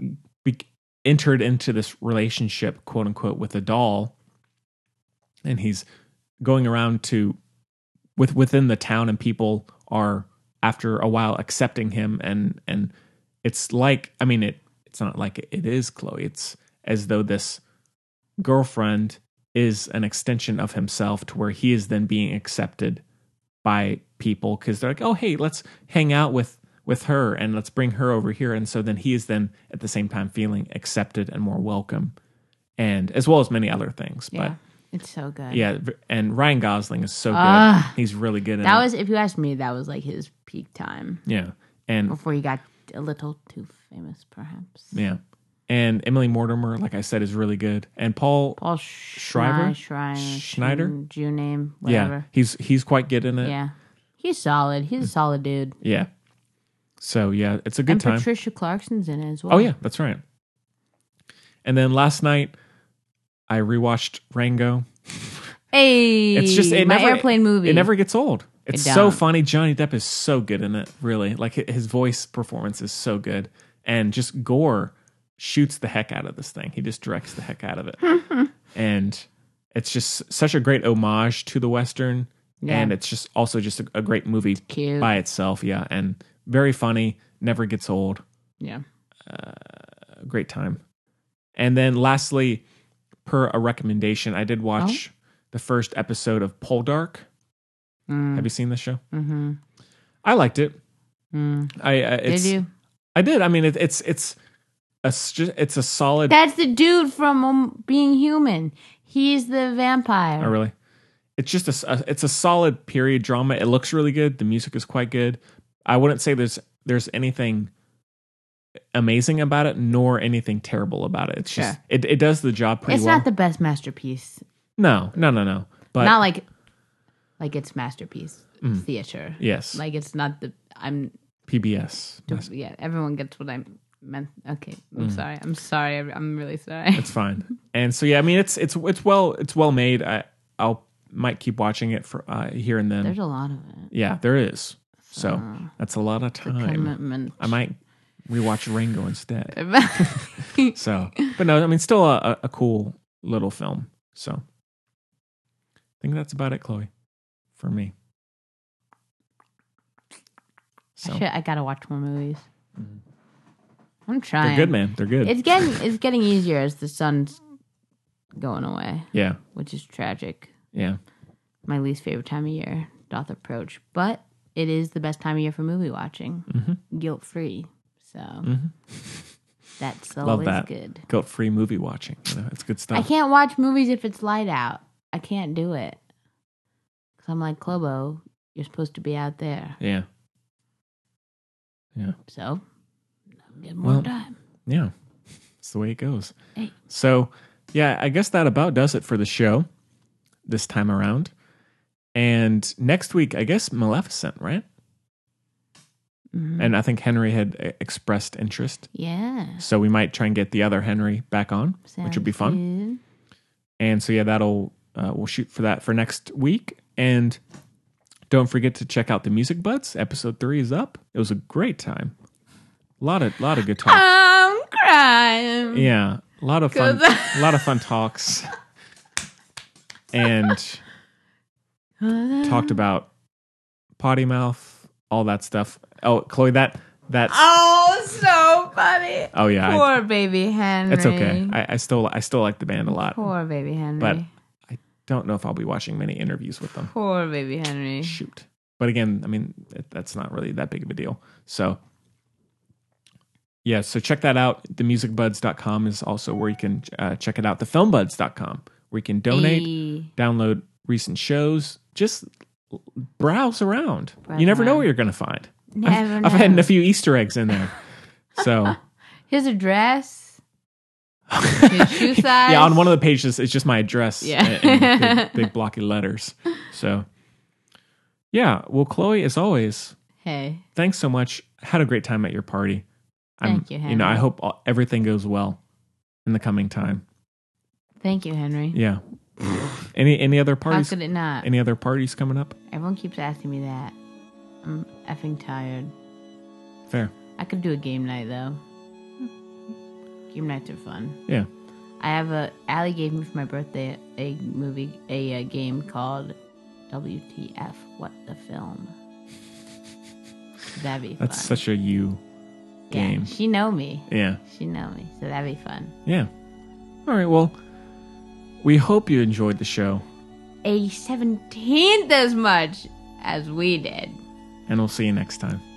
Speaker 1: be- entered into this relationship, quote unquote, with a doll and he's going around to with within the town and people are after a while accepting him and and it's like i mean it it's not like it, it is chloe it's as though this girlfriend is an extension of himself to where he is then being accepted by people because they're like oh hey let's hang out with with her and let's bring her over here and so then he is then at the same time feeling accepted and more welcome and as well as many other things
Speaker 2: Yeah.
Speaker 1: but
Speaker 2: It's so good.
Speaker 1: yeah, v- and Ryan Gosling is so good.
Speaker 2: Ah.
Speaker 1: He's really good. In
Speaker 2: That
Speaker 1: it.
Speaker 2: was if you ask me, that was like his peak time.
Speaker 1: yeah, and
Speaker 2: Before he got a little too famous, perhaps.
Speaker 1: yeah, and Emily Mortimer, like I said, is really good. And Paul,
Speaker 2: Paul
Speaker 1: Shriver?
Speaker 2: Schreiber, Schreiber,
Speaker 1: Schneider?
Speaker 2: Jew name,
Speaker 1: yeah,
Speaker 2: whatever.
Speaker 1: he's he's quite good in
Speaker 2: Yeah.
Speaker 1: it.
Speaker 2: he's solid. He's a solid dude.
Speaker 1: Yeah. So yeah, it's a Hmm. good
Speaker 2: and
Speaker 1: time.
Speaker 2: Patricia Clarkson's in it as well.
Speaker 1: oh yeah, that's right. And then last night, I rewatched Rango.
Speaker 2: hey,
Speaker 1: It's just it
Speaker 2: my
Speaker 1: never,
Speaker 2: airplane movie.
Speaker 1: It never gets old. It's
Speaker 2: It
Speaker 1: so
Speaker 2: don't.
Speaker 1: funny. Johnny Depp is so good in it. Really, like hi- his voice performance is so good, and just Gore shoots the heck out of this thing. He just directs the heck out
Speaker 2: [LAUGHS]
Speaker 1: of it, and it's just such a great homage to the western.
Speaker 2: Yeah.
Speaker 1: And it's just also just a, a great movie
Speaker 2: cute.
Speaker 1: by itself. Yeah, and very funny. Never gets old
Speaker 2: yeah.
Speaker 1: a great time. And then lastly, per a recommendation, I did
Speaker 2: Oh.
Speaker 1: watch the first episode of Poldark.
Speaker 2: Mm.
Speaker 1: Have you seen this show? Mm-hmm. I liked it. I uh,
Speaker 2: Mm. Did
Speaker 1: it's,
Speaker 2: you?
Speaker 1: I did. I mean, it, it's it's a s- ju- it's a solid.
Speaker 2: That's the dude from um, Being Human. He's the vampire.
Speaker 1: oh, really, it's just a s- a it's a solid period drama. It looks really good. The music is quite good. I wouldn't say there's there's anything amazing about it, nor anything terrible about it. It's just
Speaker 2: Sure.
Speaker 1: it, it does the job pretty
Speaker 2: It's
Speaker 1: well.
Speaker 2: not the best masterpiece.
Speaker 1: No, no, no, no. But Hmm.
Speaker 2: not like like it's masterpiece theater.
Speaker 1: yes, like
Speaker 2: Like it's not the I'm
Speaker 1: PBS. That's,
Speaker 2: yeah, everyone gets what I meant. Okay, I'm sorry. I'm sorry. I'm really sorry.
Speaker 1: Hmm. that's fine. And so yeah, I mean it's it's it's well it's well made. I I'll might keep watching it for uh, here and then.
Speaker 2: [LAUGHS] There's a lot Uh, of it.
Speaker 1: yeah, there is. So that's a lot of time.
Speaker 2: Commitment. [LAUGHS]
Speaker 1: I might rewatch Rango instead. So, but no, I mean still a, a- a cool little film. So I think that's about it, Chloe, for me. So
Speaker 2: I should, I gotta watch more movies. I'm
Speaker 1: Mm-hmm. they're
Speaker 2: trying.
Speaker 1: good, man. They're good.
Speaker 2: It's getting it's getting easier as the sun's going away,
Speaker 1: yeah,
Speaker 2: which is tragic.
Speaker 1: yeah.
Speaker 2: My least favorite time of year doth approach, but it is the best time of year for movie watching,
Speaker 1: Mm-hmm.
Speaker 2: guilt free. So that's
Speaker 1: Love
Speaker 2: always
Speaker 1: that.
Speaker 2: good.
Speaker 1: Guilt free movie watching. You know, it's good stuff.
Speaker 2: I can't watch movies if it's light out. I can't do it. Cause I'm like Clobo, you're supposed to be out there.
Speaker 1: Yeah. Yeah.
Speaker 2: So get more
Speaker 1: Well-
Speaker 2: time.
Speaker 1: Yeah. It's the way it goes.
Speaker 2: Hey.
Speaker 1: So, yeah, I guess that about does it for the show this time around. And next week, I guess Maleficent, right?
Speaker 2: Mm-hmm.
Speaker 1: And I think Henry had uh, expressed interest.
Speaker 2: Yeah.
Speaker 1: So we might try and get the other Henry back on, which would be fun.
Speaker 2: Sounds
Speaker 1: And so yeah, that'll uh, we'll shoot for that for next week. And don't forget to check out the Music Buds. Episode three is up. It was a great time. A lot of lot of good
Speaker 2: good.
Speaker 1: talk.
Speaker 2: I'm crying.
Speaker 1: Yeah, a lot of fun,
Speaker 2: 'Cause-
Speaker 1: a lot of fun talks, and talked about potty mouth, all that stuff. Oh, Chloe, that that's oh,
Speaker 2: Oh, so funny.
Speaker 1: yeah, I,
Speaker 2: Poor baby Henry.
Speaker 1: it's okay. I, I still I still like the band a lot,
Speaker 2: Poor baby Henry.
Speaker 1: but I don't know if I'll be watching many interviews with them.
Speaker 2: Poor baby Henry.
Speaker 1: shoot. But again, I mean, that- that's not really that big of a deal. So, yeah, so check that out. Themusicbuds.com is also where you can uh, check it out. Thefilmbuds.com, where you can donate,
Speaker 2: Hey.
Speaker 1: download recent shows, just browse around.
Speaker 2: Browse
Speaker 1: you never know
Speaker 2: around.
Speaker 1: what you're going to find.
Speaker 2: Never
Speaker 1: I've had
Speaker 2: know.
Speaker 1: a few Easter eggs in there.
Speaker 2: [LAUGHS]
Speaker 1: So,
Speaker 2: His address.
Speaker 1: [LAUGHS]
Speaker 2: His shoe size.
Speaker 1: yeah, on one of the pages, it's just my address
Speaker 2: Yeah.
Speaker 1: in- in big,
Speaker 2: [LAUGHS]
Speaker 1: big blocky letters. So, yeah, well, Chloe, as always,
Speaker 2: Hey.
Speaker 1: thanks so much. Had a great time at your party.
Speaker 2: Thank you,
Speaker 1: You know, I
Speaker 2: Henry.
Speaker 1: hope all, everything goes well in the coming time.
Speaker 2: Thank you, Henry.
Speaker 1: Yeah. any any other
Speaker 2: How
Speaker 1: parties?
Speaker 2: could it not?
Speaker 1: Any other parties coming up?
Speaker 2: Everyone keeps asking me that. I'm effing tired.
Speaker 1: Fair.
Speaker 2: I could do a game night though. Hmm. Game nights are fun.
Speaker 1: Yeah.
Speaker 2: I have a Allie gave me for my birthday a movie a, uh game called WTF What the Film. That'd be
Speaker 1: That's
Speaker 2: fun.
Speaker 1: such a you
Speaker 2: yeah,
Speaker 1: game.
Speaker 2: She know me.
Speaker 1: Yeah.
Speaker 2: She know me. So that'd be fun.
Speaker 1: Yeah. All right. Well, we hope you enjoyed the show,
Speaker 2: A seventeenth as much as we did.
Speaker 1: and we'll see you next time.